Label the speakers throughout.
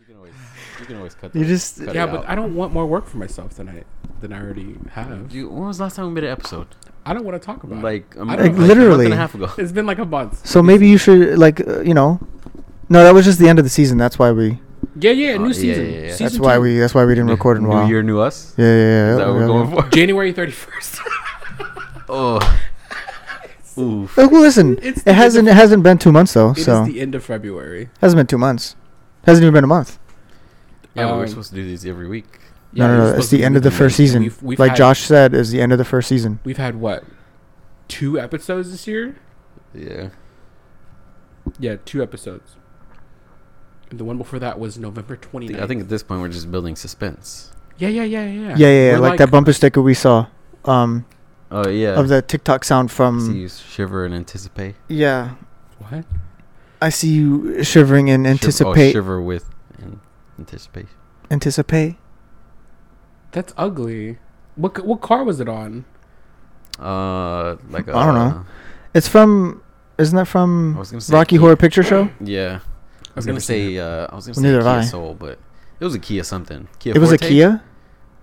Speaker 1: You can always, you can always cut.
Speaker 2: You
Speaker 1: that-
Speaker 2: just-
Speaker 1: cut it
Speaker 3: Yeah, but
Speaker 1: out.
Speaker 3: I don't want more work for myself than I than I already have.
Speaker 1: Do you, when was the last time we made an episode?
Speaker 3: I don't want to talk about
Speaker 1: Like, a,
Speaker 3: I
Speaker 1: mo-
Speaker 3: don't- Like,
Speaker 1: a month
Speaker 2: literally.
Speaker 1: and a half ago.
Speaker 3: it. It's been like a month.
Speaker 2: So maybe you should like uh, you know, no, that was just the end of the season. That's why we.
Speaker 3: Yeah, yeah,
Speaker 1: Uh,
Speaker 3: new
Speaker 1: yeah,
Speaker 3: season.
Speaker 1: yeah, yeah. That's
Speaker 2: That's
Speaker 3: Season
Speaker 2: why
Speaker 3: two.
Speaker 2: we. That's why we didn't record in a
Speaker 1: new
Speaker 2: while.
Speaker 1: year, new us.
Speaker 2: Yeah, yeah, yeah.
Speaker 1: Is that what we're
Speaker 2: yeah.
Speaker 1: going for?
Speaker 3: January thirty first.
Speaker 1: Oh, oof.
Speaker 2: Like, well, listen,
Speaker 3: It's the
Speaker 2: it
Speaker 3: end
Speaker 2: hasn't it hasn't been two months though,
Speaker 3: It is
Speaker 2: so
Speaker 3: the end of February.
Speaker 2: hasn't been two months, hasn't even been a month.
Speaker 1: Yeah, but we're
Speaker 3: Um,
Speaker 1: supposed to do these every week.
Speaker 3: Yeah,
Speaker 2: no,
Speaker 3: we're
Speaker 2: no, no, it's
Speaker 3: supposed to
Speaker 2: the
Speaker 3: do
Speaker 2: end of the
Speaker 3: weekly.
Speaker 2: first season.
Speaker 3: We've- we've
Speaker 2: like
Speaker 3: had-
Speaker 2: Josh said, is the end of the first season.
Speaker 3: We've had what two episodes this year?
Speaker 1: Yeah.
Speaker 3: Yeah, two episodes. And the one before that was November
Speaker 1: I
Speaker 3: 29th.
Speaker 1: think, I think at this point we're just building suspense.
Speaker 3: Yeah, yeah, yeah, yeah.
Speaker 2: Yeah, yeah, yeah
Speaker 3: We're
Speaker 2: like, that bumper sticker we saw, um,
Speaker 1: Oh yeah.
Speaker 2: of the um, TikTok sound from.
Speaker 1: See you shiver and anticipate.
Speaker 2: Yeah,
Speaker 3: What?
Speaker 2: I see you shivering and
Speaker 1: Shiver, oh,
Speaker 2: anticipate,
Speaker 1: shiver with an- anticipation.
Speaker 2: anticipate.
Speaker 3: That's ugly. What c- what car was it on?
Speaker 1: Uh, like I
Speaker 2: I don't know. It's from, isn't that
Speaker 1: I
Speaker 2: from
Speaker 1: was gonna say
Speaker 2: Rocky
Speaker 1: Kia-
Speaker 2: Horror Picture Show?
Speaker 1: Yeah, I was gonna say uh, I was gonna
Speaker 2: Well,
Speaker 1: say
Speaker 2: neither
Speaker 1: Kia
Speaker 2: have I.
Speaker 1: Soul, but it was a Kia something. Kia
Speaker 2: It was a
Speaker 1: Forte?
Speaker 2: Kia.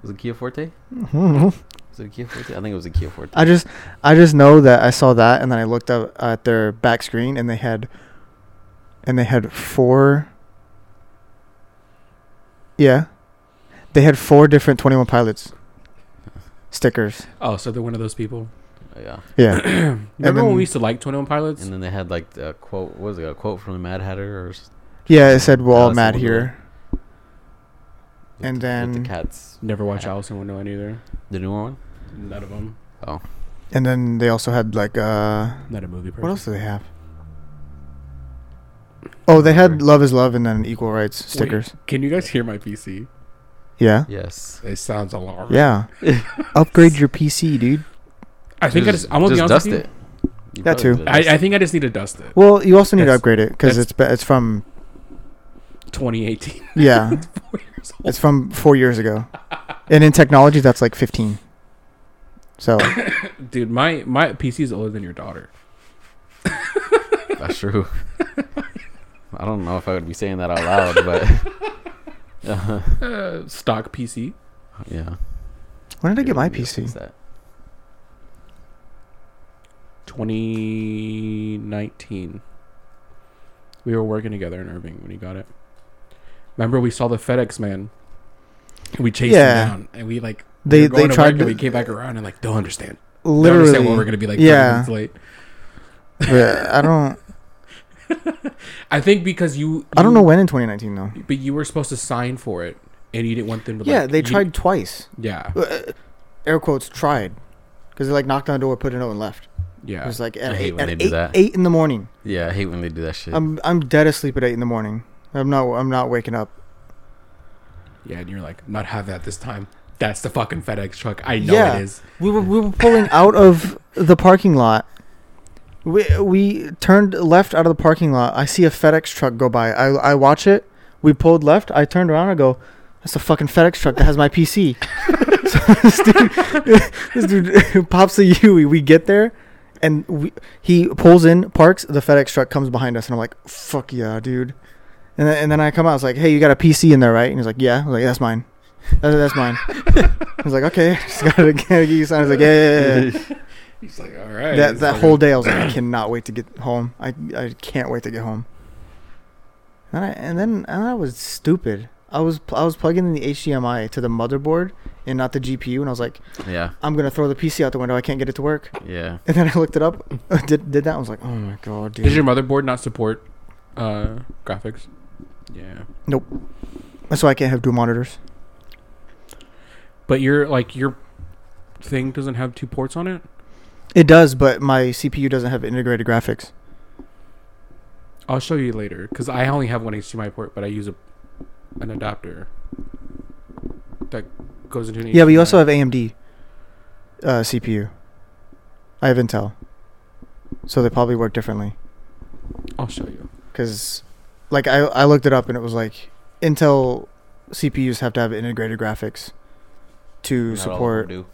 Speaker 1: Was it Kia Forte?
Speaker 2: Mhm.
Speaker 1: Was it a Kia Forte? I think it was a Kia Forte.
Speaker 2: I just, I just know that I saw that, and then I looked up at their back screen, and they had, and they had four. Yeah, they had four different Twenty One Pilots stickers.
Speaker 3: Oh, so they're one of those people.
Speaker 1: yeah.
Speaker 2: Yeah,
Speaker 3: Remember when
Speaker 2: then-
Speaker 3: we used to like Twenty One Pilots?
Speaker 1: And then they had like a quote. What was it? A quote from the Mad Hatter or s-
Speaker 2: yeah. It said we're
Speaker 1: Yeah,
Speaker 2: all
Speaker 1: that's the
Speaker 2: mad
Speaker 1: one
Speaker 2: here.
Speaker 1: with
Speaker 2: And
Speaker 1: the- with
Speaker 2: then-
Speaker 1: the cats.
Speaker 3: Never watched Alice in Wonderland either.
Speaker 1: The new one.
Speaker 3: None of them.
Speaker 1: Oh,
Speaker 2: And then they also had like uh,
Speaker 3: Not a movie person.
Speaker 2: what else do they have? Oh, they had
Speaker 1: Remember.
Speaker 2: "Love Is Love" and then "Equal Rights" stickers.
Speaker 3: Wait, can you guys hear my PC?
Speaker 2: Yeah,
Speaker 1: yes.
Speaker 3: It sounds alarming.
Speaker 2: yeah. Upgrade your PC, dude.
Speaker 3: I think I just I'm gonna be
Speaker 1: just dust
Speaker 3: honest with you.
Speaker 1: it. You
Speaker 2: That
Speaker 1: probably
Speaker 2: too.
Speaker 1: could've dusted
Speaker 3: I, I
Speaker 1: it.
Speaker 3: think I just need to dust it.
Speaker 2: Well, you also need to
Speaker 3: That's-
Speaker 2: upgrade it because
Speaker 3: that's-
Speaker 2: it's ba- it's from
Speaker 3: 2018.
Speaker 2: yeah,
Speaker 3: Four years old.
Speaker 2: it's from four years ago, and in technology that's like fifteen. So
Speaker 3: Dude, my my PC is older than your daughter.
Speaker 1: That's true. I don't know if I would be saying that out loud, but Uh-huh.
Speaker 3: Uh, stock PC.
Speaker 1: yeah.
Speaker 2: when did I get my
Speaker 1: Maybe it's
Speaker 2: PC?
Speaker 1: that.
Speaker 3: 2019. We were working together in Irving when he got it. Remember, we saw the FedEx man. and We chased
Speaker 2: Yeah.
Speaker 3: him down, and we like we
Speaker 2: They
Speaker 3: were going
Speaker 2: they
Speaker 3: to
Speaker 2: tried
Speaker 3: work and we
Speaker 2: to
Speaker 3: came back around and like they'll understand. They'll understand what we're
Speaker 2: literally.
Speaker 3: gonna be like.
Speaker 2: yeah.
Speaker 3: Yeah, minutes late.
Speaker 2: but I don't
Speaker 3: I think because you,
Speaker 2: I don't
Speaker 3: you-
Speaker 2: know when in 2019 though.
Speaker 3: but you were supposed to sign for it, and you didn't want them to.
Speaker 2: yeah,
Speaker 3: like,
Speaker 2: they
Speaker 3: you-
Speaker 2: tried twice. Uh,
Speaker 3: Yeah,
Speaker 2: Air quotes tried, because they like knocked on the door, put a note, and left. It
Speaker 3: yeah.
Speaker 2: was like
Speaker 1: I
Speaker 2: at
Speaker 1: hate
Speaker 2: eight,
Speaker 1: when
Speaker 2: at
Speaker 1: they do
Speaker 2: eight,
Speaker 1: that.
Speaker 2: eight in the morning.
Speaker 1: Yeah, I hate when they do that shit.
Speaker 2: I'm I'm dead asleep at eight in the morning. I'm not I'm not waking up.
Speaker 3: Yeah, and you're like, not have that this time. That's the fucking FedEx truck. I know
Speaker 2: Yeah.
Speaker 3: it is.
Speaker 2: We were we were pulling out of the parking lot. We we turned left out of the parking lot. I see a FedEx truck go by. I I watch it. We pulled left. I turned around. I go, that's a fucking FedEx truck that has my PC. so this dude, this dude pops a Yui. We get there, and we, he pulls in, parks. The FedEx truck comes behind us, and I'm like, fuck yeah, dude. And then, and then I come out. I was like, hey, you got a PC in there, right? And he's like, yeah. I was like, that's mine. That- that's mine. I was like, okay, just gotta, gotta get you signed. I was like, yeah, yeah, yeah, yeah.
Speaker 3: He's like, all right.
Speaker 2: that
Speaker 3: It's
Speaker 2: that
Speaker 3: like-
Speaker 2: whole day, I was like, I cannot wait to get home. I I can't wait to get home. And I and then and I was stupid. I was pl- I was plugging in the HDMI to the motherboard and not the GPU, and I was like,
Speaker 1: yeah,
Speaker 2: I'm gonna throw the PC out the window. I can't get it to work.
Speaker 1: yeah.
Speaker 2: And then I looked it up, did did that. I was like, oh my god, dude.
Speaker 3: Does your motherboard not support uh, graphics? Yeah,
Speaker 2: nope. That's why I can't have dual monitors.
Speaker 3: but your like your thing doesn't have two ports on it.
Speaker 2: It does, but my CPU doesn't have integrated graphics.
Speaker 3: I'll show you later because I only have one HDMI port, but I use a an adapter that goes into an.
Speaker 2: Yeah, but you also
Speaker 3: HDMI.
Speaker 2: have AMD uh, CPU. I have Intel, so they probably work differently.
Speaker 3: I'll show you.
Speaker 2: Cause, like I I looked it up and it was like Intel CPUs have to have integrated graphics to
Speaker 1: Not all of
Speaker 2: support
Speaker 1: them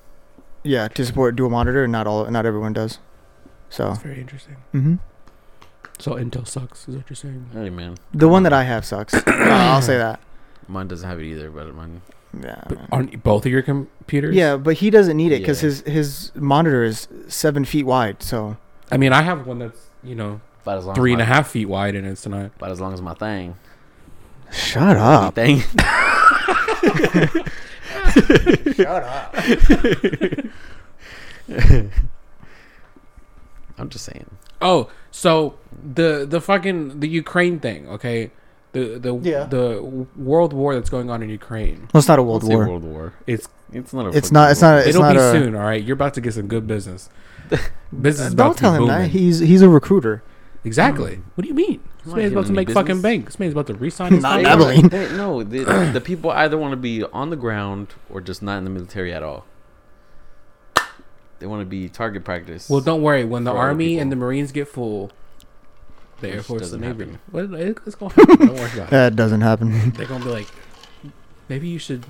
Speaker 2: yeah to support dual monitor and not all not everyone does. So
Speaker 3: It's very interesting.
Speaker 2: hmm
Speaker 3: So Intel sucks, is what you're saying?
Speaker 1: do. Hey man,
Speaker 2: the one that I have sucks. Uh, I'll say that.
Speaker 1: Mine doesn't have it either, but mine.
Speaker 2: Yeah.
Speaker 3: But
Speaker 2: man.
Speaker 3: on both of your computers?
Speaker 2: Yeah, but he doesn't need it because
Speaker 1: Yeah.
Speaker 2: his his monitor is seven feet wide. So
Speaker 3: I mean, I have one that's, you know,
Speaker 1: But as long
Speaker 3: three
Speaker 1: as
Speaker 3: and
Speaker 1: my,
Speaker 3: a half feet wide and it's not.
Speaker 1: But as long as my thing.
Speaker 2: shut
Speaker 1: Uh,
Speaker 2: up.
Speaker 1: thing.
Speaker 2: shut up.
Speaker 1: I'm just saying.
Speaker 3: Oh, so the the fucking the Ukraine thing, okay? The the
Speaker 2: Yeah.
Speaker 3: the world war that's going on in Ukraine.
Speaker 2: Well, it's not a world
Speaker 1: I'll say
Speaker 2: war.
Speaker 1: World War.
Speaker 3: It's
Speaker 1: It's not a.
Speaker 2: It's
Speaker 1: fucking
Speaker 2: not- Uh, it's
Speaker 1: war.
Speaker 2: not a-
Speaker 3: it'll
Speaker 2: not
Speaker 3: be
Speaker 2: a-
Speaker 3: soon, all right? You're about to get some good business. business is about
Speaker 2: Don't
Speaker 3: to
Speaker 2: tell
Speaker 3: be
Speaker 2: him
Speaker 3: booming.
Speaker 2: that. He's he's a recruiter.
Speaker 3: Exactly. What do you mean? This
Speaker 1: not
Speaker 3: man's about
Speaker 1: giving
Speaker 3: to
Speaker 1: me
Speaker 3: make fucking
Speaker 1: business.
Speaker 3: bank. This man's about to resign his
Speaker 2: Not
Speaker 1: They
Speaker 3: fucking-
Speaker 2: Abilene.
Speaker 1: wanna- they- no, the, the people either want to be on the ground or just not in the military at all. They want to be target practice.
Speaker 3: Well, don't worry. When the
Speaker 1: For other
Speaker 3: army
Speaker 1: people.
Speaker 3: and the Marines get full, the Air
Speaker 1: Which
Speaker 3: Force
Speaker 1: doesn't
Speaker 3: and Navy.
Speaker 1: happen.
Speaker 3: What, it- it's going to happen. Don't worry about it.
Speaker 2: That doesn't happen.
Speaker 3: They're going to be like, maybe you should,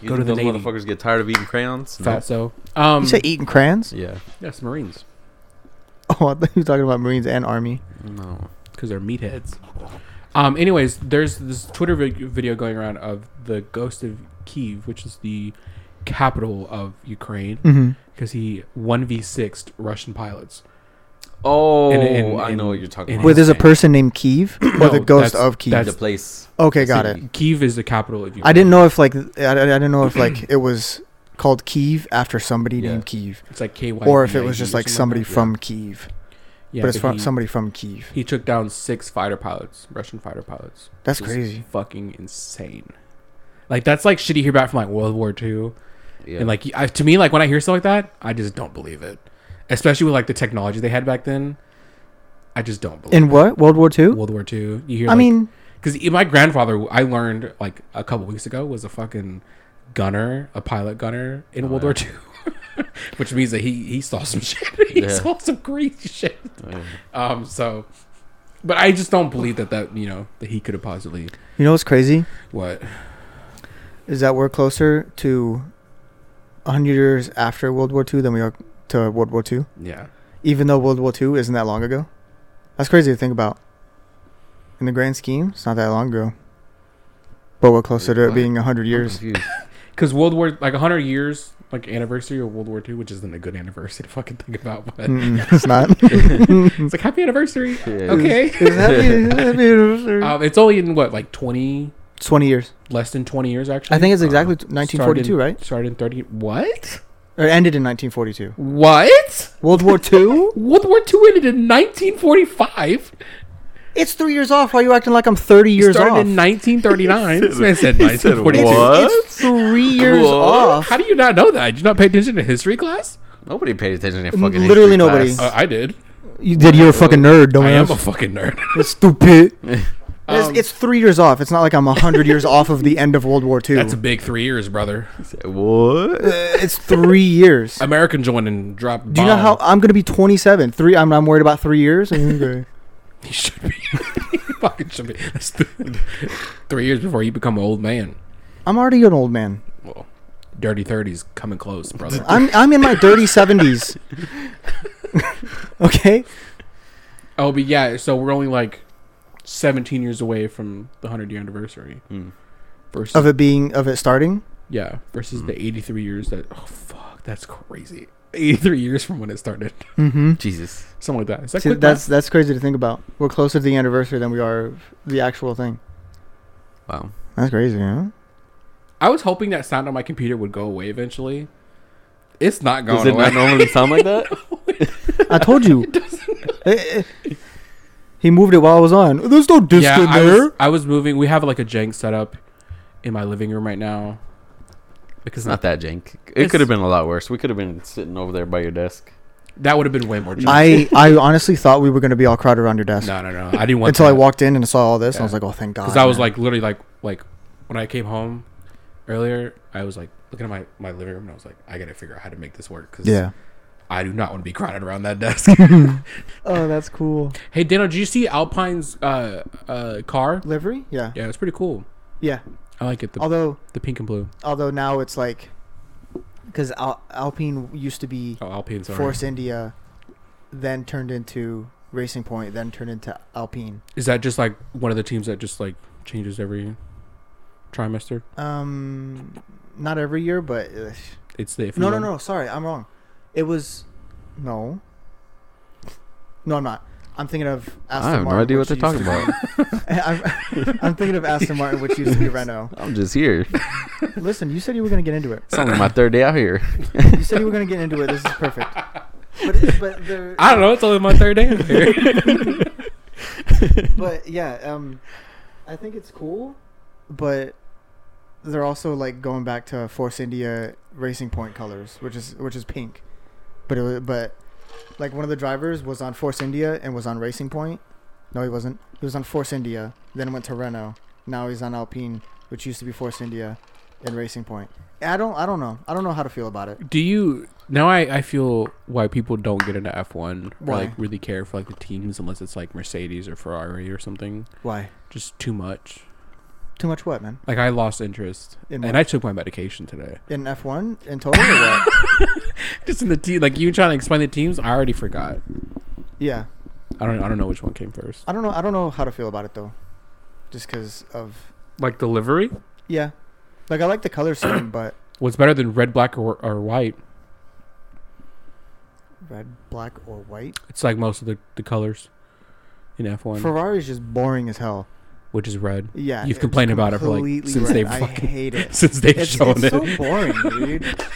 Speaker 1: you think
Speaker 3: go to the
Speaker 1: those
Speaker 3: Navy.
Speaker 1: motherfuckers get tired of eating crayons. No.
Speaker 3: fatso. Um,
Speaker 2: you say eating crayons?
Speaker 1: Yeah.
Speaker 3: yes, Marines.
Speaker 2: Oh, I thought you were talking about Marines and Army.
Speaker 1: No.
Speaker 3: because they're meatheads. Um. Anyways, there's this Twitter vi- video going around of the ghost of Kiev, which is the capital of Ukraine,
Speaker 2: Mm-hmm.
Speaker 3: because he one v sixed Russian pilots.
Speaker 1: Oh,
Speaker 3: And- and-
Speaker 1: I know
Speaker 3: and-
Speaker 1: what you're talking
Speaker 3: and-
Speaker 1: about.
Speaker 2: Wait, there's a
Speaker 3: insane.
Speaker 2: person named Kiev or
Speaker 3: No,
Speaker 2: the ghost
Speaker 3: that's-
Speaker 2: of Kiev.
Speaker 3: that's-
Speaker 1: the place.
Speaker 2: Okay, got it.
Speaker 3: Kiev is the capital of Ukraine.
Speaker 2: I didn't know if like I, I didn't know if like it was called Kiev after somebody
Speaker 1: Yeah.
Speaker 2: named Kiev,
Speaker 3: It's like KY.
Speaker 2: or if it was just like somebody from Kiev.
Speaker 3: yeah,
Speaker 2: but it's from
Speaker 3: he,
Speaker 2: somebody from Kiev.
Speaker 3: He took down six fighter pilots, Russian fighter pilots.
Speaker 2: That's
Speaker 3: Which is
Speaker 2: crazy.
Speaker 3: Fucking insane. Like that's like shit you hear about from like World War II.
Speaker 1: Yeah.
Speaker 3: And like I, to me, like when I hear stuff like that, I just don't believe it. Especially with like the technology they had back then, I just don't believe.
Speaker 2: In what World War
Speaker 3: it.
Speaker 2: Two?
Speaker 3: World War II, you hear.
Speaker 2: I mean,
Speaker 3: because my grandfather, I learned like a couple weeks ago, was a fucking gunner, a pilot gunner in
Speaker 1: Oh,
Speaker 3: World
Speaker 1: yeah.
Speaker 3: War II, which means that he he saw some shit. he
Speaker 1: Yeah.
Speaker 3: saw some crazy shit.
Speaker 1: Yeah.
Speaker 3: Um, so, but I just don't believe that that you know that he could have possibly
Speaker 2: you know what's crazy
Speaker 3: what
Speaker 2: is that we're closer to hundred years after World War Two than we are to World War Two,
Speaker 3: yeah
Speaker 2: even though World War Two isn't that long ago. That's crazy to think about. In the grand scheme, it's not that long ago. But we're closer to it
Speaker 1: Right.
Speaker 2: being hundred
Speaker 1: I'm
Speaker 2: years.
Speaker 1: confused.
Speaker 3: because World War like hundred years like anniversary of World War II, which isn't a good anniversary to fucking think about, but
Speaker 2: Mm-mm, it's not.
Speaker 3: it's like happy anniversary.
Speaker 1: Yeah.
Speaker 3: Okay.
Speaker 2: Is that- is that beautiful?
Speaker 3: Um, it's only in what like twenty
Speaker 2: Twenty years.
Speaker 3: less than twenty years actually.
Speaker 2: I think it's
Speaker 1: Uh,
Speaker 2: exactly 1942,
Speaker 3: Started-
Speaker 2: right?
Speaker 3: Started in thirty. What?
Speaker 2: Or it ended in 1942.
Speaker 3: What?
Speaker 2: World War Two.
Speaker 3: World War II ended in nineteen forty five.
Speaker 2: It's three years off. Why are you acting like I'm 30 years
Speaker 3: started
Speaker 2: off?
Speaker 3: in nineteen thirty nine. This man said
Speaker 1: He said,
Speaker 3: nineteen forty two.
Speaker 1: "What?"
Speaker 2: It's three years
Speaker 1: What?
Speaker 2: off.
Speaker 3: How do you not know that? Did you not pay attention to history class?
Speaker 1: Nobody paid attention to fucking.
Speaker 2: Literally
Speaker 1: history
Speaker 2: nobody.
Speaker 3: Uh,
Speaker 1: class.
Speaker 3: I did.
Speaker 2: You did. You're a fucking nerd. Don't
Speaker 3: I am
Speaker 2: ask.
Speaker 3: a fucking nerd.
Speaker 2: It's stupid. it's,
Speaker 3: Um,
Speaker 2: it's three years off. It's not like I'm 100 years off of the end of World War Two.
Speaker 3: That's a big three years, brother.
Speaker 1: He said, what?
Speaker 2: Uh, it's three years.
Speaker 3: American joined and dropped.
Speaker 2: Do you know how I'm gonna be 27? Three. I'm, I'm worried about three years. Okay.
Speaker 3: He should be. he fucking should be. That's th- three years before you become an old man.
Speaker 2: I'm already an old man.
Speaker 3: Well, dirty thirties coming close, brother.
Speaker 2: I'm I'm in my dirty 70s. okay.
Speaker 3: oh, but yeah. So we're only like seventeen years away from the hundred year anniversary.
Speaker 1: Mm.
Speaker 3: Versus
Speaker 2: Of it being of it starting.
Speaker 3: yeah, versus the eighty three years that. Oh fuck, that's crazy. Eighty three years from when it started,
Speaker 2: Mm-hmm.
Speaker 1: Jesus.
Speaker 3: something like that. Is that
Speaker 2: See,
Speaker 3: quick
Speaker 2: that's that's crazy to think about. We're closer to the anniversary than we are of the actual thing.
Speaker 1: Wow.
Speaker 2: That's crazy, huh?
Speaker 3: math? I was hoping that sound on my computer would go away eventually. It's not
Speaker 1: Does
Speaker 3: going
Speaker 1: it
Speaker 3: away.
Speaker 1: not normally sound like that?
Speaker 2: I told you. Eh, eh. he moved it while I was on. There's no disc in
Speaker 3: I
Speaker 2: there.
Speaker 3: was, I was moving. We have like a jank setup in my living room right now. Because
Speaker 1: It's not that jank.
Speaker 3: It's-
Speaker 1: It could have been a lot worse. We could have been sitting over there by your desk.
Speaker 3: that would have been way more. Jank.
Speaker 2: I, I honestly thought we were gonna be all crowded around your desk
Speaker 3: no no no. I didn't want
Speaker 2: until I walked in and saw all this. and I was
Speaker 3: Yeah.
Speaker 2: like, oh, thank God.
Speaker 3: because I was
Speaker 2: man.
Speaker 3: like literally like like when I came home earlier, I was like looking at my my living room and I was like, I gotta figure out how to make this work because
Speaker 2: yeah.
Speaker 3: I do not want to be crowded around that desk.
Speaker 2: Oh, that's cool.
Speaker 3: hey Dano, did you see Alpine's uh uh car?
Speaker 2: Livery? Yeah.
Speaker 3: Yeah, it's pretty cool.
Speaker 2: Yeah.
Speaker 3: I like it. The,
Speaker 2: Although
Speaker 3: the pink and blue.
Speaker 2: although now it's like, because Al- Alpine used to be
Speaker 3: Oh, Alpine's sorry.
Speaker 2: Force India, then turned into Racing Point, then turned into Alpine.
Speaker 3: Is that just like one of the teams that just like changes every? trimester.
Speaker 2: Um, not every year, but uh,
Speaker 3: It's the if
Speaker 2: no,
Speaker 3: you
Speaker 2: no,
Speaker 3: want-
Speaker 2: no. Sorry, I'm wrong. It was no. No, I'm not. I'm thinking of
Speaker 1: I
Speaker 2: Aston
Speaker 1: have no
Speaker 2: Martin,
Speaker 1: idea what
Speaker 2: which
Speaker 1: they're
Speaker 2: used
Speaker 1: talking
Speaker 2: to
Speaker 1: about.
Speaker 2: be- I'm, I'm thinking of Aston Martin, which used to be Renault.
Speaker 1: I'm just here.
Speaker 2: Listen, you said you were going to get into it.
Speaker 1: It's only my third day out here.
Speaker 2: You said you were going to get into it. This is perfect. But but there,
Speaker 3: I don't know. It's only my third day up here.
Speaker 2: but yeah, um, I think it's cool, but they're also like going back to Force India Racing Point colors, which is which is pink. But it was, but like one of the drivers was on Force India and was on Racing Point. No, he wasn't. He was on Force India, then went to Renault. Now he's on Alpine, which used to be Force India and Racing Point. I don't I don't know. I don't know how to feel about it.
Speaker 3: Do you now? I, I feel why people don't get into F one.
Speaker 2: Why?
Speaker 3: Like really care for like the teams unless it's like Mercedes or Ferrari or something.
Speaker 2: Why?
Speaker 3: Just too much.
Speaker 2: Too much what, man?
Speaker 3: Like I lost interest,
Speaker 2: In
Speaker 3: and
Speaker 2: what?
Speaker 3: I took my medication today.
Speaker 2: In F one in total or what?
Speaker 3: Just in the team, like you trying to explain the teams. I already forgot.
Speaker 2: Yeah.
Speaker 3: I don't. I don't know which one came first.
Speaker 2: I don't know I don't know how to feel about it though. Just cuz of
Speaker 3: Like delivery.
Speaker 2: Yeah. Like I like the color scheme, but
Speaker 3: What's better than red, black, or, or white?
Speaker 2: red, black, or white.
Speaker 3: It's like most of the, the colors in F one,
Speaker 2: Ferrari's just boring as hell.
Speaker 3: which is red.
Speaker 2: Yeah.
Speaker 3: You've
Speaker 2: it's
Speaker 3: complained about it for, like,
Speaker 2: completely
Speaker 3: since they've
Speaker 2: I
Speaker 3: fucking-
Speaker 2: hate it.
Speaker 3: Since they've
Speaker 2: It's,
Speaker 3: shown
Speaker 2: it's
Speaker 3: it,
Speaker 2: so boring, dude.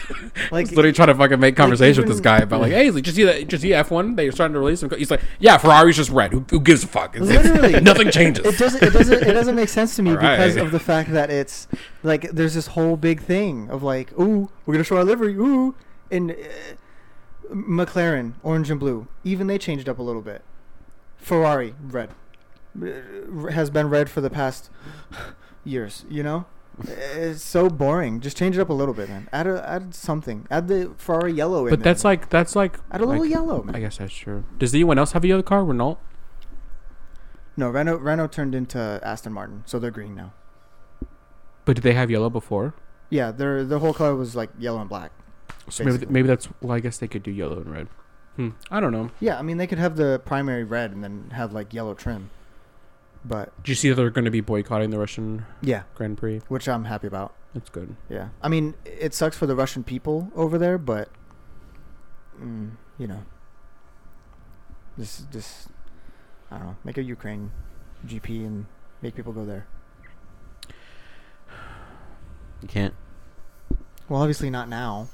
Speaker 2: Like
Speaker 3: He's literally trying to fucking make conversation with this guy
Speaker 2: even-
Speaker 3: about like, hey, he's like, just see that, just see F one. They're starting to release him. He's like, yeah, Ferrari's just red. Who, who gives a fuck? It's- it's-
Speaker 2: Literally.
Speaker 3: nothing changes.
Speaker 2: it doesn't it doesn't it doesn't make sense to me
Speaker 3: All right.
Speaker 2: because of the fact that it's like there's this whole big thing of like, ooh, we're gonna show our livery, ooh, and uh, McLaren orange and blue. Even they changed up a little bit. Ferrari red Uh, has been red for the past years. You know, Uh, it's so boring. Just change it up a little bit, man. Add a, add something. Add the Ferrari yellow. in
Speaker 3: but that's
Speaker 2: there.
Speaker 3: like that's like
Speaker 2: add a little
Speaker 3: like-
Speaker 2: yellow, man.
Speaker 3: I guess that's true. Does anyone else have a yellow car? Renault.
Speaker 2: no, Renault Renault turned into Aston Martin, so they're green now.
Speaker 3: But did they have yellow before?
Speaker 2: Yeah, their their whole color was like yellow and black.
Speaker 3: So maybe
Speaker 2: Basically.
Speaker 3: maybe that's well. I guess they could do yellow and red. Hmm. I don't know.
Speaker 2: Yeah, I mean they could have the primary red and then have like yellow trim. But
Speaker 3: Do you see they're going to be boycotting the Russian
Speaker 2: yeah,
Speaker 3: Grand Prix?
Speaker 2: which I'm happy about.
Speaker 3: That's good.
Speaker 2: Yeah. I mean, it sucks for the Russian people over there, but mm, you know. This this I don't know, make a Ukraine GP and make people go there.
Speaker 1: You can't
Speaker 2: Well, obviously not now.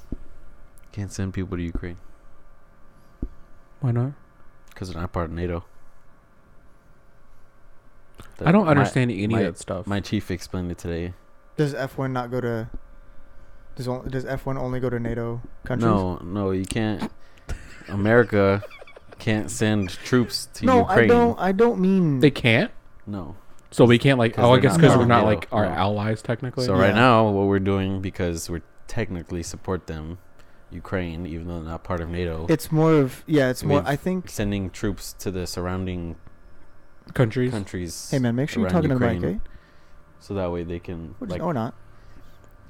Speaker 1: can't send people to Ukraine
Speaker 3: Why not?
Speaker 1: because they're not part of NATO.
Speaker 3: I don't
Speaker 1: My-
Speaker 3: understand any
Speaker 1: my-
Speaker 3: of that stuff.
Speaker 1: My chief explained it today.
Speaker 2: Does F1 not go to does only, does F1 only go to NATO countries?
Speaker 1: No, no, you can't. America can't send troops to
Speaker 2: No,
Speaker 1: Ukraine.
Speaker 2: I don't I don't mean
Speaker 3: they can't.
Speaker 1: No.
Speaker 3: So we can't like.
Speaker 1: 'Cause
Speaker 3: Oh, I
Speaker 1: they're
Speaker 3: guess
Speaker 1: not
Speaker 3: because
Speaker 2: part
Speaker 3: we're
Speaker 2: of
Speaker 3: not
Speaker 1: NATO.
Speaker 3: like our
Speaker 1: No.
Speaker 3: allies technically.
Speaker 1: So right
Speaker 2: Yeah.
Speaker 1: now, what we're doing because we're technically support them, Ukraine, even though they're not part of NATO,
Speaker 2: it's more of yeah, it's more
Speaker 1: We've-
Speaker 2: I think
Speaker 1: sending troops to the surrounding
Speaker 3: countries.
Speaker 1: countries.
Speaker 2: Hey man, make sure you're
Speaker 1: around
Speaker 2: talking to the mic,
Speaker 1: Ukraine,
Speaker 2: eh?
Speaker 1: So that way they can
Speaker 2: Which,
Speaker 1: like
Speaker 2: or not.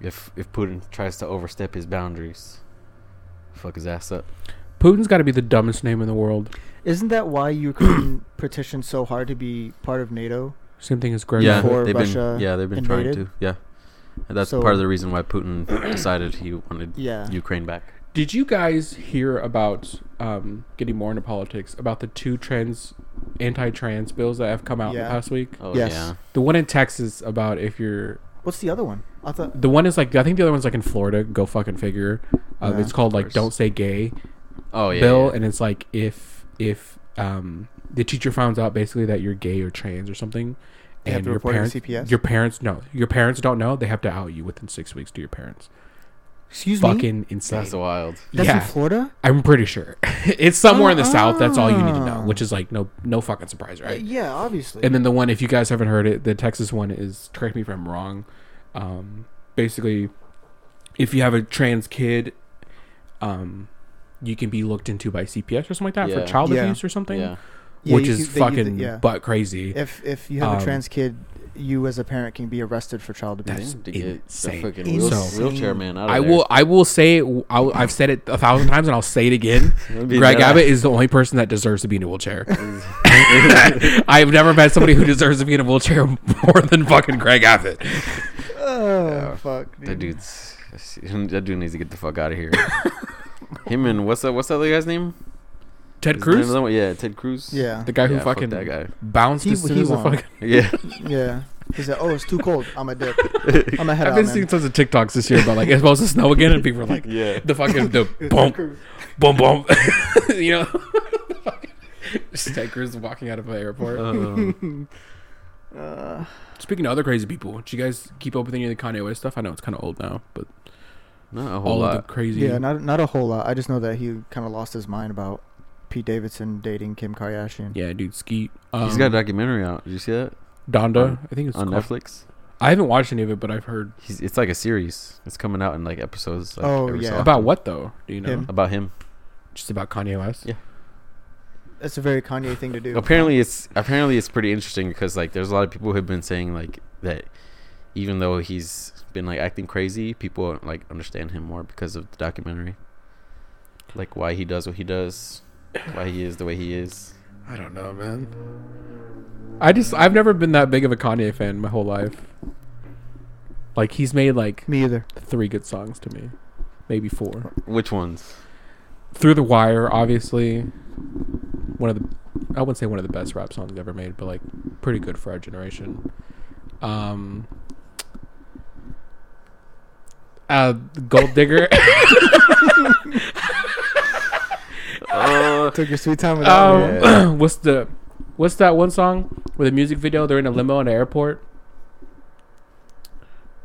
Speaker 1: if if Putin tries to overstep his boundaries, fuck his ass up.
Speaker 3: Putin's got to be the dumbest name in the world.
Speaker 2: Isn't that why Ukraine petitioned so hard to be part of NATO?
Speaker 3: Same thing as Greg.
Speaker 1: yeah,
Speaker 2: before
Speaker 1: they've
Speaker 2: Russia
Speaker 1: been yeah they've been
Speaker 2: invaded?
Speaker 1: trying to yeah. And that's
Speaker 2: So-
Speaker 1: part of the reason why Putin decided he wanted
Speaker 2: Yeah.
Speaker 1: Ukraine back.
Speaker 3: Did you guys hear about um, getting more into politics about the two trans anti-trans bills that have come out in the
Speaker 2: Yeah.
Speaker 3: past week?
Speaker 1: Oh
Speaker 2: Yes.
Speaker 1: yeah.
Speaker 3: The one in Texas about if you're
Speaker 2: What's the other one? I thought
Speaker 3: the one is like I think the other one's like in Florida. Go fucking figure. Um,
Speaker 2: Yeah,
Speaker 3: it's called like
Speaker 1: course.
Speaker 3: "Don't Say Gay"
Speaker 1: Oh yeah.
Speaker 3: bill,
Speaker 1: yeah.
Speaker 3: and it's like if if um, the teacher finds out basically that you're gay or trans or something,
Speaker 2: They have
Speaker 3: and
Speaker 2: to
Speaker 3: your
Speaker 2: report it to CPS?
Speaker 3: parents, your parents know, your parents don't know, they have to out you within six weeks to your parents.
Speaker 2: excuse me.
Speaker 3: Fucking insane.
Speaker 1: That's wild.
Speaker 2: That's
Speaker 3: yeah.
Speaker 2: in Florida?
Speaker 3: I'm pretty sure it's somewhere in the south. That's all you need to know,
Speaker 2: Ah.
Speaker 3: which is like no no fucking surprise,
Speaker 2: Uh,
Speaker 3: right?
Speaker 2: Yeah, obviously.
Speaker 3: And then the one, if you guys haven't heard it, the Texas one is correct me if I'm wrong. Um, basically, if you have a trans kid, um, you can be looked into by CPS or something like that
Speaker 1: Yeah.
Speaker 3: for child
Speaker 2: Yeah.
Speaker 3: abuse or something,
Speaker 1: Yeah.
Speaker 2: Yeah,
Speaker 3: which
Speaker 2: you
Speaker 3: is
Speaker 2: can- they- you-
Speaker 3: fucking
Speaker 2: yeah.
Speaker 3: butt crazy.
Speaker 2: if if you have
Speaker 3: Um,
Speaker 2: a trans kid, you as a parent can be arrested for child abuse.
Speaker 3: That's
Speaker 1: Damn, to get The
Speaker 3: insane.
Speaker 1: fucking wheel,
Speaker 2: Insane.
Speaker 1: wheelchair man out of
Speaker 3: I
Speaker 1: there.
Speaker 3: will. I will say. it- I, have said it a thousand times, and I'll say it again.
Speaker 1: It'd be
Speaker 3: Greg
Speaker 1: better.
Speaker 3: Abbott is the only person that deserves to be in a wheelchair. I've never met somebody who deserves to be in a wheelchair more than fucking Greg Abbott.
Speaker 2: Oh
Speaker 1: Yeah.
Speaker 2: fuck, dude.
Speaker 1: That dude's that dude needs to get the fuck out of here. Him and what's that? What's that other guy's name?
Speaker 3: Ted
Speaker 1: Is the name
Speaker 3: Cruz,
Speaker 1: of that one- Yeah, Ted Cruz.
Speaker 2: Yeah,
Speaker 3: the guy who
Speaker 1: Yeah, fuck
Speaker 3: fucking
Speaker 1: that guy.
Speaker 3: bounced
Speaker 2: He-
Speaker 3: as soon
Speaker 2: he
Speaker 3: as the
Speaker 2: won.
Speaker 3: fucking.
Speaker 1: Yeah,
Speaker 2: yeah. He said, "Oh, it's too cold. I'm a dick. I'm a head
Speaker 3: I've
Speaker 2: out."
Speaker 3: been
Speaker 2: man."
Speaker 3: seeing tons of TikToks this year about like it's supposed to snow again, and people are like,
Speaker 1: yeah.
Speaker 3: the fucking the
Speaker 2: It was
Speaker 3: bump,
Speaker 2: Cruz.
Speaker 3: bump, bump. you know, The fucking- Ted Cruz walking out of an airport.
Speaker 1: Um,
Speaker 2: Uh,
Speaker 3: Speaking of other crazy people, do you guys keep up with any of the Kanye West stuff? I know it's kind of old now, but
Speaker 1: not a whole
Speaker 3: all
Speaker 1: lot.
Speaker 3: of the crazy.
Speaker 2: yeah, not not a whole lot. I just know that he kind of lost his mind about Pete Davidson dating Kim Kardashian.
Speaker 3: yeah, dude, Skeet. Um,
Speaker 1: He's got a documentary out. Did you see that
Speaker 3: Donda. I think it's
Speaker 1: on
Speaker 3: called.
Speaker 1: Netflix?
Speaker 3: I haven't watched any of it, but I've heard
Speaker 1: He's it's like a series. It's coming out in like episodes. Like,
Speaker 2: Oh,
Speaker 1: every so
Speaker 2: yeah.
Speaker 1: often.
Speaker 3: about what though. Do you know?
Speaker 2: Him.
Speaker 1: about him?
Speaker 3: Just about Kanye West.
Speaker 1: Yeah.
Speaker 2: That's a very Kanye thing to do.
Speaker 1: Apparently, it's apparently it's pretty interesting because like there's a lot of people who have been saying like that. Even though he's been like acting crazy, people like understand him more because of the documentary. Like why he does what he does, why he is the way he is.
Speaker 3: I don't know, man. I just I've never been that big of a Kanye fan my whole life. Like he's made like
Speaker 2: Me either.
Speaker 3: three good songs to me, maybe four.
Speaker 1: Which ones?
Speaker 3: Through the Wire, obviously, one of the I wouldn't say one of the best rap songs ever made, but like pretty good for our generation. Um, uh, Gold Digger.
Speaker 1: Uh,
Speaker 2: Took your sweet time with that.
Speaker 3: Um,
Speaker 2: one, yeah.
Speaker 1: Oh, Yeah.
Speaker 3: what's the what's that one song with a music video? They're in a limo in an airport,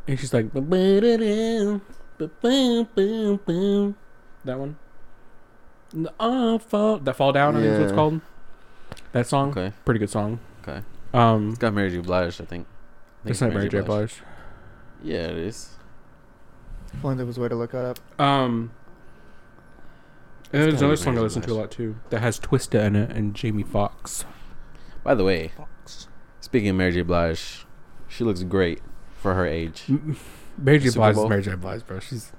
Speaker 3: and she's like, "Ba-ba-da-dum, ba-bum-bum-bum." that one. And the I fall that fall down. I think is what it's
Speaker 1: Yeah.
Speaker 3: called. That song,
Speaker 1: okay,
Speaker 3: pretty good song.
Speaker 1: Okay.
Speaker 3: Um,
Speaker 1: it's got Mary J. Blige, I think. I think
Speaker 3: it's not Mary J. Blige.
Speaker 1: Yeah, it is.
Speaker 2: Linda was way to look that up.
Speaker 3: Um, and then
Speaker 1: It's
Speaker 3: there's
Speaker 1: gotta
Speaker 3: another
Speaker 1: be
Speaker 3: song I
Speaker 1: Mary J.
Speaker 3: listen to a
Speaker 1: Blige.
Speaker 3: lot too that has Twista in it and Jamie Foxx.
Speaker 1: By the way, speaking of Mary J. Blige, she looks great for her age.
Speaker 3: Mary J.
Speaker 1: Super
Speaker 3: Blige is
Speaker 1: Bowl.
Speaker 3: Mary J. Blige, bro. She's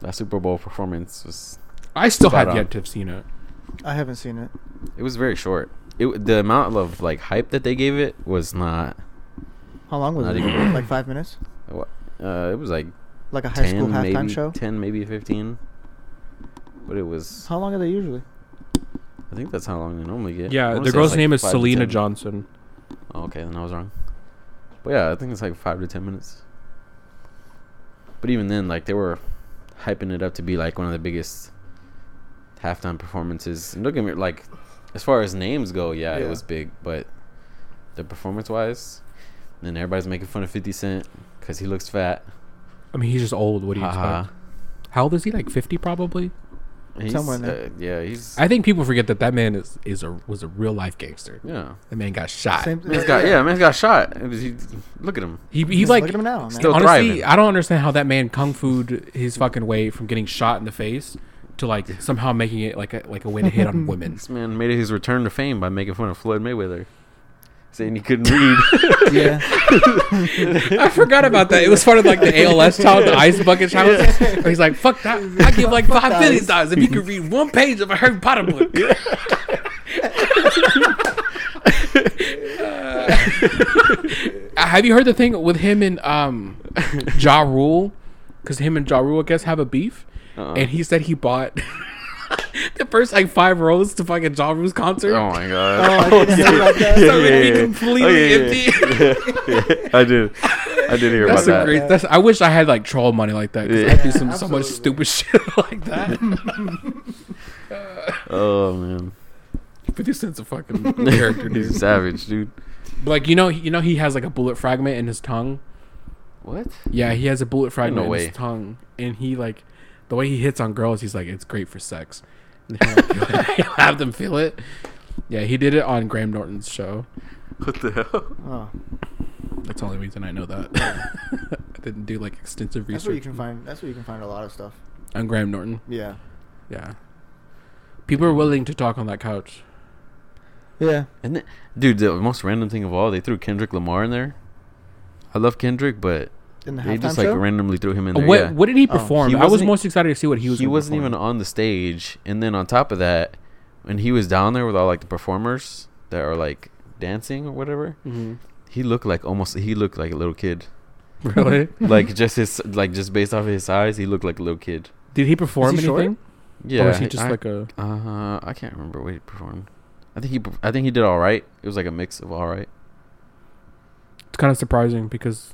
Speaker 1: That Super Bowl performance was
Speaker 3: I still
Speaker 1: Spot
Speaker 3: have
Speaker 1: on.
Speaker 3: yet to have seen it.
Speaker 2: I haven't seen it.
Speaker 1: it was very short. It the amount of like hype that they gave it was not.
Speaker 2: How long was
Speaker 1: Not
Speaker 2: it?
Speaker 1: even-
Speaker 2: Like five minutes?
Speaker 1: Uh, it was like
Speaker 2: Like a high school
Speaker 1: ten,
Speaker 2: halftime
Speaker 1: maybe
Speaker 2: show?
Speaker 1: ten, maybe fifteen. But it was.
Speaker 2: How long are they usually?
Speaker 1: I think that's how long they normally get. I
Speaker 3: Yeah,
Speaker 1: wanna
Speaker 3: the
Speaker 1: say
Speaker 3: girl's
Speaker 1: it's, like,
Speaker 3: name is
Speaker 1: five to
Speaker 3: Selena
Speaker 1: 10.
Speaker 3: Johnson.
Speaker 1: Oh, okay, then I was wrong. But yeah, I think it's like five to ten minutes. But even then, like they were hyping it up to be like one of the biggest halftime performances. And look at me, like as far as names go, yeah,
Speaker 2: Yeah.
Speaker 1: it was big. But the performance wise, then everybody's making fun of Fifty Cent because he looks fat.
Speaker 3: I mean, he's just old. What do you
Speaker 1: Ha
Speaker 3: expect? How old is he? Like fifty, probably.
Speaker 1: ha. He's,
Speaker 2: Somewhere in there.
Speaker 1: uh, yeah, he's
Speaker 3: I think people forget that that man is is a was a real life gangster.
Speaker 1: yeah.
Speaker 3: That man got shot.
Speaker 2: Same
Speaker 1: Man's got Ah, yeah, man's got shot. It was- he- look at him.
Speaker 3: He he
Speaker 2: Just
Speaker 3: like
Speaker 2: look at him now, man.
Speaker 1: still-
Speaker 3: honestly,
Speaker 1: thriving.
Speaker 3: I don't understand how that man kung fu'd his fucking way from getting shot in the face to like somehow making it like a like a way to hit on women.
Speaker 1: This man made his return to fame by making fun of Floyd Mayweather, saying he couldn't read.
Speaker 2: yeah.
Speaker 3: I forgot about that. It was part of like the ALS child, the ice bucket challenge. And He's like, "Fuck that! I give like five billion dollars if you could read one page of a Harry Potter book." Uh, have you heard the thing with him and um, Ja Rule? Because him and Ja Rule, I guess, have a beef,
Speaker 1: Uh-uh.
Speaker 3: and he said he bought. The first like five rows to fucking Ja Rule's concert.
Speaker 1: Oh my god.
Speaker 2: Oh, I didn't hear about that.
Speaker 3: So it'd be completely
Speaker 1: Oh,
Speaker 3: empty.
Speaker 1: I did. I did hear
Speaker 3: That's a
Speaker 1: about that.
Speaker 3: great. That's. I wish I had like troll money like that. 'cause
Speaker 1: Yeah.
Speaker 3: I'd do some so
Speaker 2: Absolutely.
Speaker 3: much stupid shit like that.
Speaker 1: oh man,
Speaker 3: Fifty Cent's a fucking character, dude.
Speaker 1: he's savage, dude.
Speaker 3: But, like you know, you know, he has like a bullet fragment in his tongue.
Speaker 1: What?
Speaker 3: Yeah, he has a bullet fragment in
Speaker 1: way.
Speaker 3: his tongue, and he like the way he hits on girls. He's like, it's great for sex. And he'll, like, he'll have them feel it. Yeah, he did it on Graham Norton's show.
Speaker 1: What the hell?
Speaker 2: Oh,
Speaker 3: That's the only reason I know that. I didn't do like extensive
Speaker 2: that's where you
Speaker 3: research
Speaker 2: can find. That's where you can find a lot of stuff.
Speaker 3: on Graham Norton.
Speaker 2: Yeah.
Speaker 3: Yeah, people are willing to talk on that couch.
Speaker 2: Yeah.
Speaker 1: And then, dude, the most random thing of all, they threw Kendrick Lamar in there. I love Kendrick, but
Speaker 2: In the
Speaker 1: they
Speaker 2: halftime
Speaker 1: just like
Speaker 2: show.
Speaker 1: randomly threw him in
Speaker 3: Uh,
Speaker 1: there.
Speaker 3: What
Speaker 1: yeah.
Speaker 3: What did he
Speaker 2: Oh.
Speaker 3: perform?
Speaker 1: He
Speaker 3: I was
Speaker 1: wasn't-
Speaker 3: most excited to see what he was.
Speaker 1: he
Speaker 3: gonna
Speaker 1: wasn't
Speaker 3: perform.
Speaker 1: even on the stage, and then on top of that, when he was down there with all like the performers that are like dancing or whatever,
Speaker 3: Mm-hmm.
Speaker 1: he looked like almost he looked like a little kid.
Speaker 2: Mm-hmm.
Speaker 3: Really?
Speaker 1: like just his like just based off his size, he looked like a little kid.
Speaker 3: Did he perform
Speaker 2: Is he short?
Speaker 3: anything?
Speaker 1: Yeah,
Speaker 3: Or was he just
Speaker 1: I,
Speaker 3: like a?
Speaker 1: uh, I can't remember what he performed. I think he per- I think he did all right. It was like a mix of all right.
Speaker 3: It's kind of surprising because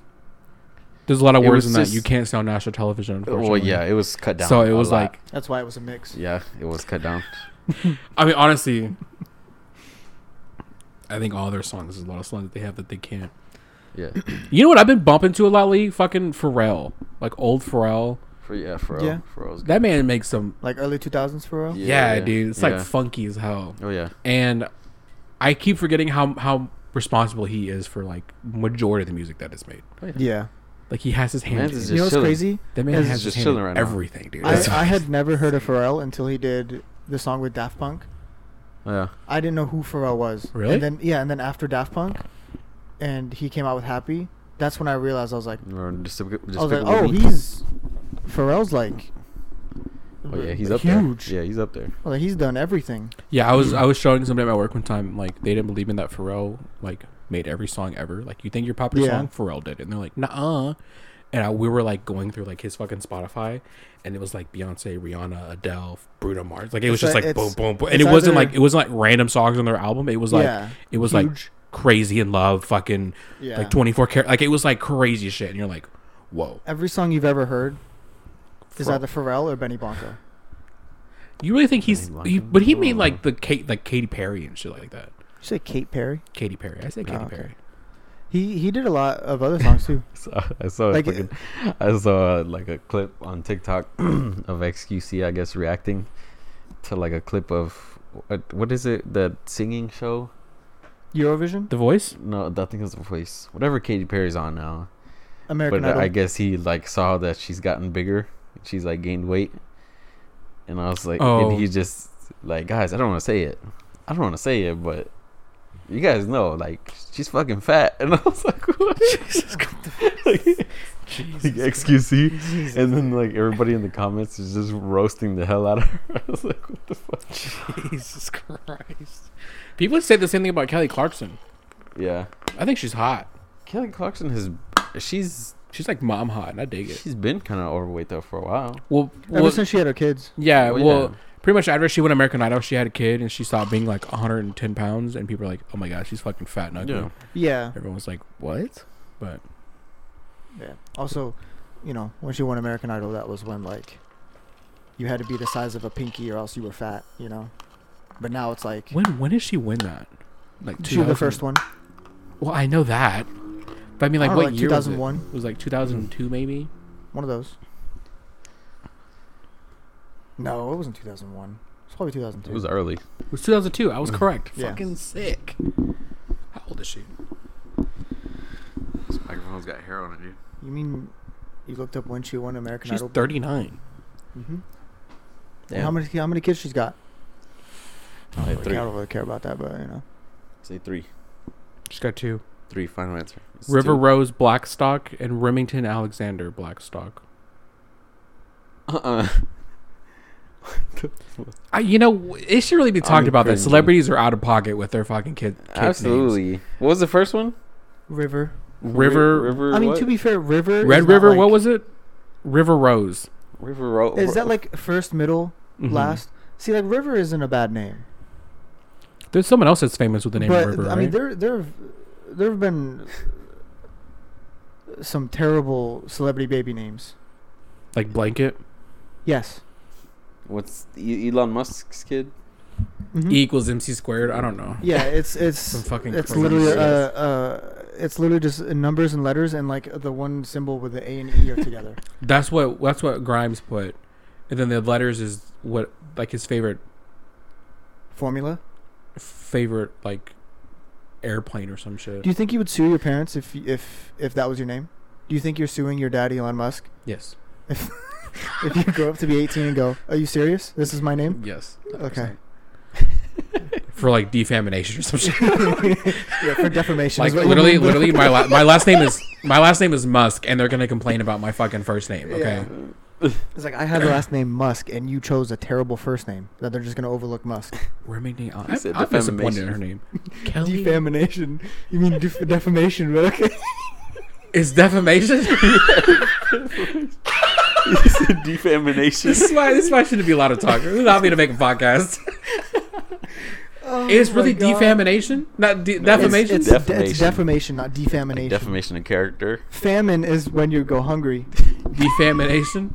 Speaker 3: there's a lot of
Speaker 1: It
Speaker 3: words
Speaker 1: was
Speaker 3: in that
Speaker 1: just-
Speaker 3: you can't sound national television. Unfortunately.
Speaker 1: Well, yeah, it was cut down.
Speaker 3: So it
Speaker 1: a
Speaker 3: was
Speaker 1: lot.
Speaker 3: like,
Speaker 2: That's why it was a mix.
Speaker 1: yeah, it was cut down.
Speaker 3: I mean, honestly, I think all their songs is a lot of songs that they have that they can't.
Speaker 1: Yeah,
Speaker 3: You know what I've been bumping to a lot lately? Fucking Pharrell, like old Pharrell.
Speaker 1: for yeah, for
Speaker 2: Yeah.
Speaker 1: yeah. for was
Speaker 3: That man makes some.
Speaker 2: Like early 2000s for real.
Speaker 3: Yeah, dude, it's like
Speaker 1: yeah.
Speaker 3: funky as hell.
Speaker 1: oh yeah,
Speaker 3: and I keep forgetting how how responsible he is for like majority of the music that is made.
Speaker 2: Yeah.
Speaker 3: Like he has his hand.
Speaker 1: Man's is
Speaker 3: in
Speaker 2: you know
Speaker 1: just
Speaker 2: what's
Speaker 1: chilling.
Speaker 2: crazy?
Speaker 3: that man
Speaker 2: man's
Speaker 3: has
Speaker 1: just
Speaker 3: his hand
Speaker 1: chilling
Speaker 3: in
Speaker 1: right now.
Speaker 3: everything, dude.
Speaker 2: I,
Speaker 3: That's
Speaker 2: I had never heard of Pharrell until he did the song with Daft Punk.
Speaker 1: yeah.
Speaker 2: I didn't know who Pharrell was.
Speaker 3: Really?
Speaker 2: And then yeah, and then after Daft Punk, and he came out with Happy. That's when I realized I was like,
Speaker 1: Or Just, a- just
Speaker 2: I was like,
Speaker 1: pick a
Speaker 2: oh,
Speaker 1: movie.
Speaker 2: he's Pharrell's like,
Speaker 1: Oh yeah, he's
Speaker 2: r-
Speaker 1: up
Speaker 2: huge.
Speaker 1: there. Yeah, he's up there.
Speaker 2: I was like he's done everything.
Speaker 3: yeah, I was I was showing somebody at my work one time. Like they didn't believe in that Pharrell like made every song ever. Like you think your popular
Speaker 2: Yeah.
Speaker 3: song Pharrell did, and they're like, nah. And I, we were like going through like his fucking Spotify, and it was like Beyonce, Rihanna, Adele, Bruno Mars. Like it was
Speaker 2: It's
Speaker 3: just
Speaker 2: like-
Speaker 3: like boom,
Speaker 2: it's-
Speaker 3: boom, boom. And
Speaker 2: it's
Speaker 3: it wasn't
Speaker 2: either-
Speaker 3: like it wasn't like random songs on their album. It was like
Speaker 2: yeah.
Speaker 3: it was like crazy in love, fucking
Speaker 2: Yeah.
Speaker 3: like 24 karat like it was like crazy shit and you're like whoa
Speaker 2: Every song you've ever heard is
Speaker 3: Pharrell.
Speaker 2: either Pharrell or Benny Blanco.
Speaker 3: you really think he's
Speaker 1: I mean,
Speaker 3: he,
Speaker 1: like-
Speaker 3: but he made like the Kate like Katy Perry and shit like that
Speaker 2: Did you say Kate Perry?
Speaker 3: Katy Perry I say Katy
Speaker 2: Oh, okay.
Speaker 3: Perry
Speaker 2: He he did a lot of other songs too.
Speaker 1: So, I saw a
Speaker 2: Like,
Speaker 1: fucking, I saw uh, like a clip on TikTok of XQC, I guess, reacting to like a clip of what, what is it? The singing show?
Speaker 2: Eurovision,
Speaker 3: The Voice
Speaker 1: No, I think it's the voice. Whatever Katy Perry's on now.
Speaker 2: American
Speaker 1: but
Speaker 2: Idol.
Speaker 1: uh, I guess he like saw that she's gotten bigger. She's like gained weight, and I was like,
Speaker 3: Oh.
Speaker 1: and he just like, guys, I don't want to say it. I don't want to say it, but you guys know, like, she's fucking fat, and I was like, what? Jesus like, excuse me. And then like everybody in the comments is just roasting the hell out of her. I was like, what the fuck?
Speaker 3: Jesus Christ people say the same thing about Kelly Clarkson
Speaker 1: Yeah,
Speaker 3: I think she's hot
Speaker 1: Kelly Clarkson has, she's
Speaker 3: she's like mom hot and I dig it
Speaker 1: she's been kind of overweight though for a while. Oh,
Speaker 3: well,
Speaker 2: ever
Speaker 3: well,
Speaker 2: since she had her kids.
Speaker 3: Oh, yeah
Speaker 1: Well,
Speaker 3: well
Speaker 1: yeah.
Speaker 3: pretty much after she won American Idol she had a kid and she stopped being like 110 pounds and people are like oh my god she's fucking fat and ugly
Speaker 1: Yeah.
Speaker 2: Yeah.
Speaker 3: everyone was like what but
Speaker 2: Yeah. Also, you know, when she won American Idol, that was when like you had to be the size of a pinky or else you were fat. You know. But now it's like
Speaker 3: when when did she win that like
Speaker 2: she was the
Speaker 3: 2000
Speaker 2: first one.
Speaker 3: Well, I know that, but I mean, like,
Speaker 2: I don't know,
Speaker 3: what
Speaker 2: like
Speaker 3: year?
Speaker 2: 2001,
Speaker 3: Was it? it was like 2002, maybe.
Speaker 2: one of those. No, it wasn't 2001. It's probably 2002.
Speaker 1: It was early.
Speaker 3: It was 2002. I was correct.
Speaker 2: Yeah.
Speaker 3: Fucking sick. How old is she?
Speaker 1: This microphone's got hair on it, dude.
Speaker 2: you mean you looked up when she won American
Speaker 3: She's
Speaker 2: Idol?
Speaker 3: 39.
Speaker 2: Mm-hmm.
Speaker 1: Damn.
Speaker 2: How many how many kids she's got? I
Speaker 1: Only
Speaker 2: don't,
Speaker 1: three.
Speaker 2: really, I don't really care about that, but you know.
Speaker 1: Say three.
Speaker 3: She's got two.
Speaker 1: Three. Final answer. It's
Speaker 3: River
Speaker 1: two.
Speaker 3: Rose Blackstock and Remington Alexander Blackstock.
Speaker 1: Uh-uh.
Speaker 3: I, you know, w- it should really be
Speaker 1: I'm
Speaker 3: talked about that
Speaker 1: cringing.
Speaker 3: celebrities are out of pocket with their fucking kid. kids'
Speaker 1: Absolutely. What was the first one?
Speaker 2: River.
Speaker 3: River-
Speaker 1: Ri- River.
Speaker 2: I mean,
Speaker 1: what?
Speaker 2: to be fair, River.
Speaker 3: names. Red
Speaker 2: is not
Speaker 3: River.
Speaker 2: like-
Speaker 3: what was it? River Rose.
Speaker 1: River Road.
Speaker 2: Is that like first, middle,
Speaker 1: Mm-hmm.
Speaker 3: Mhm.
Speaker 2: last? See, like River isn't a bad name.
Speaker 3: There's someone else that's famous with the name
Speaker 2: but
Speaker 3: River.
Speaker 2: I mean,
Speaker 3: right?
Speaker 2: there there have- there have been some terrible celebrity baby names.
Speaker 3: like blanket
Speaker 2: Yes.
Speaker 1: what's E- Elon Musk's kid?
Speaker 2: Mhm.
Speaker 3: E equals MC squared. I don't know.
Speaker 2: yeah, it's
Speaker 3: Some
Speaker 2: it's
Speaker 3: fucking
Speaker 2: it's
Speaker 3: crazy
Speaker 2: literally
Speaker 3: shit.
Speaker 2: uh, uh it's literally just numbers and letters and like the one symbol with the A and E are together.
Speaker 3: That's what that's what Grimes put, and then the letters is what like his favorite
Speaker 2: Formula.
Speaker 3: favorite like airplane or some shit.
Speaker 2: Do you think you would sue your parents if if if that was your name? Do you think you're suing your daddy Elon Musk
Speaker 3: yes.
Speaker 2: if you grow up to be 18 and go, "Are you serious? This is my name?"
Speaker 3: Yes.
Speaker 2: Okay.
Speaker 3: 100%. For like defamation or some shit.
Speaker 2: Yeah, for defamation.
Speaker 3: like
Speaker 2: is what you
Speaker 3: literally,
Speaker 2: mean, bro.
Speaker 3: literally, my la- my last name is my last name is Musk, and they're gonna complain about my fucking first name. Okay.
Speaker 2: It's like I had the last name Musk, and you chose a terrible first name that they're just gonna overlook Musk.
Speaker 3: Remington. Al-
Speaker 1: He said
Speaker 3: I'm, I'm disappointed
Speaker 1: defamation.
Speaker 3: in her name. Kelly.
Speaker 2: Oh Defamation. You mean def- defamation? But okay.
Speaker 3: It's defamation.
Speaker 1: It's a defamation.
Speaker 3: this is why this is why I shouldn't be allowed to talk. This is not me to make a podcast. it's really defamation, not de- defamation.
Speaker 2: Oh It's, it's,
Speaker 1: Defamation.
Speaker 2: it's defamation, not defamination.
Speaker 1: Defamation of character.
Speaker 2: Famine is when you go hungry.
Speaker 3: defamation.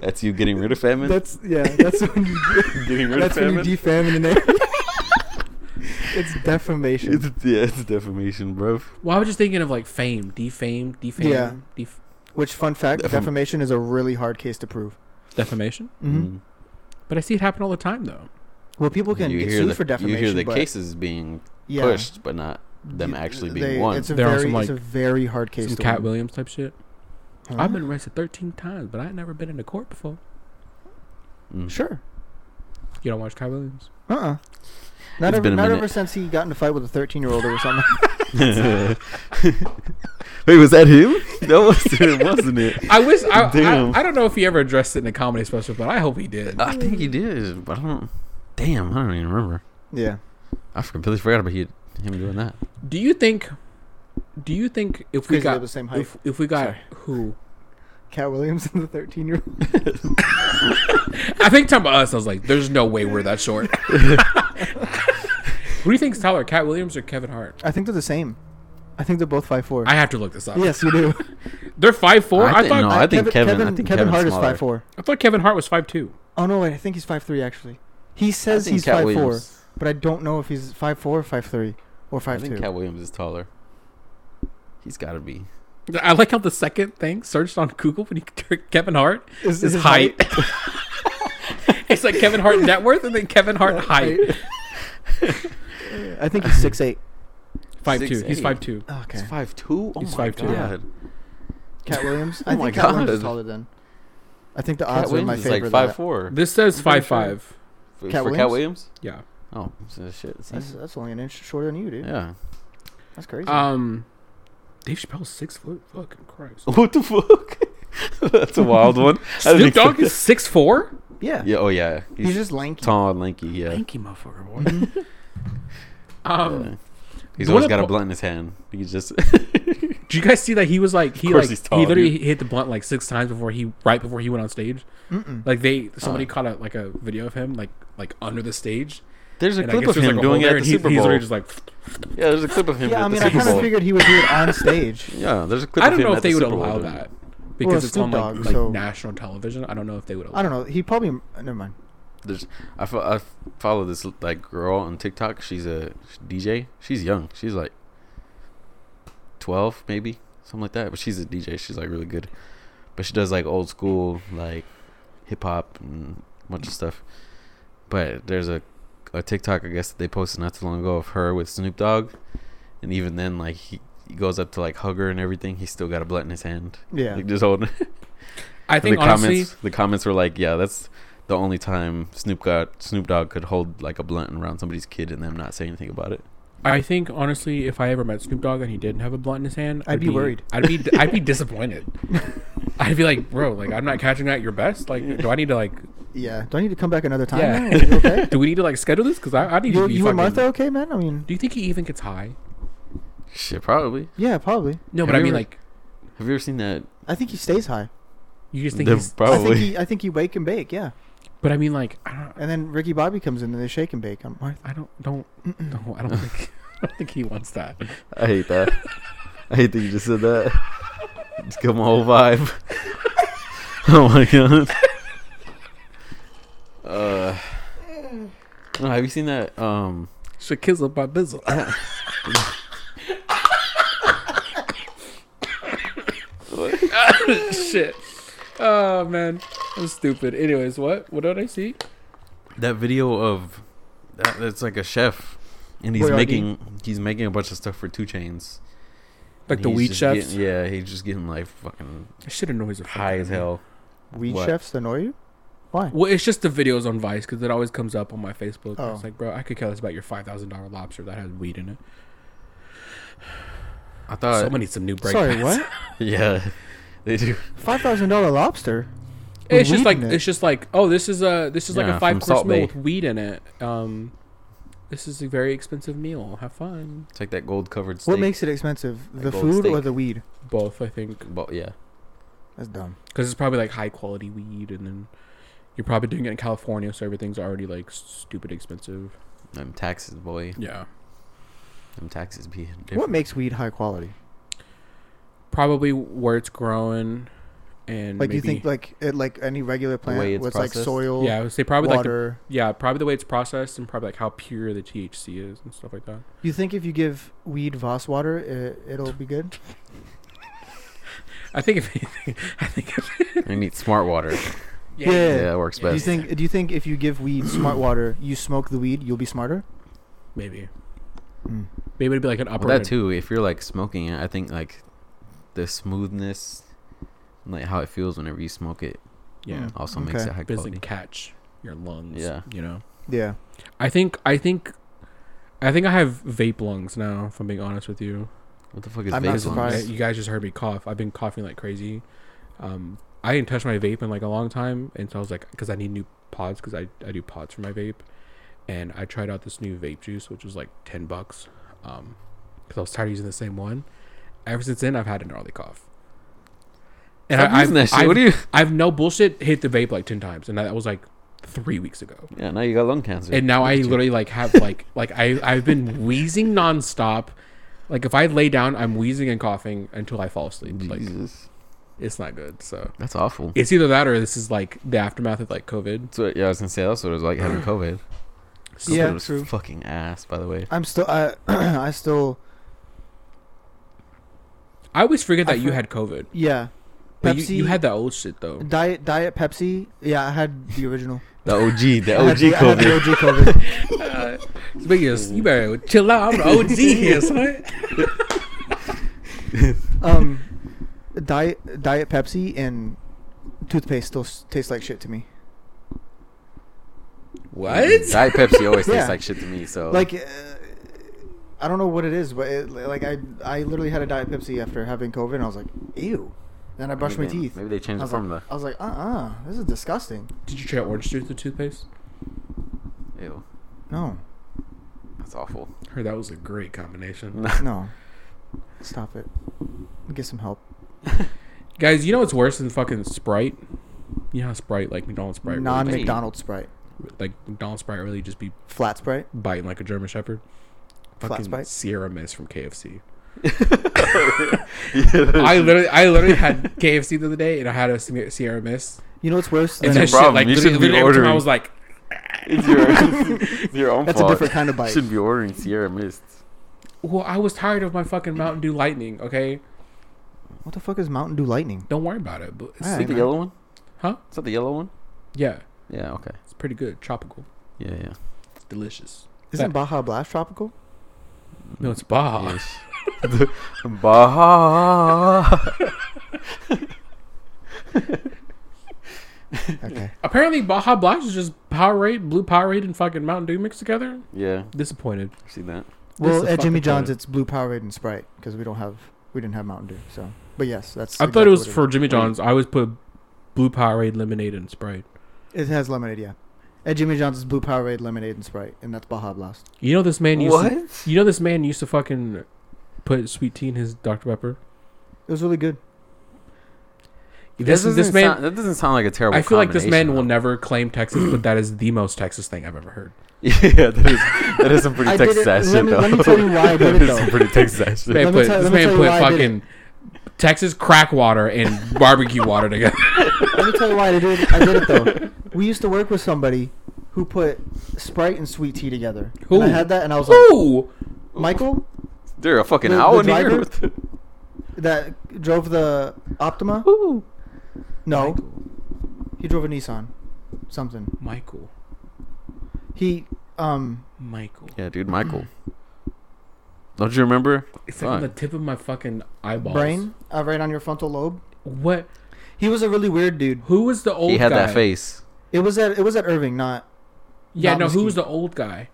Speaker 1: That's you getting rid of famine.
Speaker 2: That's yeah. That's when you.
Speaker 1: getting rid
Speaker 2: that's
Speaker 1: of
Speaker 2: when
Speaker 1: famine.
Speaker 2: you defaminate. it's defamation.
Speaker 1: It's- yeah, it's defamation, bro.
Speaker 3: Well, I was just thinking of like fame, defame, defame,
Speaker 2: Yeah.
Speaker 3: def-
Speaker 2: Which fun fact?
Speaker 1: Defam-
Speaker 2: defamation is a really hard case to prove.
Speaker 3: defamation.
Speaker 2: hmm
Speaker 1: Mm.
Speaker 3: But I see it happen all the time, though.
Speaker 2: Well, people can
Speaker 1: you
Speaker 2: get
Speaker 1: hear
Speaker 2: sued
Speaker 1: the,
Speaker 2: for defamation.
Speaker 1: You hear the
Speaker 2: but
Speaker 1: cases being
Speaker 2: yeah,
Speaker 1: pushed, but not them
Speaker 2: you-
Speaker 1: actually being
Speaker 2: they-
Speaker 1: won.
Speaker 2: It's a
Speaker 3: There are
Speaker 2: very,
Speaker 3: some,
Speaker 2: it's a
Speaker 3: like,
Speaker 2: very hard case.
Speaker 3: Some
Speaker 2: to
Speaker 3: Cat
Speaker 2: win.
Speaker 3: Williams type shit.
Speaker 2: Huh?
Speaker 3: I've been arrested 13 times, but I've never been into court before.
Speaker 1: Mm.
Speaker 2: sure.
Speaker 3: You don't watch Cat Williams?
Speaker 2: Uh. uh Not
Speaker 1: It's
Speaker 2: ever.
Speaker 1: been a
Speaker 2: Not
Speaker 1: minute.
Speaker 2: ever since he got in a fight with a thirteen-year-old or something.
Speaker 1: Wait, was that him? That was him, wasn't it?
Speaker 3: I wish. I,
Speaker 1: Damn. Uh,
Speaker 3: I, I don't know if he ever addressed it in a comedy special, but I hope he did.
Speaker 1: I think he did, but I don't. Damn, I don't even remember.
Speaker 2: yeah.
Speaker 1: I completely forgot about he, him doing that.
Speaker 3: Do you think? Do you think if we
Speaker 2: Crazy they're
Speaker 3: got
Speaker 2: the same height.
Speaker 3: if, if we got
Speaker 2: Sorry.
Speaker 3: who?
Speaker 2: Cat Williams and the thirteen-year-old.
Speaker 3: I think talking about us, I was like, "There's no way we're that short." Who do you think's taller, Cat Williams or Kevin Hart?
Speaker 2: I think they're the same. I think they're both five four.
Speaker 3: I have to look this up.
Speaker 2: yes, you do.
Speaker 3: they're five four.
Speaker 1: I
Speaker 3: I,
Speaker 1: think-
Speaker 3: thought
Speaker 1: no, I think Kevin- I think
Speaker 2: Kevin
Speaker 1: Kevin's
Speaker 2: Hart
Speaker 1: smaller.
Speaker 2: is five four.
Speaker 3: I thought Kevin Hart was five two.
Speaker 2: Oh no, wait. I think he's five three actually. He says
Speaker 1: I think
Speaker 2: he's
Speaker 1: Cat
Speaker 2: five four,
Speaker 1: Williams-
Speaker 2: but I don't know if he's five four or five three or
Speaker 1: I
Speaker 2: five
Speaker 1: think
Speaker 2: two.
Speaker 1: Cat Williams is taller. He's got to be.
Speaker 3: I like how the second thing searched on Google when you typed Kevin Hart is height. it's like Kevin Hart net worth and then Kevin Hart height.
Speaker 2: I think he's six eight.
Speaker 3: Five two.
Speaker 1: Six,
Speaker 3: He's
Speaker 1: eight.
Speaker 3: five two.
Speaker 2: Okay.
Speaker 1: He's five two. Oh
Speaker 3: He's
Speaker 1: my
Speaker 3: 5'2".
Speaker 2: Yeah.
Speaker 1: god.
Speaker 2: Cat Williams.
Speaker 1: Oh
Speaker 2: I
Speaker 1: my
Speaker 2: think Cat Williams is
Speaker 1: God.
Speaker 2: taller than. I think the
Speaker 1: Cat
Speaker 2: odds are in my
Speaker 1: Williams is
Speaker 2: favor.
Speaker 1: like
Speaker 2: that-
Speaker 1: five four.
Speaker 3: This says
Speaker 1: I'm pretty
Speaker 3: five
Speaker 1: sure.
Speaker 3: five.
Speaker 1: For
Speaker 2: Cat
Speaker 1: for Cat Williams?
Speaker 3: Yeah.
Speaker 1: Oh, so shit. see?
Speaker 2: That's, that's only an inch shorter than you, dude.
Speaker 1: Yeah.
Speaker 2: That's crazy.
Speaker 1: Uh,
Speaker 3: Um, Dave Chappelle's six foot. Fucking Christ.
Speaker 1: What the fuck? That's a wild one. I didn't
Speaker 3: Snoop Dogg
Speaker 1: expect
Speaker 3: is six four.
Speaker 2: yeah.
Speaker 1: that. Yeah. Oh yeah.
Speaker 2: He's,
Speaker 1: He's,
Speaker 2: just lanky.
Speaker 1: tall and lanky. Yeah.
Speaker 3: Thank you, motherfucker boy. um,
Speaker 1: Yeah. He's
Speaker 3: What
Speaker 1: always
Speaker 3: a
Speaker 1: got a
Speaker 3: po-
Speaker 1: blunt in his hand. He's just.
Speaker 3: do you guys see that he was like he
Speaker 1: course
Speaker 3: like
Speaker 1: he's tall,
Speaker 3: he literally
Speaker 1: dude.
Speaker 3: hit the blunt like six times before he right before he went on stage.
Speaker 2: Mm-mm.
Speaker 3: Like they somebody
Speaker 1: Uh.
Speaker 3: caught a like a video of him like like under the stage.
Speaker 1: There's a
Speaker 3: and I
Speaker 1: clip
Speaker 3: guess
Speaker 1: of
Speaker 3: there's,
Speaker 1: him
Speaker 3: like, a
Speaker 1: doing
Speaker 3: hole
Speaker 1: it
Speaker 3: there,
Speaker 1: at the
Speaker 3: and he-
Speaker 1: Super
Speaker 3: he's
Speaker 1: Bowl.
Speaker 3: literally just like
Speaker 1: Yeah, there's a clip of him
Speaker 2: Yeah,
Speaker 1: at
Speaker 2: I mean,
Speaker 1: the
Speaker 2: I
Speaker 1: Super
Speaker 2: kind of
Speaker 1: Bowl.
Speaker 2: figured he would do it on stage.
Speaker 1: yeah, there's a clip.
Speaker 3: I
Speaker 1: of
Speaker 3: don't
Speaker 1: him
Speaker 3: know
Speaker 1: at
Speaker 3: if
Speaker 1: the
Speaker 3: they would
Speaker 1: Super Bowl
Speaker 3: allow
Speaker 1: doing it.
Speaker 3: that because
Speaker 2: Well,
Speaker 3: it's
Speaker 2: Snoop
Speaker 3: on
Speaker 2: Dogg,
Speaker 3: like, like
Speaker 2: so-
Speaker 3: national television. I don't know if they would. Allow
Speaker 2: I don't know. He probably. uh, Never mind.
Speaker 1: There's, I, fo- I follow this like girl on TikTok. She's a DJ. She's young. She's like twelve, maybe something like that. But she's a DJ. She's like really good. But she does like old school, like hip hop and a bunch of stuff. But there's a a TikTok I guess that they posted not too long ago of her with Snoop Dogg, and even then like he, he goes up to like hug her and everything. He's still got a blunt in his hand.
Speaker 2: Yeah.
Speaker 1: Like, just holding.
Speaker 3: I think
Speaker 1: the
Speaker 3: honestly,
Speaker 1: comments the comments were like, yeah, that's the only time Snoop got Snoop Dogg could hold like a blunt around somebody's kid and them not say anything about it.
Speaker 3: I think honestly, if I ever met Snoop Dogg and he didn't have a blunt in his hand,
Speaker 2: I'd be worried.
Speaker 3: I'd be I'd be disappointed. I'd be like, bro, like I'm not catching that at your best. Like, do I need to like,
Speaker 2: Yeah. Do I need to come back another time?
Speaker 3: Yeah.
Speaker 2: now? Are you okay?
Speaker 3: do we need to like schedule this? Because I, I need
Speaker 2: you
Speaker 3: to be.
Speaker 2: you and
Speaker 3: fucking-
Speaker 2: Martha okay, man? I mean,
Speaker 3: Do you think he even gets high?
Speaker 1: Shit, probably.
Speaker 2: yeah, probably.
Speaker 3: No,
Speaker 1: Have
Speaker 3: but I
Speaker 1: you
Speaker 3: mean
Speaker 1: ever-
Speaker 3: like,
Speaker 1: Have you ever seen that?
Speaker 2: I think he stays high.
Speaker 3: you just think.
Speaker 1: The-
Speaker 3: He's,
Speaker 2: I think
Speaker 1: probably.
Speaker 2: he, I think he wake and bake. Yeah.
Speaker 3: but I mean like, I don't,
Speaker 2: And then Ricky Bobby comes in and they shake and bake. I'm Martha.
Speaker 3: I don't, don't, no, I don't think, I don't think he wants that.
Speaker 1: I hate that. I hate that you just said that. It's killed my whole vibe. oh my god. Uh, no, have you seen that? Um,
Speaker 3: Shakizzle by Bizzle. Shit. Oh man, I'm stupid. Anyways, what? What did I see?
Speaker 1: that video of that, that's like a chef, and he's
Speaker 2: Boyardee.
Speaker 1: making he's making a bunch of stuff for Two Chains.
Speaker 3: Like
Speaker 1: And
Speaker 3: the
Speaker 1: he's
Speaker 3: weed
Speaker 1: just
Speaker 3: chefs.
Speaker 1: getting- yeah, he's just getting like fucking
Speaker 3: That shit annoys the fuck out
Speaker 1: high
Speaker 3: of
Speaker 1: as
Speaker 3: me.
Speaker 1: hell.
Speaker 2: Weed
Speaker 1: What?
Speaker 2: chefs annoy you? Why?
Speaker 3: Well, it's just the videos on Vice because it always comes up on my Facebook.
Speaker 2: Oh.
Speaker 3: It's like, bro, I could care less about your five thousand dollar lobster that has weed in it.
Speaker 1: I thought,
Speaker 3: Someone needs some new break.
Speaker 2: Sorry,
Speaker 3: pads.
Speaker 2: what?
Speaker 1: yeah, they do.
Speaker 2: Five thousand dollar lobster.
Speaker 3: It's
Speaker 2: With
Speaker 3: just
Speaker 2: weed
Speaker 3: like
Speaker 2: in it.
Speaker 3: it's just like oh, this is a this is like
Speaker 1: Yeah,
Speaker 3: a
Speaker 1: from
Speaker 3: five course
Speaker 1: Salt
Speaker 3: meal
Speaker 1: Bae.
Speaker 3: with weed in it. Um, this is a very expensive meal. Have fun.
Speaker 1: It's like that gold covered steak.
Speaker 2: What makes it expensive?
Speaker 1: Like
Speaker 2: The
Speaker 1: gold
Speaker 2: food or
Speaker 1: steak.
Speaker 2: the weed?
Speaker 3: Both, I think,
Speaker 1: Well, yeah.
Speaker 2: That's dumb.
Speaker 3: because it's probably like high quality weed, and then you're probably doing it in California, so everything's already like stupid expensive.
Speaker 1: I'm taxes, boy.
Speaker 3: Yeah,
Speaker 1: I'm taxes be different.
Speaker 2: What makes weed high quality?
Speaker 3: probably where it's growing, and
Speaker 2: Like
Speaker 3: maybe,
Speaker 2: you think like it like any regular
Speaker 1: way
Speaker 2: plant
Speaker 1: it's
Speaker 2: with like
Speaker 1: processed?
Speaker 2: soil,
Speaker 3: yeah, I would say probably like the,
Speaker 2: water.
Speaker 3: yeah, probably the way it's processed, and probably like how pure the THC is and stuff like that.
Speaker 2: you think if you give weed Voss water, it, it'll be good?
Speaker 3: I think if anything, I think if,
Speaker 1: I need smart water.
Speaker 2: Yeah.
Speaker 1: yeah, that works
Speaker 3: Yeah.
Speaker 2: Do you
Speaker 1: best.
Speaker 2: think? Do you think if you give weed smart water, you smoke the weed, you'll be smarter?
Speaker 3: maybe
Speaker 1: Mm.
Speaker 3: maybe it'd be like an upper
Speaker 1: Well, that too. If you're like smoking it, I think like the smoothness, and, like how it feels whenever you smoke it,
Speaker 3: yeah,
Speaker 2: Mm.
Speaker 1: also makes
Speaker 2: Okay.
Speaker 1: it high
Speaker 3: doesn't
Speaker 1: quality.
Speaker 3: catch your lungs.
Speaker 1: Yeah.
Speaker 3: you know.
Speaker 2: Yeah.
Speaker 3: I think I think I think I have vape lungs now. If I'm being honest with you,
Speaker 1: What the fuck is
Speaker 2: I'm not
Speaker 1: vape
Speaker 2: surprised.
Speaker 3: I-
Speaker 1: lungs?
Speaker 3: you guys just heard me cough. I've been coughing like crazy. Um, I didn't touch my vape in like a long time, and so I was like, because I need new pods, because I I do pods for my vape, and I tried out this new vape juice, which was like ten bucks, um, because I was tired of using the same one. Ever since then, I've had a gnarly cough. And
Speaker 1: Stop
Speaker 3: I, I've,
Speaker 1: using that shit.
Speaker 3: I've,
Speaker 1: what do you?
Speaker 3: I've no bullshit hit the vape like ten times, and that was like three weeks ago.
Speaker 1: Yeah, now you got lung cancer.
Speaker 3: And now
Speaker 1: Look
Speaker 3: I
Speaker 1: at you.
Speaker 3: literally like have like like I I've been wheezing nonstop. Like if I lay down, I'm wheezing and coughing until I fall asleep.
Speaker 2: Mm.
Speaker 3: Like
Speaker 1: Jesus,
Speaker 3: it's not good. So
Speaker 1: that's awful.
Speaker 3: it's either that or this is like the aftermath of like COVID.
Speaker 1: That's what, yeah, I was gonna say that's what it was like having COVID. COVID
Speaker 2: Yeah,
Speaker 1: was
Speaker 2: true.
Speaker 1: Fucking ass, by the way.
Speaker 2: I'm still. I, I still.
Speaker 3: I always forget
Speaker 2: I
Speaker 3: that you
Speaker 2: for-
Speaker 3: had COVID.
Speaker 2: Yeah.
Speaker 3: But you, you had that old shit though.
Speaker 2: diet diet Pepsi. Yeah, I had the original.
Speaker 1: The OG, the
Speaker 2: I had
Speaker 1: OG
Speaker 2: the- I had
Speaker 1: COVID.
Speaker 2: the OG COVID.
Speaker 3: Uh, speaking of, you better chill out. I'm the OG here, son.
Speaker 2: um, diet diet Pepsi and toothpaste still s- tastes like shit to me.
Speaker 3: What?
Speaker 1: Diet Pepsi always
Speaker 2: Yeah.
Speaker 1: tastes like shit to me. So
Speaker 2: Like, uh, I don't know what it is, but it, like I I literally had a diet Pepsi after having COVID, and I was like, ew. Then I brushed my
Speaker 1: Maybe they-
Speaker 2: teeth.
Speaker 1: Maybe they changed the
Speaker 2: I was like-
Speaker 1: formula.
Speaker 2: I was like, uh uh this is disgusting.
Speaker 3: Did you try orange juice with toothpaste?
Speaker 1: Ew,
Speaker 2: No,
Speaker 1: that's awful.
Speaker 3: heard that was a great combination.
Speaker 2: no, stop it. Get some help.
Speaker 3: Guys, you know what's worse than fucking Sprite? You know how Sprite, like McDonald's Sprite, really
Speaker 2: Non
Speaker 1: tasty.
Speaker 2: McDonald's Sprite,
Speaker 3: like McDonald's Sprite really just be
Speaker 2: flat Sprite.
Speaker 3: biting like a German Shepherd.
Speaker 2: Flat
Speaker 3: Fucking
Speaker 2: Sprite?
Speaker 3: Sierra Mist from KFC. I literally, I literally had KFC the other day, and I had a Se- Sierra Mist.
Speaker 2: You know what's worse?
Speaker 3: And
Speaker 2: than-
Speaker 1: a
Speaker 3: that shit,
Speaker 1: problem.
Speaker 3: like,
Speaker 1: You
Speaker 3: literally-
Speaker 1: shouldn't be
Speaker 3: literally every time I
Speaker 1: ordering.
Speaker 3: was like,
Speaker 1: It's your, it's your own
Speaker 2: That's a
Speaker 1: fault.
Speaker 2: different kind of bite.
Speaker 1: Shouldn't be ordering Sierra Mist.
Speaker 3: "Well, I was tired of my fucking Mountain Dew Lightning." Okay,
Speaker 2: What the fuck is Mountain Dew Lightning?
Speaker 3: don't worry about it. But it's,
Speaker 1: Is
Speaker 2: Alright.
Speaker 1: that the yellow one?
Speaker 3: Huh?
Speaker 1: Is that the yellow one?
Speaker 3: Yeah,
Speaker 1: Yeah. Okay.
Speaker 3: it's pretty good. Tropical,
Speaker 1: Yeah. Yeah.
Speaker 3: it's delicious.
Speaker 2: Isn't Baja Blast tropical?
Speaker 1: Mm-hmm.
Speaker 3: No, it's Baja.
Speaker 1: Yes. Baja.
Speaker 2: Okay.
Speaker 3: Apparently, Baja Blast is just Powerade, Blue Powerade, and fucking Mountain Dew mixed together.
Speaker 1: Yeah.
Speaker 3: Disappointed.
Speaker 1: I've seen that.
Speaker 2: well,
Speaker 3: the
Speaker 2: at Jimmy
Speaker 3: fucking
Speaker 2: John's,
Speaker 3: point.
Speaker 2: it's Blue Powerade and Sprite because we don't have we didn't have Mountain Dew. So, but yes, that's.
Speaker 3: I thought
Speaker 2: exactly
Speaker 3: it was
Speaker 2: what
Speaker 3: for Jimmy John's. I always put Blue Powerade, lemonade, and Sprite.
Speaker 2: It has lemonade, yeah. At Jimmy John's, it's Blue Powerade, lemonade, and Sprite, and that's Baja Blast.
Speaker 3: You know this man used to
Speaker 1: What?
Speaker 3: You know this man used to fucking put sweet tea in his Dr Pepper.
Speaker 2: It was really good.
Speaker 3: This
Speaker 1: doesn't
Speaker 3: this man.
Speaker 1: sound- that doesn't sound like a terrible.
Speaker 3: I feel like this man will
Speaker 1: combination,
Speaker 3: never claim Texas, but that is the most Texas thing I've ever heard.
Speaker 1: though. yeah, that is, that is some pretty
Speaker 2: I did
Speaker 1: Texas
Speaker 2: it-
Speaker 1: ass
Speaker 2: let
Speaker 1: shit,
Speaker 2: me-
Speaker 1: though.
Speaker 2: let me tell you why I did it,
Speaker 1: That is some
Speaker 2: though.
Speaker 1: pretty Texas ass
Speaker 3: This
Speaker 1: shit.
Speaker 3: man
Speaker 2: me
Speaker 3: put,
Speaker 2: tell- let
Speaker 3: this
Speaker 2: me tell
Speaker 3: man
Speaker 2: you
Speaker 3: put
Speaker 2: why I did
Speaker 3: fucking Texas crack water and barbecue water together.
Speaker 2: Let me tell you why I did it. I did it though. We used to work with somebody who put Sprite and sweet tea together.
Speaker 3: Who?
Speaker 2: And I had that, and I was like,
Speaker 3: Ooh,
Speaker 2: Michael,
Speaker 1: They're a fucking
Speaker 2: The- the
Speaker 1: owl in here.
Speaker 2: driver?
Speaker 1: What the-
Speaker 2: that drove the Optima.
Speaker 3: ooh.
Speaker 2: No,
Speaker 3: Michael.
Speaker 2: he drove a Nissan, something.
Speaker 3: Michael,
Speaker 2: He um.
Speaker 3: Michael.
Speaker 1: Yeah, dude, Michael. Don't you remember?
Speaker 3: It's like on the
Speaker 1: Fuck.
Speaker 3: tip of my fucking eyeballs.
Speaker 2: Brain, uh, right on your frontal lobe.
Speaker 3: What?
Speaker 2: He was a really weird dude.
Speaker 3: Who was the old?
Speaker 1: He had
Speaker 3: guy?
Speaker 1: that face.
Speaker 2: It was at it was at Irving, not
Speaker 3: Yeah,
Speaker 2: Not
Speaker 3: no. Who
Speaker 2: Mesquite.
Speaker 3: was the old guy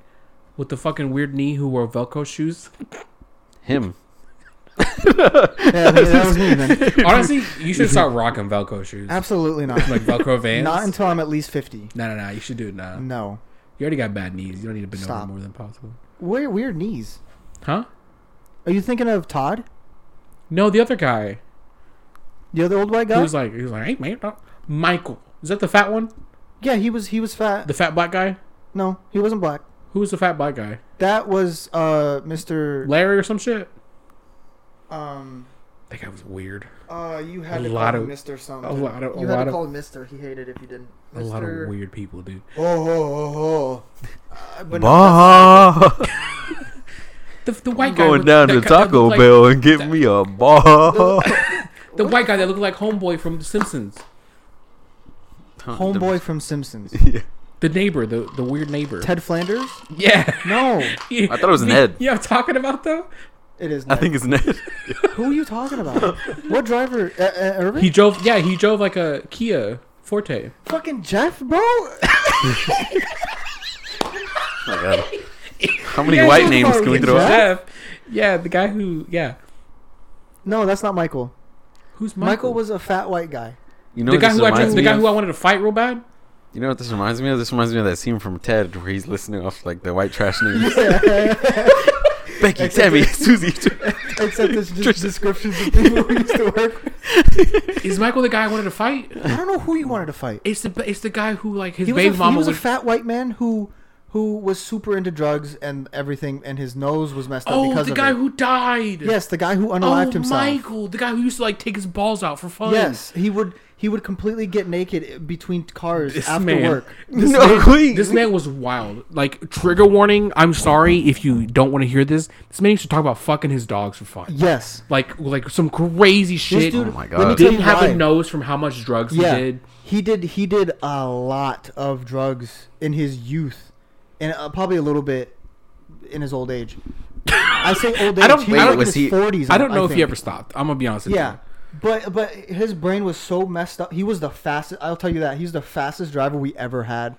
Speaker 3: with the fucking weird knee who wore Velcro shoes?
Speaker 1: Him.
Speaker 2: yeah, that- that was me then.
Speaker 3: Honestly, you should start rocking Velcro shoes.
Speaker 2: Absolutely not.
Speaker 3: Like Velcro vans.
Speaker 2: Not until I'm at least fifty.
Speaker 3: No, no, no. You should do it now.
Speaker 2: No,
Speaker 3: You already got bad knees. You don't need to bend
Speaker 2: Stop.
Speaker 3: over more than possible.
Speaker 2: Weird, weird knees.
Speaker 3: Huh?
Speaker 2: Are you thinking of Todd,
Speaker 3: No, the other guy.
Speaker 2: the other old white
Speaker 3: He
Speaker 2: guy?
Speaker 3: was like, he was like, hey man, uh, Michael. Is that the fat one?
Speaker 2: yeah, he was. He was fat.
Speaker 3: The fat black guy?
Speaker 2: no, he wasn't black.
Speaker 3: Who was the fat black guy?
Speaker 2: That was uh, Mr.
Speaker 3: Larry or some shit?
Speaker 2: Um,
Speaker 3: That guy was weird.
Speaker 2: uh, you had
Speaker 3: A
Speaker 2: to
Speaker 3: lot
Speaker 2: call
Speaker 3: of-
Speaker 2: him Mr. Something.
Speaker 3: A lot of, a
Speaker 2: you had
Speaker 3: lot
Speaker 2: to call
Speaker 3: of,
Speaker 2: him Mr. He hated if you didn't.
Speaker 3: a lot
Speaker 2: Mr..
Speaker 3: of weird people, dude.
Speaker 2: Oh, oh, oh, oh. Uh, but no,
Speaker 1: Bah!
Speaker 3: The, the white
Speaker 1: I'm
Speaker 3: guy
Speaker 1: going
Speaker 3: with-
Speaker 1: down
Speaker 3: that
Speaker 1: to
Speaker 3: guy that
Speaker 1: Taco
Speaker 3: looked like-
Speaker 1: Bell and get me a bah.
Speaker 3: The white guy that looked like Homeboy from The Simpsons.
Speaker 2: Homeboy from Simpsons.
Speaker 3: The neighbor, the, the weird neighbor.
Speaker 2: Ted Flanders?
Speaker 3: Yeah.
Speaker 2: No,
Speaker 3: I
Speaker 1: thought it was Ned.
Speaker 3: Yeah, I'm talking about though.
Speaker 2: it is.
Speaker 1: I
Speaker 2: Ned.
Speaker 1: think it's Ned.
Speaker 2: Who are you talking about? what driver? Uh, uh, Irvin?
Speaker 3: He drove. Yeah, he drove like a Kia Forte.
Speaker 2: fucking Jeff, bro.
Speaker 1: How many
Speaker 3: Yeah,
Speaker 1: white
Speaker 3: he's
Speaker 1: names can we
Speaker 3: fucking
Speaker 1: throw out?
Speaker 3: Jeff. Yeah, the guy who. Yeah,
Speaker 2: no, that's not Michael.
Speaker 3: who's
Speaker 2: Michael,
Speaker 3: Michael?
Speaker 2: was a fat white guy.
Speaker 1: You know
Speaker 3: the
Speaker 1: what
Speaker 3: guy
Speaker 1: this
Speaker 3: who I
Speaker 1: reminds
Speaker 3: tried, the
Speaker 1: me
Speaker 3: guy
Speaker 1: of?
Speaker 3: who I wanted to fight real bad.
Speaker 1: You know what this reminds me of? This reminds me of that scene from Ted where he's listing off like the white trash names. Becky, Tammy, Susie.
Speaker 2: Except it's just descriptions of people who used to work. with.
Speaker 3: Is Michael the guy I wanted to fight?
Speaker 2: I don't know who you wanted to fight.
Speaker 3: It's the it's the guy who like his
Speaker 2: He was,
Speaker 3: baby
Speaker 2: a, he
Speaker 3: mama
Speaker 2: was a
Speaker 3: would.
Speaker 2: fat white man who who was super into drugs and everything, and his nose was messed up
Speaker 3: oh,
Speaker 2: because
Speaker 3: the
Speaker 2: of
Speaker 3: guy
Speaker 2: it.
Speaker 3: who died.
Speaker 2: yes, the guy who unalived
Speaker 3: Oh,
Speaker 2: himself.
Speaker 3: Michael, the guy who used to like take his balls out for fun.
Speaker 2: Yes, he would. He would completely get naked between cars
Speaker 3: This
Speaker 2: after
Speaker 3: man.
Speaker 2: work.
Speaker 3: This,
Speaker 1: No,
Speaker 3: man,
Speaker 1: wait.
Speaker 3: this man was wild. Like trigger warning. I'm sorry if you don't want to hear this. This man used to talk about fucking his dogs for fun.
Speaker 2: Yes,
Speaker 3: Like like some crazy shit.
Speaker 2: dude-
Speaker 1: Oh my
Speaker 2: Let me
Speaker 1: god.
Speaker 2: tell
Speaker 3: didn't
Speaker 2: you
Speaker 3: have
Speaker 2: why.
Speaker 3: a nose from how much drugs
Speaker 2: yeah,
Speaker 3: he did.
Speaker 2: he did. He did a lot of drugs in his youth, and uh, probably a little bit in his old age. I say old age.
Speaker 3: I don't-
Speaker 2: he
Speaker 3: I don't-
Speaker 2: like in
Speaker 1: was
Speaker 2: his
Speaker 1: he-
Speaker 2: forties.
Speaker 3: I don't know if he
Speaker 2: think.
Speaker 3: ever stopped. I'm gonna be honest. With
Speaker 2: Yeah,
Speaker 3: you.
Speaker 2: but but his brain was so messed up. He was the fastest. I'll tell you that he's the fastest driver we ever had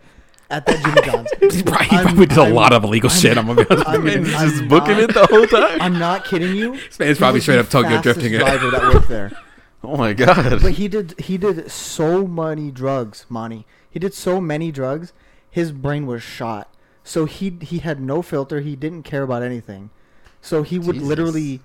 Speaker 2: at that Jimmy John's.
Speaker 3: He probably,
Speaker 2: I'm-
Speaker 3: probably did a
Speaker 2: I'm-
Speaker 3: lot of illegal shit. I'm gonna be honest.
Speaker 2: I'm,
Speaker 1: Man, he's
Speaker 2: I'm
Speaker 1: just booking
Speaker 2: not-
Speaker 1: it the whole time.
Speaker 2: I'm not kidding you.
Speaker 3: This man's
Speaker 2: He
Speaker 3: probably
Speaker 2: was
Speaker 3: straight
Speaker 2: the
Speaker 3: up Tokyo
Speaker 2: fastest
Speaker 3: drifting it.
Speaker 2: Driver that worked there.
Speaker 1: Oh my god.
Speaker 2: But he did he did so many drugs, Monty. He did so many drugs, his brain was shot. So he he had no filter. He didn't care about anything. So he would
Speaker 1: Jesus.
Speaker 2: literally,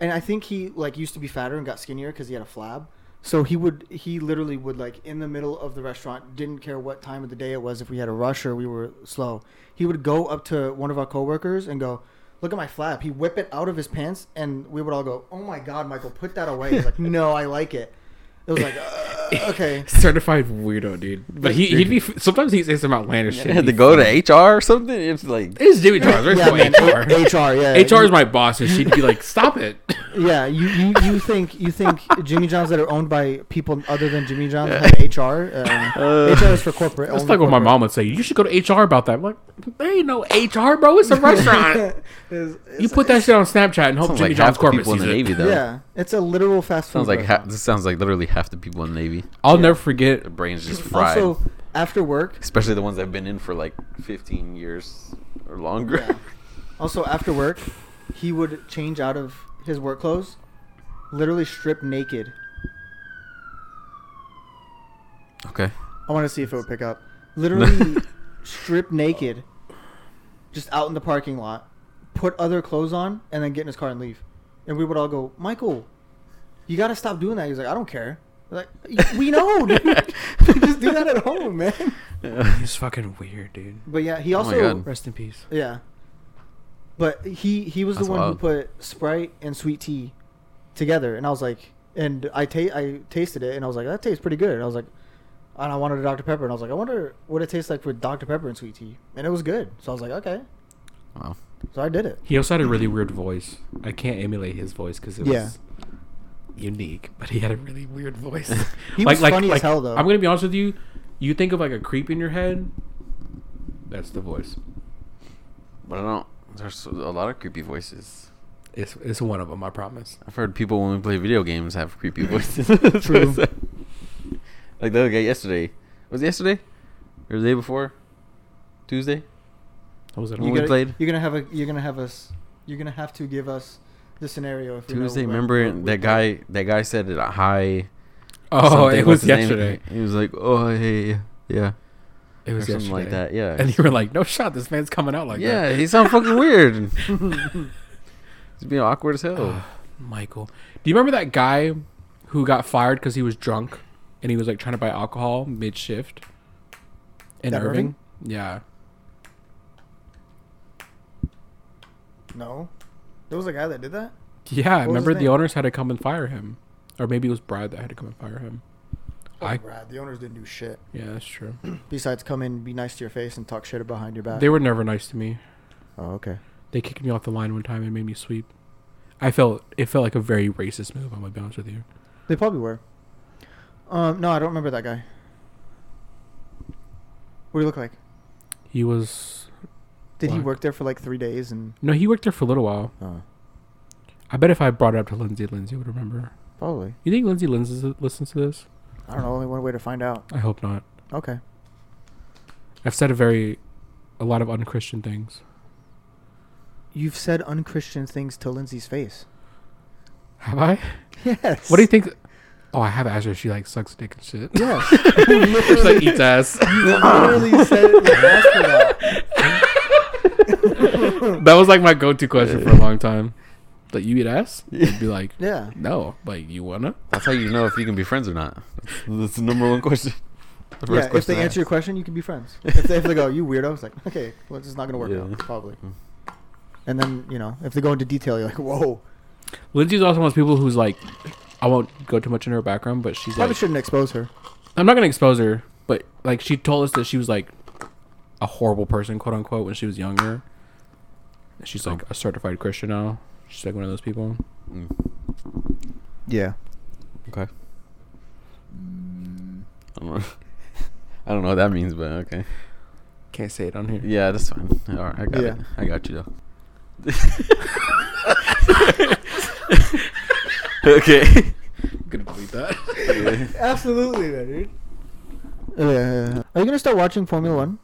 Speaker 2: and I think he like used to be fatter and got skinnier because he had a flab. So he would he literally would like in the middle of the restaurant didn't care what time of the day it was if we had a rush or we were slow. He would go up to one of our coworkers and go. Look at my flab. He whip it out of his pants, and we would all go, "Oh my God, Michael, put that away." He's like, "No, I like it." It was like, uh, okay.
Speaker 3: Certified weirdo, dude. But he, he'd be sometimes he'd say some outlandish shit.
Speaker 1: I had to go to HR or something. It's like
Speaker 3: It's Jimmy Charles. There's
Speaker 2: Yeah,
Speaker 3: no
Speaker 2: man.
Speaker 3: HR.
Speaker 2: HR, yeah.
Speaker 3: HR is my boss, and she'd be like, "Stop it."
Speaker 2: Yeah, you, you, you think you think Jimmy John's that are owned by people other than Jimmy John's have HR? Uh, HR is for corporate.
Speaker 3: That's
Speaker 2: only
Speaker 3: like what my
Speaker 2: corporate.
Speaker 3: mom would say. You should go to HR about that. I'm like, there ain't no HR, bro. It's a restaurant.
Speaker 2: It's-
Speaker 3: you put that shit on Snapchat and hope
Speaker 1: sounds
Speaker 3: Jimmy
Speaker 1: like half
Speaker 3: John's
Speaker 1: the
Speaker 3: corporate
Speaker 1: people in
Speaker 3: sees
Speaker 1: the
Speaker 3: it.
Speaker 1: Navy though.
Speaker 2: Yeah, it's a literal fast food.
Speaker 1: Sounds like ha-
Speaker 2: restaurant.
Speaker 1: this sounds like literally half the people in the Navy.
Speaker 3: I'll never forget.
Speaker 1: Their brains just fried.
Speaker 2: also after work.
Speaker 1: Especially the ones that have been in for like 15 years or longer.
Speaker 2: Yeah. Also after work, he would change out of his work clothes, literally strip naked.
Speaker 1: Okay.
Speaker 2: I want to see if it would pick up. Literally strip naked, just out in the parking lot, put other clothes on, and then get in his car and leave. And we would all go, Michael, you got to stop doing that. He's like, I don't care. We're Like we know, dude. just do that at home, man.
Speaker 3: He's fucking weird, dude.
Speaker 2: But yeah, he
Speaker 1: Oh my
Speaker 2: also
Speaker 1: God.
Speaker 3: Rest in peace.
Speaker 2: yeah. But he he was
Speaker 1: That's
Speaker 2: the one
Speaker 1: wild.
Speaker 2: who put Sprite and sweet tea together, and I was like, and I ta- I tasted it, and I was like, that tastes pretty good. And I was like, and I wanted a Dr Pepper, and I was like, I wonder what it tastes like with Dr Pepper and sweet tea, and it was good. So I was like, okay,
Speaker 1: Wow.
Speaker 2: so I did it.
Speaker 3: He also had a really weird voice. I can't emulate his voice because it
Speaker 2: Yeah.
Speaker 3: was unique, but he had a really weird voice.
Speaker 2: He was funny as hell, though.
Speaker 3: I'm gonna be honest with you. You think of like a creep in your head. That's the voice.
Speaker 1: But I don't. There's a lot of creepy voices.
Speaker 3: It's it's one of them. I promise.
Speaker 1: I've heard people when we play video games have creepy voices.
Speaker 2: True.
Speaker 1: like the other guy yesterday. Was it yesterday? Or the day before? Tuesday?
Speaker 3: What was it?
Speaker 1: You
Speaker 3: on?
Speaker 1: we
Speaker 2: gotta-
Speaker 1: played?
Speaker 2: You're gonna have a. You're gonna have us. You're gonna have to give us the scenario. If we know
Speaker 1: Tuesday,
Speaker 2: what-
Speaker 1: remember
Speaker 2: what we
Speaker 1: that
Speaker 2: played.
Speaker 1: guy? That guy said it hi.
Speaker 3: oh,
Speaker 1: something,
Speaker 3: it
Speaker 1: what's
Speaker 3: was
Speaker 1: his name?
Speaker 3: yesterday.
Speaker 1: He was like, "Oh, hey, yeah, It was
Speaker 3: Or
Speaker 1: something like
Speaker 3: yesterday.
Speaker 1: that. Yeah.
Speaker 3: and you were like, "No shot, this man's coming out like
Speaker 1: yeah,
Speaker 3: that."
Speaker 1: he sounds fucking weird. He's being awkward as hell.
Speaker 3: Michael, do you remember that guy who got fired because he was drunk and he was like trying to buy alcohol mid shift? In
Speaker 2: That Irving?
Speaker 3: Irving? yeah.
Speaker 2: No, there was a guy that did that.
Speaker 3: Yeah,
Speaker 2: was
Speaker 3: remember
Speaker 2: his
Speaker 3: the
Speaker 2: name?
Speaker 3: owners had to come and fire him, or maybe it was Brad that had to come and fire him. I-
Speaker 2: Oh, Brad, the owners didn't do shit
Speaker 3: Yeah, that's true.
Speaker 2: besides come in, be nice to your face, and talk shit behind your back.
Speaker 3: They were never nice to me.
Speaker 2: oh, okay.
Speaker 3: They kicked me off the line one time and made me sweep. I felt it felt like a very racist move. I'm gonna be honest with you.
Speaker 2: They probably were. Um, no, I don't remember that guy. What do you look like?
Speaker 3: He was
Speaker 2: Did he
Speaker 3: Black.
Speaker 2: work there for like three days and?
Speaker 3: no, he worked there for a little while.
Speaker 2: Oh,
Speaker 3: I bet if I brought it up to Lindsay, Lindsay would remember.
Speaker 2: probably.
Speaker 3: You think Lindsay listens listens to this?
Speaker 2: I don't know. Only one way to find out.
Speaker 3: I hope not.
Speaker 2: Okay.
Speaker 3: I've said a very, a lot of unchristian things.
Speaker 2: You've said unchristian things to Lindsay's face.
Speaker 3: Have I?
Speaker 2: Yes.
Speaker 3: What do you think? Oh, I have asked her. if She like sucks dick and shit.
Speaker 2: Yes.
Speaker 3: She like eats ass.
Speaker 2: literally said it. when I asked her that.
Speaker 3: that was like my go-to question for a long time. Like you eat ass? You'd be like,
Speaker 2: Yeah.
Speaker 3: no. Like you wanna?
Speaker 1: That's how you know if you can be friends or not. That's the number one question. The
Speaker 2: Yeah. If they
Speaker 1: I
Speaker 2: answer your question, you can be friends. If they, if they go, you weirdo, it's like, okay, well, this is not gonna work
Speaker 1: Yeah.
Speaker 2: out, probably. And then you know, if they go into detail, you're like, whoa.
Speaker 3: Lindsay's also one of those people who's like, I won't go too much into her background, but she's
Speaker 2: Probably
Speaker 3: like,
Speaker 2: shouldn't expose her.
Speaker 3: I'm not gonna expose her, but like she told us that she was like a horrible person, quote unquote, when she was younger. And She's like a certified Christian now. She's like one of those people.
Speaker 1: asked. Mm,
Speaker 2: Yeah.
Speaker 1: okay. I don't, know. I don't know what that means, but okay.
Speaker 3: Can't say it on here.
Speaker 1: Yeah, that's fine. All right, I got it.
Speaker 2: Yeah.
Speaker 1: I got you though. okay.
Speaker 3: I'm gonna delete that.
Speaker 2: Absolutely, dude. Yeah, yeah, yeah. Are you gonna start watching Formula One?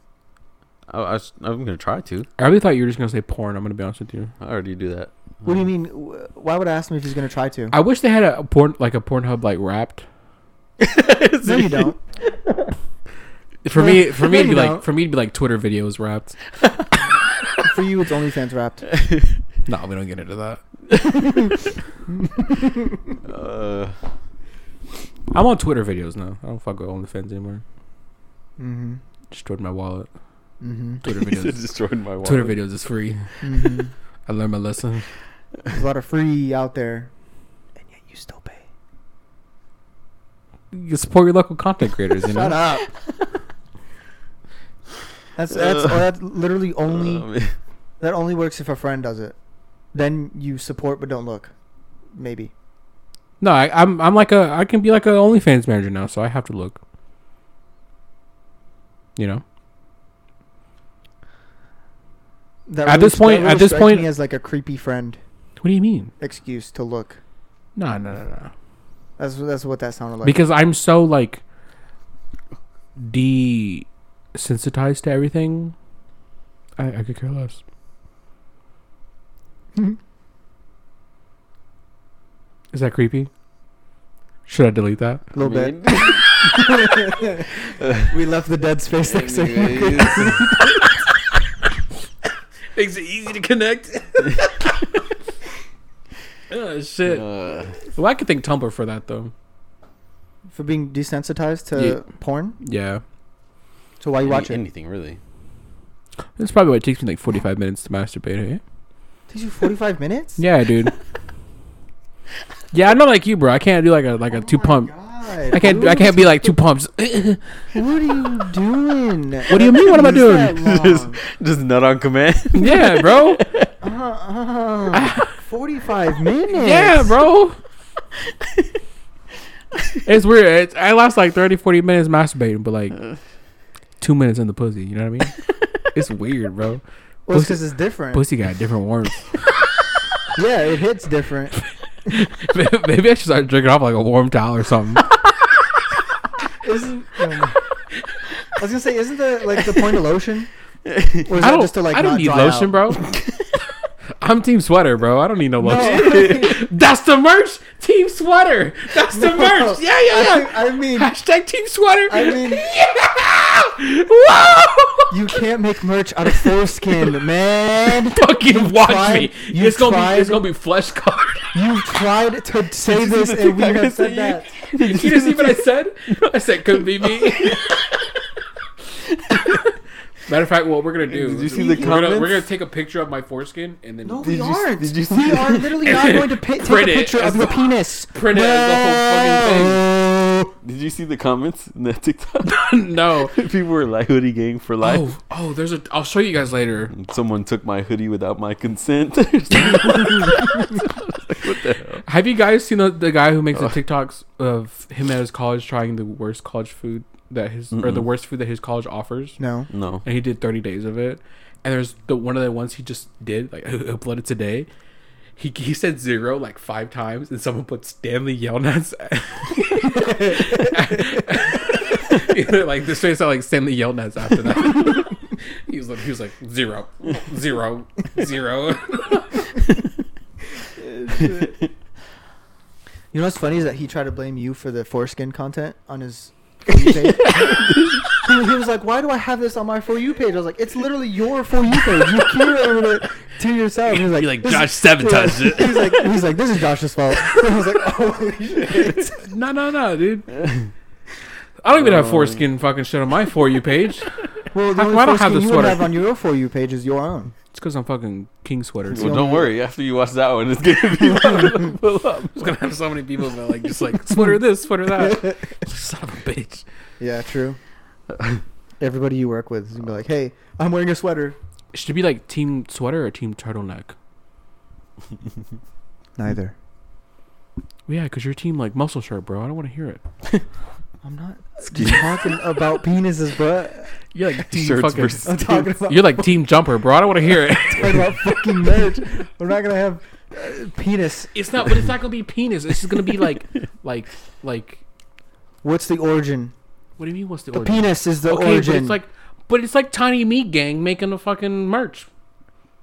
Speaker 1: Oh, I, I was, I'm gonna try to.
Speaker 3: I really thought you were just gonna say porn. I'm gonna be honest with you.
Speaker 1: I already do that.
Speaker 2: What do
Speaker 3: Mm.
Speaker 2: you mean? wh- Why would I ask him if he's gonna try to?
Speaker 3: I wish they had a porn like a Pornhub like wrapped.
Speaker 2: no, you don't.
Speaker 3: For me, for me, it'd be
Speaker 2: No.
Speaker 3: like for me, it'd be like Twitter videos wrapped.
Speaker 2: For you, it's OnlyFans wrapped.
Speaker 3: No, we don't get into that.
Speaker 1: Uh,
Speaker 3: I'm on Twitter videos now. I don't fuck with OnlyFans anymore.
Speaker 2: Mm-hmm.
Speaker 3: Destroyed my wallet.
Speaker 2: Mm-hmm.
Speaker 3: Twitter
Speaker 1: it
Speaker 3: videos.
Speaker 1: destroyed my wallet.
Speaker 3: Twitter videos is free.
Speaker 2: Mm-hmm.
Speaker 3: I learned my lesson.
Speaker 2: There's a lot of free out there, and yet you still pay.
Speaker 3: You support your local content creators. You
Speaker 2: Shut
Speaker 3: know.
Speaker 2: up. That's that's,
Speaker 3: Uh.
Speaker 1: Ugh.
Speaker 2: or that's literally only
Speaker 1: Oh, man.
Speaker 2: that only works if a friend does it. Then you support but don't look. Maybe.
Speaker 3: No, I, I'm I'm like a I can be like a OnlyFans manager now, so I have to look. You know,
Speaker 2: That
Speaker 3: At this point-
Speaker 2: that
Speaker 3: at this
Speaker 2: strikes
Speaker 3: point-
Speaker 2: me as like a creepy friend
Speaker 3: what do you mean?
Speaker 2: excuse to look.
Speaker 3: No, no, no, no.
Speaker 2: That's that's what that sounded like.
Speaker 3: because I'm so like desensitized to everything. I, I could care less. Is that creepy? Should I delete that?
Speaker 2: a little
Speaker 1: I
Speaker 2: bit. we left the dead space there. So
Speaker 1: mean,
Speaker 2: you could-
Speaker 1: anyways.
Speaker 3: Makes it easy to connect. oh shit!
Speaker 1: Uh,
Speaker 3: Well, I could thank Tumblr for that though.
Speaker 2: for being desensitized to porn.
Speaker 3: Yeah,
Speaker 2: So why you
Speaker 1: any-
Speaker 2: watch it?
Speaker 1: anything really?
Speaker 3: that's probably why it takes me like forty-five minutes to masturbate. Eh?
Speaker 2: Takes you forty five minutes.
Speaker 3: Yeah, dude. yeah, I'm not like you, bro. I can't do like a like a two pump.
Speaker 2: Oh God,
Speaker 3: I can't. do- I can't be like two pumps.
Speaker 2: dude, What are you doing?
Speaker 3: What do you mean? What am I doing?
Speaker 1: Just- Just nut on command.
Speaker 3: yeah, bro.
Speaker 2: Uh, 45 minutes.
Speaker 3: Yeah, bro. it's weird. It's, I lost like 30, 40 minutes masturbating, but like two minutes in the pussy. You know what I mean? it's weird, bro.
Speaker 2: Well, it's because it's different.
Speaker 3: Pussy got different warmth.
Speaker 2: Yeah, it hits different.
Speaker 3: Maybe I should start drinking off like a warm towel or something.
Speaker 2: Isn't. Um, I was gonna say, isn't the like the point of lotion? Or is
Speaker 3: I
Speaker 2: that
Speaker 3: don't.
Speaker 2: just to like
Speaker 3: I don't
Speaker 2: not
Speaker 3: need
Speaker 2: dry
Speaker 3: lotion,
Speaker 2: out?
Speaker 3: bro. I'm team sweater, bro. I don't need no love.
Speaker 2: No.
Speaker 3: That's the merch. Team sweater. That's the
Speaker 2: No.
Speaker 3: merch. Yeah, yeah, yeah.
Speaker 2: I, I mean,
Speaker 3: Hashtag team sweater.
Speaker 2: I mean-
Speaker 3: yeah. Whoa.
Speaker 2: you can't make merch out of foreskin, man.
Speaker 3: fucking watch
Speaker 2: tried-
Speaker 3: me.
Speaker 2: you
Speaker 3: It's gonna be it's
Speaker 2: tried-
Speaker 3: gonna be flesh colored.
Speaker 2: You've tried to say this, and we have said that.
Speaker 3: you just see what I said? I said couldn't be me. Matter of fact, what we're gonna do?
Speaker 1: Did you see the
Speaker 3: we're gonna, we're
Speaker 1: comments?
Speaker 3: gonna take a picture of my foreskin and then
Speaker 2: No,
Speaker 1: Did
Speaker 2: we
Speaker 1: you-
Speaker 2: aren't.
Speaker 1: did you see
Speaker 2: we
Speaker 1: that?
Speaker 2: are literally not going to pi- take a
Speaker 3: Print it
Speaker 2: picture
Speaker 3: as
Speaker 2: of your
Speaker 3: the-
Speaker 2: penis.
Speaker 3: print it as the whole fucking thing.
Speaker 2: fucking
Speaker 1: Did you see the comments in that TikTok?
Speaker 3: no.
Speaker 1: People were like hoodie gang for life.
Speaker 3: Oh, oh, there's a. I'll show you guys later.
Speaker 1: And Someone took my hoodie without my consent. Or something.
Speaker 3: Have you guys seen the, the guy who makes the TikToks of him at his college trying the worst college food that his or the
Speaker 1: Mm-mm.
Speaker 3: worst food that his college offers?
Speaker 2: No.
Speaker 1: no.
Speaker 3: and he did 30 days of it. And there's the one of the ones he just did, like uploaded today. He, he said zero like five times, and someone put Stanley Yelnats. You know, like this face like Stanley Yelnats after that. he was like he was like zero, zero, zero.
Speaker 2: You know what's funny is that he tried to blame you for the foreskin content on his for you page. he, he was like, "Why do I have this on my for you page?" I was like, "It's literally your for you page. You curated it to yourself." He's like,
Speaker 3: You're like,
Speaker 2: "This
Speaker 3: "Josh
Speaker 2: is-
Speaker 3: sabotaged it."
Speaker 2: He's like, "He's like, this is Josh's fault." I was like, "Oh holy shit!"
Speaker 3: no no no, dude. I don't even have foreskin fucking shit on my for you page.
Speaker 2: Well, the only
Speaker 3: How come I don't have
Speaker 2: foreskin
Speaker 3: the
Speaker 2: you would
Speaker 3: sweater?
Speaker 2: have on your for you page is your own.
Speaker 3: It's because I'm fucking king sweater.
Speaker 1: Well, don't worry. After you watch that one, it's gonna be
Speaker 3: It's gonna have so many people that like just like sweater this, sweater that. Son of a bitch.
Speaker 2: Yeah, true. Everybody you work with is gonna be like, "Hey, I'm wearing a sweater."
Speaker 3: It should be like team sweater or team turtleneck.
Speaker 2: Neither.
Speaker 3: Well, yeah, because your team like muscle shirt, bro. I don't want to hear it.
Speaker 2: I'm not talking about penises, but
Speaker 3: You're like team
Speaker 1: shirts
Speaker 3: fucking.
Speaker 1: versus
Speaker 2: I'm talking about
Speaker 3: You're like team jumper, bro. I don't want to hear it.
Speaker 2: talking about fucking marriage. We're not gonna have uh, penis.
Speaker 3: it's not, but it's not gonna be penis. It's just gonna be like, like, like.
Speaker 2: What's the origin?
Speaker 3: What do you mean? What's the,
Speaker 2: The
Speaker 3: origin?
Speaker 2: penis is the
Speaker 3: okay,
Speaker 2: origin.
Speaker 3: but it's like, but it's like Tiny Meat Gang making a fucking merch.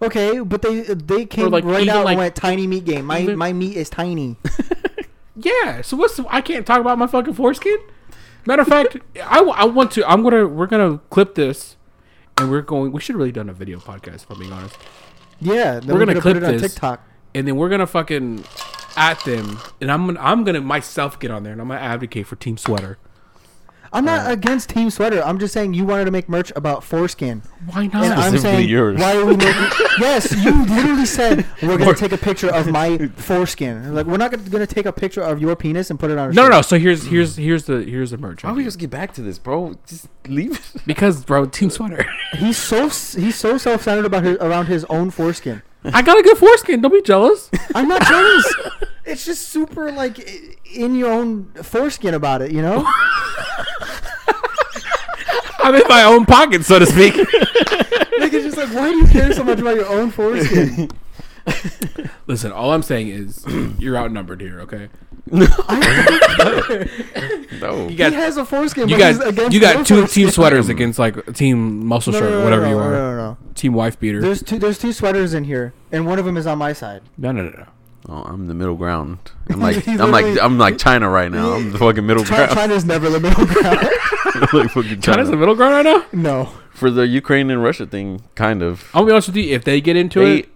Speaker 2: okay, but they uh, they came
Speaker 3: like,
Speaker 2: right
Speaker 3: even
Speaker 2: out
Speaker 3: like-
Speaker 2: and went tiny meat game. My
Speaker 3: even-
Speaker 2: my meat is tiny.
Speaker 3: Yeah. So what's I can't talk about my fucking foreskin. Matter of fact, I, w- I want to. I'm gonna. We're gonna clip this, and we're going. We should have really done a video podcast. If I'm being honest.
Speaker 2: Yeah, then
Speaker 3: We're gonna
Speaker 2: put
Speaker 3: clip
Speaker 2: it on
Speaker 3: this.
Speaker 2: TikTok.
Speaker 3: and then we're gonna fucking at them, and I'm gonna I'm gonna myself get on there, and I'm gonna advocate for Team Sweater.
Speaker 2: I'm not against Team Sweater. I'm just saying you wanted to make merch about foreskin,
Speaker 3: Why
Speaker 2: and
Speaker 3: not?
Speaker 2: I'm
Speaker 1: Specifically
Speaker 2: saying
Speaker 1: yours.
Speaker 2: why are we making? yes, you literally said we're gonna
Speaker 3: Or-
Speaker 2: take a picture of my foreskin. Like we're not gonna, gonna take a picture of your penis and put it on. Our
Speaker 3: No, no,
Speaker 2: shirt.
Speaker 3: no. So here's here's here's the here's the merch
Speaker 1: Why don't we just get back to this, bro? Just leave it.
Speaker 3: because bro, Team Sweater.
Speaker 2: He's so s- he's so self-centered about his, around his own foreskin.
Speaker 3: I got a good foreskin. Don't be jealous.
Speaker 2: I'm not jealous. it's just super like i- in your own foreskin about it, you know?
Speaker 3: I'm in my own pocket, so to speak.
Speaker 2: like it's just like why do you care so much about your own foreskin?
Speaker 3: Listen, all I'm saying is you're outnumbered here. Okay,
Speaker 1: No.
Speaker 3: you
Speaker 2: he
Speaker 3: got
Speaker 2: has a foreskin.
Speaker 3: you
Speaker 2: but he's
Speaker 3: got
Speaker 2: against
Speaker 3: you
Speaker 2: your
Speaker 3: got two
Speaker 2: foreskin.
Speaker 3: team sweaters against like team muscle
Speaker 2: No, no,
Speaker 3: shirt,
Speaker 2: no, no,
Speaker 3: whatever
Speaker 2: no,
Speaker 3: you
Speaker 2: no,
Speaker 3: are.
Speaker 2: No, no, no.
Speaker 3: Team wife beater.
Speaker 2: There's two. There's two sweaters in here, and one of them is on my side.
Speaker 3: no, no, no, no.
Speaker 1: Oh, I'm the middle ground. I'm like
Speaker 2: He
Speaker 1: I'm like
Speaker 2: literally-
Speaker 1: I'm like China right now. I'm the fucking middle
Speaker 2: Chi-
Speaker 1: ground.
Speaker 2: China's never the middle ground.
Speaker 1: I'm like fucking
Speaker 3: China's the
Speaker 1: China.
Speaker 3: middle ground right now.
Speaker 2: no.
Speaker 1: For the Ukraine and Russia thing, kind of.
Speaker 3: I'll be honest with you. If they get into
Speaker 1: They-
Speaker 3: it,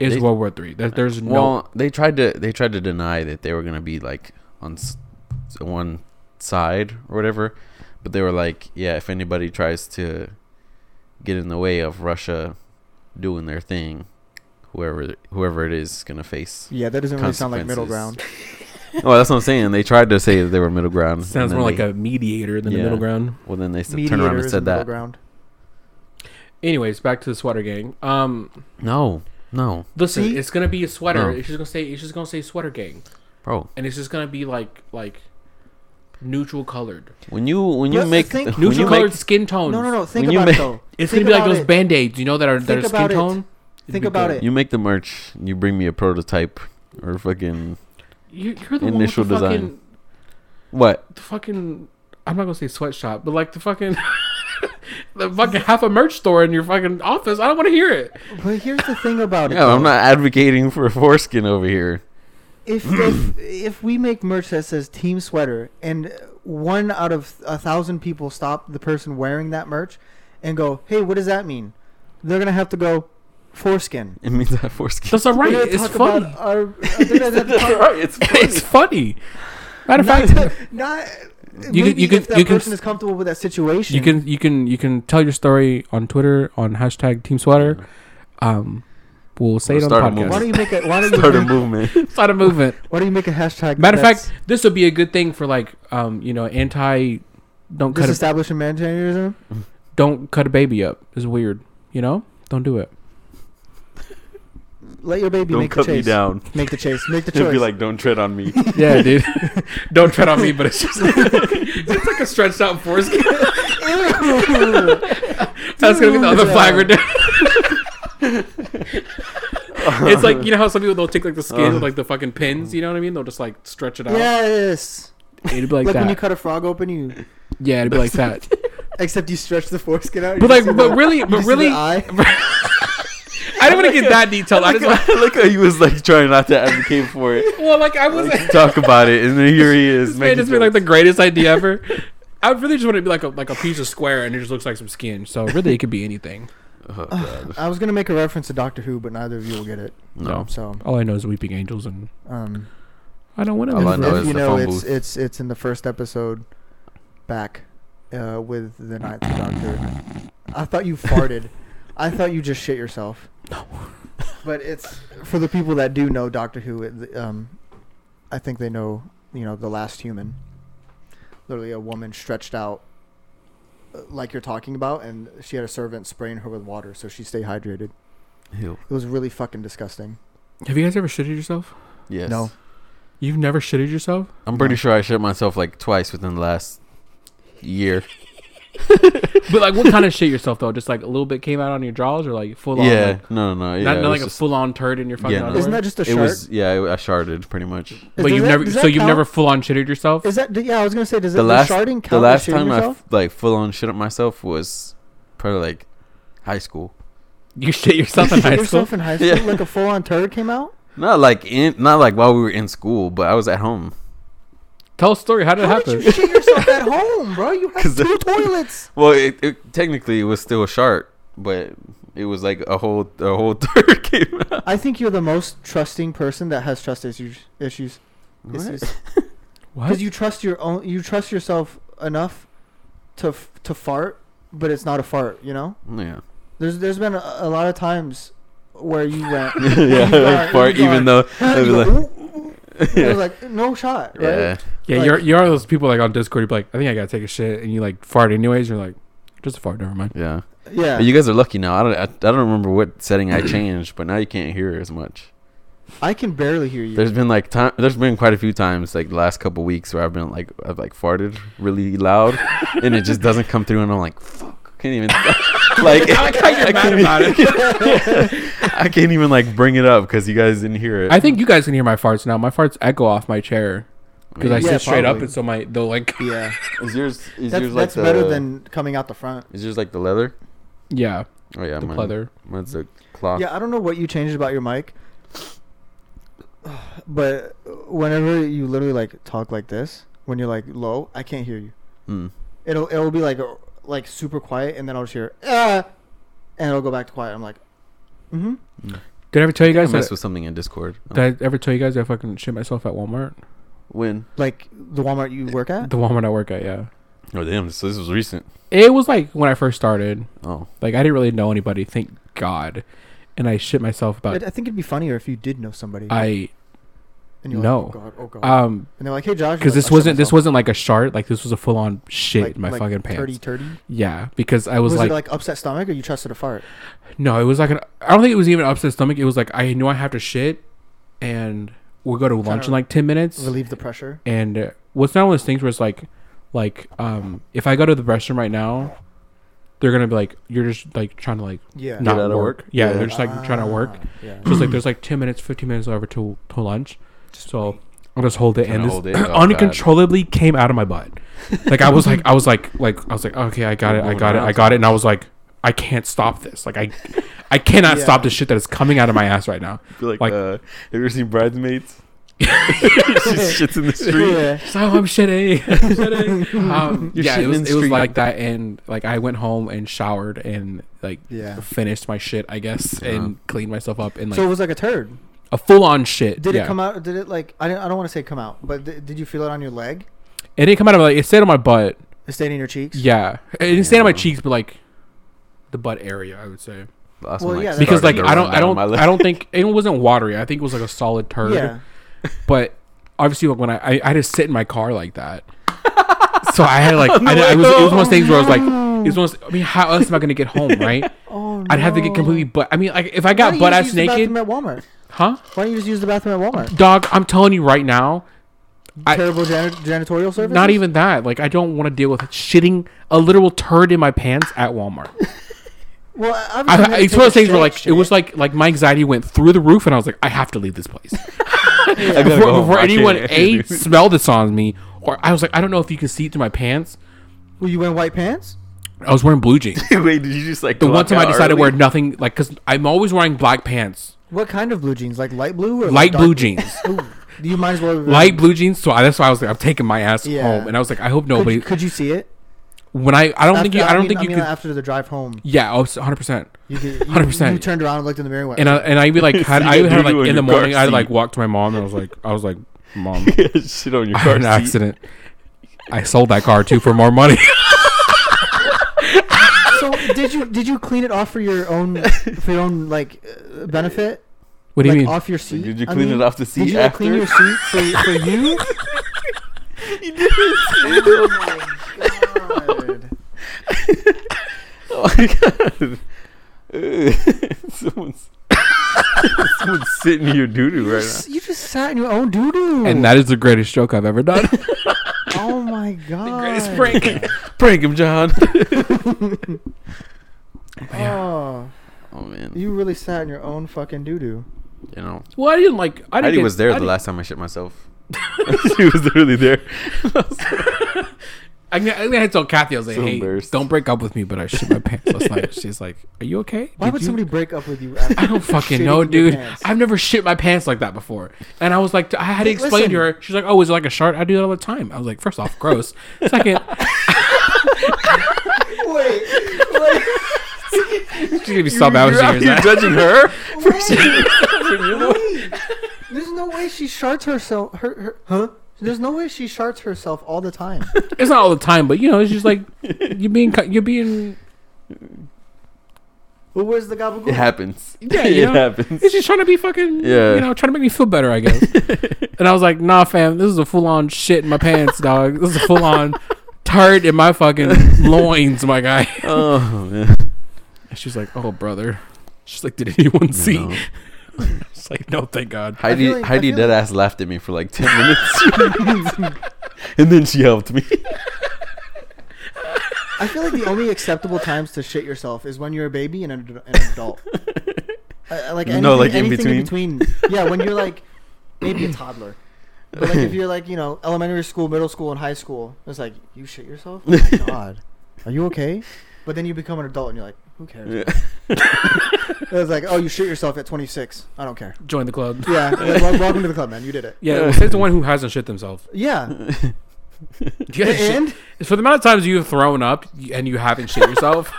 Speaker 3: it's
Speaker 1: they-
Speaker 3: World War Three. There- There's no
Speaker 1: Well, they tried to they tried to deny that they were gonna be like on s- one side or whatever, but they were like, yeah, if anybody tries to get in the way of Russia doing their thing, whoever whoever it is is gonna face.
Speaker 2: Yeah, that doesn't really sound like middle ground.
Speaker 1: Consequences. well, that's what I'm saying. They tried to say that they were middle ground. and
Speaker 3: Sounds
Speaker 1: then
Speaker 3: more like
Speaker 1: they-
Speaker 3: a mediator than a
Speaker 1: Yeah.
Speaker 3: middle ground.
Speaker 1: Well, then they s- turned
Speaker 2: Mediator
Speaker 1: around and
Speaker 2: is the
Speaker 1: said
Speaker 2: middle
Speaker 1: that.
Speaker 2: ground.
Speaker 3: Anyways, back to the sweater gang. Um,
Speaker 1: No, no,
Speaker 3: listen,
Speaker 2: See?
Speaker 3: it's gonna be a sweater.
Speaker 1: No.
Speaker 3: It's just gonna say it's just gonna say sweater gang,
Speaker 1: bro.
Speaker 3: and it's just gonna be like like neutral colored,
Speaker 1: When you when you
Speaker 2: Let's
Speaker 1: make
Speaker 2: think-
Speaker 1: when
Speaker 3: neutral
Speaker 1: you
Speaker 3: colored
Speaker 1: make
Speaker 3: skin tones.
Speaker 2: No, no, no. Think
Speaker 1: When you
Speaker 2: about
Speaker 1: make-
Speaker 2: it though.
Speaker 3: It's
Speaker 2: Think
Speaker 3: gonna be
Speaker 2: about
Speaker 3: like those
Speaker 2: it.
Speaker 3: band aids, you know, that are that
Speaker 2: Think
Speaker 3: are skin
Speaker 2: about it.
Speaker 3: tone. It'd
Speaker 2: Think
Speaker 3: be
Speaker 2: about
Speaker 3: good.
Speaker 2: it.
Speaker 1: you make the merch, you bring me a prototype or fucking
Speaker 3: You, you're the
Speaker 1: Initial
Speaker 3: initial one with the
Speaker 1: design.
Speaker 3: Fucking,
Speaker 1: what?
Speaker 3: the fucking. I'm not gonna say sweatshop, but like the fucking. the fucking half a merch store in your fucking office. I don't want to hear it.
Speaker 2: But here's the thing about it.
Speaker 1: Yeah, I'm
Speaker 2: though.
Speaker 1: not advocating for foreskin over here.
Speaker 2: If, if if we make merch that says team sweater and one out of a thousand people stop the person wearing that merch and go, hey, what does that mean? They're gonna have to go foreskin.
Speaker 1: It means I have foreskin.
Speaker 3: That's not right.
Speaker 2: We're gonna
Speaker 3: It's
Speaker 2: talk
Speaker 3: funny.
Speaker 2: about our- they're gonna have to talk-
Speaker 1: right. It's
Speaker 3: It's funny. Matter of
Speaker 2: not,
Speaker 3: fact,
Speaker 2: not maybe
Speaker 3: You can- you can-
Speaker 2: if that
Speaker 3: you can
Speaker 2: person
Speaker 3: s-
Speaker 2: is comfortable with that situation.
Speaker 3: you can you can you can tell your story on Twitter on hashtag Team Sweater. Um, we'll say
Speaker 1: We'll
Speaker 3: it
Speaker 1: start a
Speaker 3: on the
Speaker 2: Why
Speaker 1: movement.
Speaker 3: podcast.
Speaker 2: don't you make a Why don't
Speaker 1: Start a
Speaker 2: you make,
Speaker 1: movement.
Speaker 3: Start a movement.
Speaker 2: Why don't you make a hashtag?
Speaker 3: Matter of
Speaker 2: that's
Speaker 3: fact, this would be a good thing for like um you know anti don't cut a,
Speaker 2: disestablishing humanitarianism.
Speaker 3: don't cut a baby up is weird. You know, don't do it.
Speaker 2: Let your baby
Speaker 1: Don't
Speaker 2: make the
Speaker 1: cut me
Speaker 2: chase.
Speaker 1: down.
Speaker 2: Make the chase. Make the
Speaker 1: It'd
Speaker 2: choice.
Speaker 1: be like, don't tread on me.
Speaker 3: Yeah, dude. don't tread on me, but it's just it's like a stretched out foreskin.
Speaker 2: Ew.
Speaker 3: That's gonna be the other
Speaker 2: Yeah.
Speaker 3: flag we're doing. it's like you know how some people they'll take like the skin with like the fucking pins, you know what I mean? They'll just like stretch it out.
Speaker 2: yes.
Speaker 3: It'd be like,
Speaker 2: like
Speaker 3: that.
Speaker 2: when you cut a frog open, you
Speaker 3: yeah, it'd be like that.
Speaker 2: except you stretch the foreskin out.
Speaker 3: but like, but really, but really, I
Speaker 2: I
Speaker 3: don't want to get that detailed. I just want,
Speaker 1: I like how he was like trying not to advocate for it.
Speaker 3: well, like I was.
Speaker 1: Like, talk about it, and then here he is
Speaker 3: This may
Speaker 1: making.
Speaker 3: just be like the
Speaker 1: jokes.
Speaker 3: greatest idea ever. I really just want it to be like a like a piece of square, and it just looks like some skin. So really, it could be anything.
Speaker 1: Oh, God.
Speaker 3: Uh,
Speaker 2: was gonna make a reference to Doctor Who, but neither of you will get it.
Speaker 1: No,
Speaker 2: So,
Speaker 3: All I know is weeping angels, and
Speaker 2: um,
Speaker 3: I don't want to.
Speaker 1: All I
Speaker 2: if,
Speaker 1: know
Speaker 2: if
Speaker 1: is
Speaker 2: you
Speaker 1: the
Speaker 2: know,
Speaker 1: phone
Speaker 2: it's
Speaker 1: booth.
Speaker 2: it's it's in the first episode, back, uh, with the Ninth Doctor. I thought you farted. I thought you just shit yourself. No. But it's for the people that do know Doctor Who. It, um, I think they know. You know, the last human, literally a woman stretched out, uh, like you're talking about, and she had a servant spraying her with water so she stayed hydrated.
Speaker 1: Ew.
Speaker 2: It was really fucking disgusting.
Speaker 3: Have you guys ever shitted yourself?
Speaker 1: Yes.
Speaker 2: No.
Speaker 3: You've never shitted yourself?
Speaker 1: I'm pretty sure I shit myself like twice within the last year.
Speaker 3: But like, what kind of shit yourself though? Just like a little bit came out on your jaws, or like full on?
Speaker 1: yeah.
Speaker 3: like,
Speaker 1: no, no, no. Yeah.
Speaker 3: not,
Speaker 1: it
Speaker 3: not
Speaker 1: was
Speaker 3: like a
Speaker 1: just-
Speaker 3: full on turd in your fucking.
Speaker 1: Yeah, no.
Speaker 3: underwear?
Speaker 2: Isn't that just a
Speaker 1: It
Speaker 2: shark?
Speaker 1: was yeah. I I sharded pretty much.
Speaker 3: But
Speaker 2: Does
Speaker 3: you've
Speaker 2: that-
Speaker 3: never,
Speaker 2: does
Speaker 3: so
Speaker 2: that
Speaker 3: you've
Speaker 2: count?
Speaker 3: never full on shitted yourself.
Speaker 2: Is that? d- Yeah, I was gonna say. Does it
Speaker 1: The last
Speaker 2: does sharding count
Speaker 1: the
Speaker 2: as
Speaker 1: last
Speaker 2: shitting
Speaker 1: time I
Speaker 2: yourself?
Speaker 1: f- like full on shit up myself was probably like high school.
Speaker 3: You shit yourself in
Speaker 2: You shit
Speaker 3: high school.
Speaker 2: yourself in high school,
Speaker 1: Yeah.
Speaker 2: like a full-on turd came out.
Speaker 1: Not like in not like while we were in school, but I was at home.
Speaker 3: Tell a story. How did
Speaker 2: How
Speaker 3: it happen?
Speaker 2: did you shit yourself at home, bro? You had
Speaker 1: 'Cause
Speaker 2: two
Speaker 1: the-
Speaker 2: toilets.
Speaker 1: Well, it, it technically it was still a shark, but it was like a whole a whole turd came out.
Speaker 2: I think you're the most trusting person that has trust issues. Issues, because
Speaker 3: what?
Speaker 2: you trust your own. You trust yourself enough to f- to fart, but it's not a fart. You know,
Speaker 1: Yeah.
Speaker 2: there's there's been a, a lot of times where you went.
Speaker 1: yeah,
Speaker 2: gone,
Speaker 1: fart,
Speaker 2: you
Speaker 1: even
Speaker 2: gone.
Speaker 1: though I was
Speaker 2: you
Speaker 1: like,
Speaker 2: go, "Ooh, ooh," and it was like no shot. Right?
Speaker 1: yeah,
Speaker 3: Yeah,
Speaker 2: Like-
Speaker 3: you're you're one of those people like on Discord. You're like, I think I gotta take a shit, and you like fart anyways. You're like, just a fart. Never mind.
Speaker 1: yeah.
Speaker 2: Yeah.
Speaker 1: But you guys are lucky now. I don't, I, I don't remember what setting I changed, but now you can't hear as much.
Speaker 2: I can barely hear you.
Speaker 1: There's been like time. There's been quite a few times like the last couple weeks where I've been like I've like farted really loud, and it just doesn't come through, and I'm like, fuck, can't even. like
Speaker 3: I like how you're mad
Speaker 1: can't
Speaker 3: about
Speaker 1: even- I can't even like bring it up because you guys didn't hear it.
Speaker 3: I think you guys can hear my farts now. My farts echo off my chair because I
Speaker 2: Yeah,
Speaker 3: sit straight up,
Speaker 2: probably.
Speaker 3: and so my they'll like
Speaker 2: yeah.
Speaker 1: is yours is
Speaker 2: That's,
Speaker 1: yours like
Speaker 2: that's
Speaker 1: the,
Speaker 2: better than coming out the front.
Speaker 1: is yours like the leather?
Speaker 3: yeah
Speaker 1: Oh yeah,
Speaker 3: the
Speaker 1: mine,
Speaker 3: pleather.
Speaker 1: Mine's the cloth.
Speaker 2: Yeah, I don't know what you changed about your mic, but whenever you literally like talk like this, when you're like low, I can't hear you.
Speaker 1: Mm.
Speaker 2: It'll it'll be like uh, like super quiet, and then I'll just hear ah, and it'll go back to quiet. I'm like, mm-hmm.
Speaker 3: Did I ever tell you
Speaker 1: I
Speaker 3: guys
Speaker 1: messed
Speaker 3: that?
Speaker 1: with something in Discord. Oh.
Speaker 3: Did I ever tell you guys I fucking shit myself at Walmart?
Speaker 1: When?
Speaker 2: Like the Walmart you work at.
Speaker 3: The Walmart I work at, yeah.
Speaker 1: Oh damn! So this was recent.
Speaker 3: It was like when I first started.
Speaker 1: Oh,
Speaker 3: Like I didn't really know anybody. Thank God. And I shit myself
Speaker 2: I,
Speaker 3: about.
Speaker 2: I think it'd be funnier if you did know somebody.
Speaker 3: I
Speaker 2: and you're
Speaker 3: no.
Speaker 2: Like, oh god, oh god.
Speaker 3: um
Speaker 2: and they're like, hey Josh,
Speaker 3: because
Speaker 2: you're like, "I
Speaker 3: this
Speaker 2: shit
Speaker 3: wasn't this
Speaker 2: myself."
Speaker 3: wasn't like a shart. Like this was a full on shit
Speaker 2: Like-
Speaker 3: in my
Speaker 2: like
Speaker 3: fucking pants.
Speaker 2: Turdy, turdy.
Speaker 3: Yeah, because I was,
Speaker 2: Was,
Speaker 3: like,
Speaker 2: it like upset stomach, or you trusted a fart?
Speaker 3: no, it was like an. I don't think it was even upset stomach. It was like I knew I have to shit, and we'll go to lunch
Speaker 2: to
Speaker 3: in like ten minutes.
Speaker 2: Relieve the pressure.
Speaker 3: and uh, what's not one of those things where it's like like um if i go to the restroom right now they're gonna be like you're just like trying to like
Speaker 2: Yeah.
Speaker 3: not
Speaker 1: out
Speaker 3: work.
Speaker 1: of work?
Speaker 3: yeah,
Speaker 1: Yeah.
Speaker 3: they're just like trying to work
Speaker 2: Ah, Yeah.
Speaker 3: so it's like there's like 10 minutes 15 minutes over to to lunch so i'll just hold it
Speaker 1: Trying to
Speaker 3: and this
Speaker 1: hold it? Oh, God.
Speaker 3: uncontrollably came out of my butt Like I was like I was like like I was like okay I got it I got it I got it and I was like I can't stop this like I I cannot
Speaker 2: Yeah.
Speaker 3: stop this shit that is coming out of my ass right now.
Speaker 1: Like,
Speaker 3: Like-
Speaker 1: uh, have you ever seen Bridesmaids? she shits in the street.
Speaker 2: Yeah.
Speaker 3: So I'm shitty. shitty. Um,
Speaker 1: You're
Speaker 3: yeah,
Speaker 1: shitting
Speaker 3: it
Speaker 1: in
Speaker 3: was,
Speaker 1: the
Speaker 3: it was
Speaker 1: street.
Speaker 3: like that, and like I went home and showered and like
Speaker 2: Yeah.
Speaker 3: finished my shit, I guess, and cleaned myself up and like
Speaker 2: so it was like a turd.
Speaker 3: a full on shit.
Speaker 2: Did
Speaker 3: yeah.
Speaker 2: it come out? Did it like? I, didn't, I don't want to say come out, but th- did you feel it on your leg?
Speaker 3: It didn't come out of like it stayed on my butt.
Speaker 2: It stayed in your cheeks.
Speaker 3: Yeah, it didn't stay on my
Speaker 1: Yeah.
Speaker 3: cheeks, but like the butt area, I would say.
Speaker 1: That's
Speaker 2: Well,
Speaker 1: when,
Speaker 2: yeah, that's-
Speaker 3: Because like
Speaker 1: started to
Speaker 3: I don't,
Speaker 1: run
Speaker 3: I
Speaker 1: down
Speaker 3: don't,
Speaker 1: my leg.
Speaker 3: I don't think it wasn't watery. I think it was like a solid turd.
Speaker 2: Yeah.
Speaker 3: But obviously, like when I, I, I had to sit in my car like that. so I had like, I, I was, it was one of those things where I was like, it was one of those, I mean, how else am I gonna get home, right?
Speaker 2: Oh no.
Speaker 3: I'd have to get completely butt. I mean, like if I
Speaker 2: Why don't
Speaker 3: got
Speaker 2: you
Speaker 3: butt
Speaker 2: just
Speaker 3: ass
Speaker 2: use the bathroom at
Speaker 3: naked,
Speaker 2: Walmart.
Speaker 3: huh?
Speaker 2: Why don't you just use the bathroom at Walmart?
Speaker 3: Dog, I'm telling you right now, I-
Speaker 2: Terrible janit- janitorial service.
Speaker 3: not even that. Like I don't want to deal with shitting a literal turd in my pants at Walmart.
Speaker 2: Well,
Speaker 3: I,
Speaker 2: obviously
Speaker 3: I-
Speaker 2: they
Speaker 3: it's
Speaker 2: take a
Speaker 3: one of those things where
Speaker 2: shit
Speaker 3: like it was like like my anxiety went through the roof, and I was like, I have to leave this place
Speaker 1: I gotta
Speaker 3: before,
Speaker 1: go home.
Speaker 3: before
Speaker 1: I can't-
Speaker 3: anyone
Speaker 1: I can't
Speaker 3: a
Speaker 1: do this.
Speaker 3: smell this on me, or I was like, I don't know if you can see it through my pants.
Speaker 2: Were you wearing white pants?
Speaker 3: I was wearing blue jeans.
Speaker 1: Wait, did you just like
Speaker 3: The one
Speaker 1: clock
Speaker 3: time I
Speaker 1: out
Speaker 3: decided to
Speaker 1: early?
Speaker 3: wear nothing, like because I'm always wearing black pants,
Speaker 2: What kind of blue jeans? Like light blue or
Speaker 3: light
Speaker 2: like dark
Speaker 3: blue jeans,
Speaker 2: Ooh, you might as well
Speaker 3: light blue jeans. So I, that's why I was like, I'm taking my ass
Speaker 2: Yeah.
Speaker 3: home, and I was like, I hope
Speaker 2: Could,
Speaker 3: nobody.
Speaker 2: could you see it?
Speaker 3: when I I don't think you
Speaker 2: After-
Speaker 3: I don't
Speaker 2: mean-
Speaker 3: think you
Speaker 2: mean,
Speaker 3: could.
Speaker 2: after the drive home,
Speaker 3: Yeah, I was 100. percent
Speaker 2: you could. Hundred
Speaker 3: 100%.
Speaker 2: percent. You turned around and looked in the mirror. And went,
Speaker 3: And I and I be like had
Speaker 1: See
Speaker 3: I
Speaker 1: that
Speaker 3: had
Speaker 1: dude
Speaker 3: like
Speaker 1: in
Speaker 3: in the
Speaker 1: your car
Speaker 3: morning I like
Speaker 1: seat.
Speaker 3: walked to my mom and I was like I was like mom
Speaker 1: shit on your
Speaker 3: I
Speaker 1: car
Speaker 3: had an
Speaker 1: seat.
Speaker 3: accident. I sold that car too for more money.
Speaker 2: so did you did you clean it off for your own for your own like uh, benefit?
Speaker 3: What do you
Speaker 2: like
Speaker 3: mean?
Speaker 2: off your seat?
Speaker 1: Did you
Speaker 2: I
Speaker 1: clean
Speaker 2: mean,
Speaker 1: it off the seat
Speaker 2: Did you like,
Speaker 1: after?
Speaker 2: clean your seat for, for you? oh my god!
Speaker 1: Oh my god. Ugh. someone's, someone's sitting in your doo doo right now.
Speaker 2: You just sat in your own doo doo.
Speaker 3: And that is the greatest joke I've ever done.
Speaker 2: Oh my god!
Speaker 1: prank him, John.
Speaker 2: Oh,
Speaker 1: Oh man,
Speaker 2: you really sat in your own fucking doo doo.
Speaker 1: you know,
Speaker 3: Well, I didn't like. I didn't.
Speaker 1: Heidi
Speaker 3: get-
Speaker 1: was there
Speaker 3: I
Speaker 1: the
Speaker 3: didn't-
Speaker 1: last time I shit myself. she was literally there.
Speaker 3: I, mean, I think I had to tell Kathy I was like,
Speaker 1: So
Speaker 3: "Hey,
Speaker 1: embarrassed.
Speaker 3: don't break up with me,but I shit my pants last night." She's like, "Are you okay?"
Speaker 2: Why
Speaker 3: Did
Speaker 2: would
Speaker 3: you-
Speaker 2: somebody break up with you? After
Speaker 3: I don't fucking
Speaker 2: shitting
Speaker 3: know,
Speaker 2: in your
Speaker 3: dude.
Speaker 2: pants?
Speaker 3: I've never shit my pants like that before. And I was like, I had to
Speaker 2: Hey,
Speaker 3: explain
Speaker 2: listen.
Speaker 3: to her. She's like, "Oh, is it like a shark? I do that all the time." I was like, first off, gross. Second,
Speaker 2: Wait, wait.
Speaker 3: she's gonna be so bad when
Speaker 1: You're
Speaker 3: she
Speaker 1: out
Speaker 3: hears
Speaker 1: here
Speaker 3: that.
Speaker 1: judging her.
Speaker 2: Wait. There's no way she sharts herself. Her, her, huh? There's no way she sharts herself all the time.
Speaker 3: It's not all the time, but you know, it's just like you're being, cu- you're being.
Speaker 2: Well, where's the gabagool?
Speaker 1: It happens.
Speaker 3: Yeah,
Speaker 1: it
Speaker 3: you know,
Speaker 1: happens.
Speaker 3: It's just trying to be fucking.
Speaker 1: Yeah.
Speaker 3: You know, trying to make me feel better, I guess. and I was like, Nah, fam, this is a full on shit in my pants, dog. This is a full on turd in my fucking loins, my guy.
Speaker 1: Oh man.
Speaker 3: And she's like, Oh, brother. She's like, Did anyone see?
Speaker 1: know.
Speaker 3: It's like, No, thank God.
Speaker 1: Heidi,
Speaker 2: feel like- I
Speaker 1: Heidi
Speaker 2: feel like-
Speaker 1: deadass laughed at me for like ten minutes, and then she helped me.
Speaker 2: Oh I feel like the only acceptable times to shit yourself is when you're a baby and an, ad- an adult. I, I like anything,
Speaker 1: No, like, in
Speaker 2: anything in between. Yeah, when you're like maybe a toddler. But like if you're like you know elementary school, middle school, and high school, it's like you shit yourself. Oh my God, are you okay? But then you become an adult and you're like, who cares?
Speaker 1: Yeah.
Speaker 2: It's like, oh, you shit yourself at 26. I don't care.
Speaker 3: Join the club.
Speaker 2: Yeah, like, wel- welcome to the club, man. You did it.
Speaker 3: Yeah, well, says the one who hasn't shit themselves.
Speaker 2: Yeah,
Speaker 3: You gotta shit-
Speaker 2: and
Speaker 3: For the amount of times you've thrown up and you haven't shit yourself,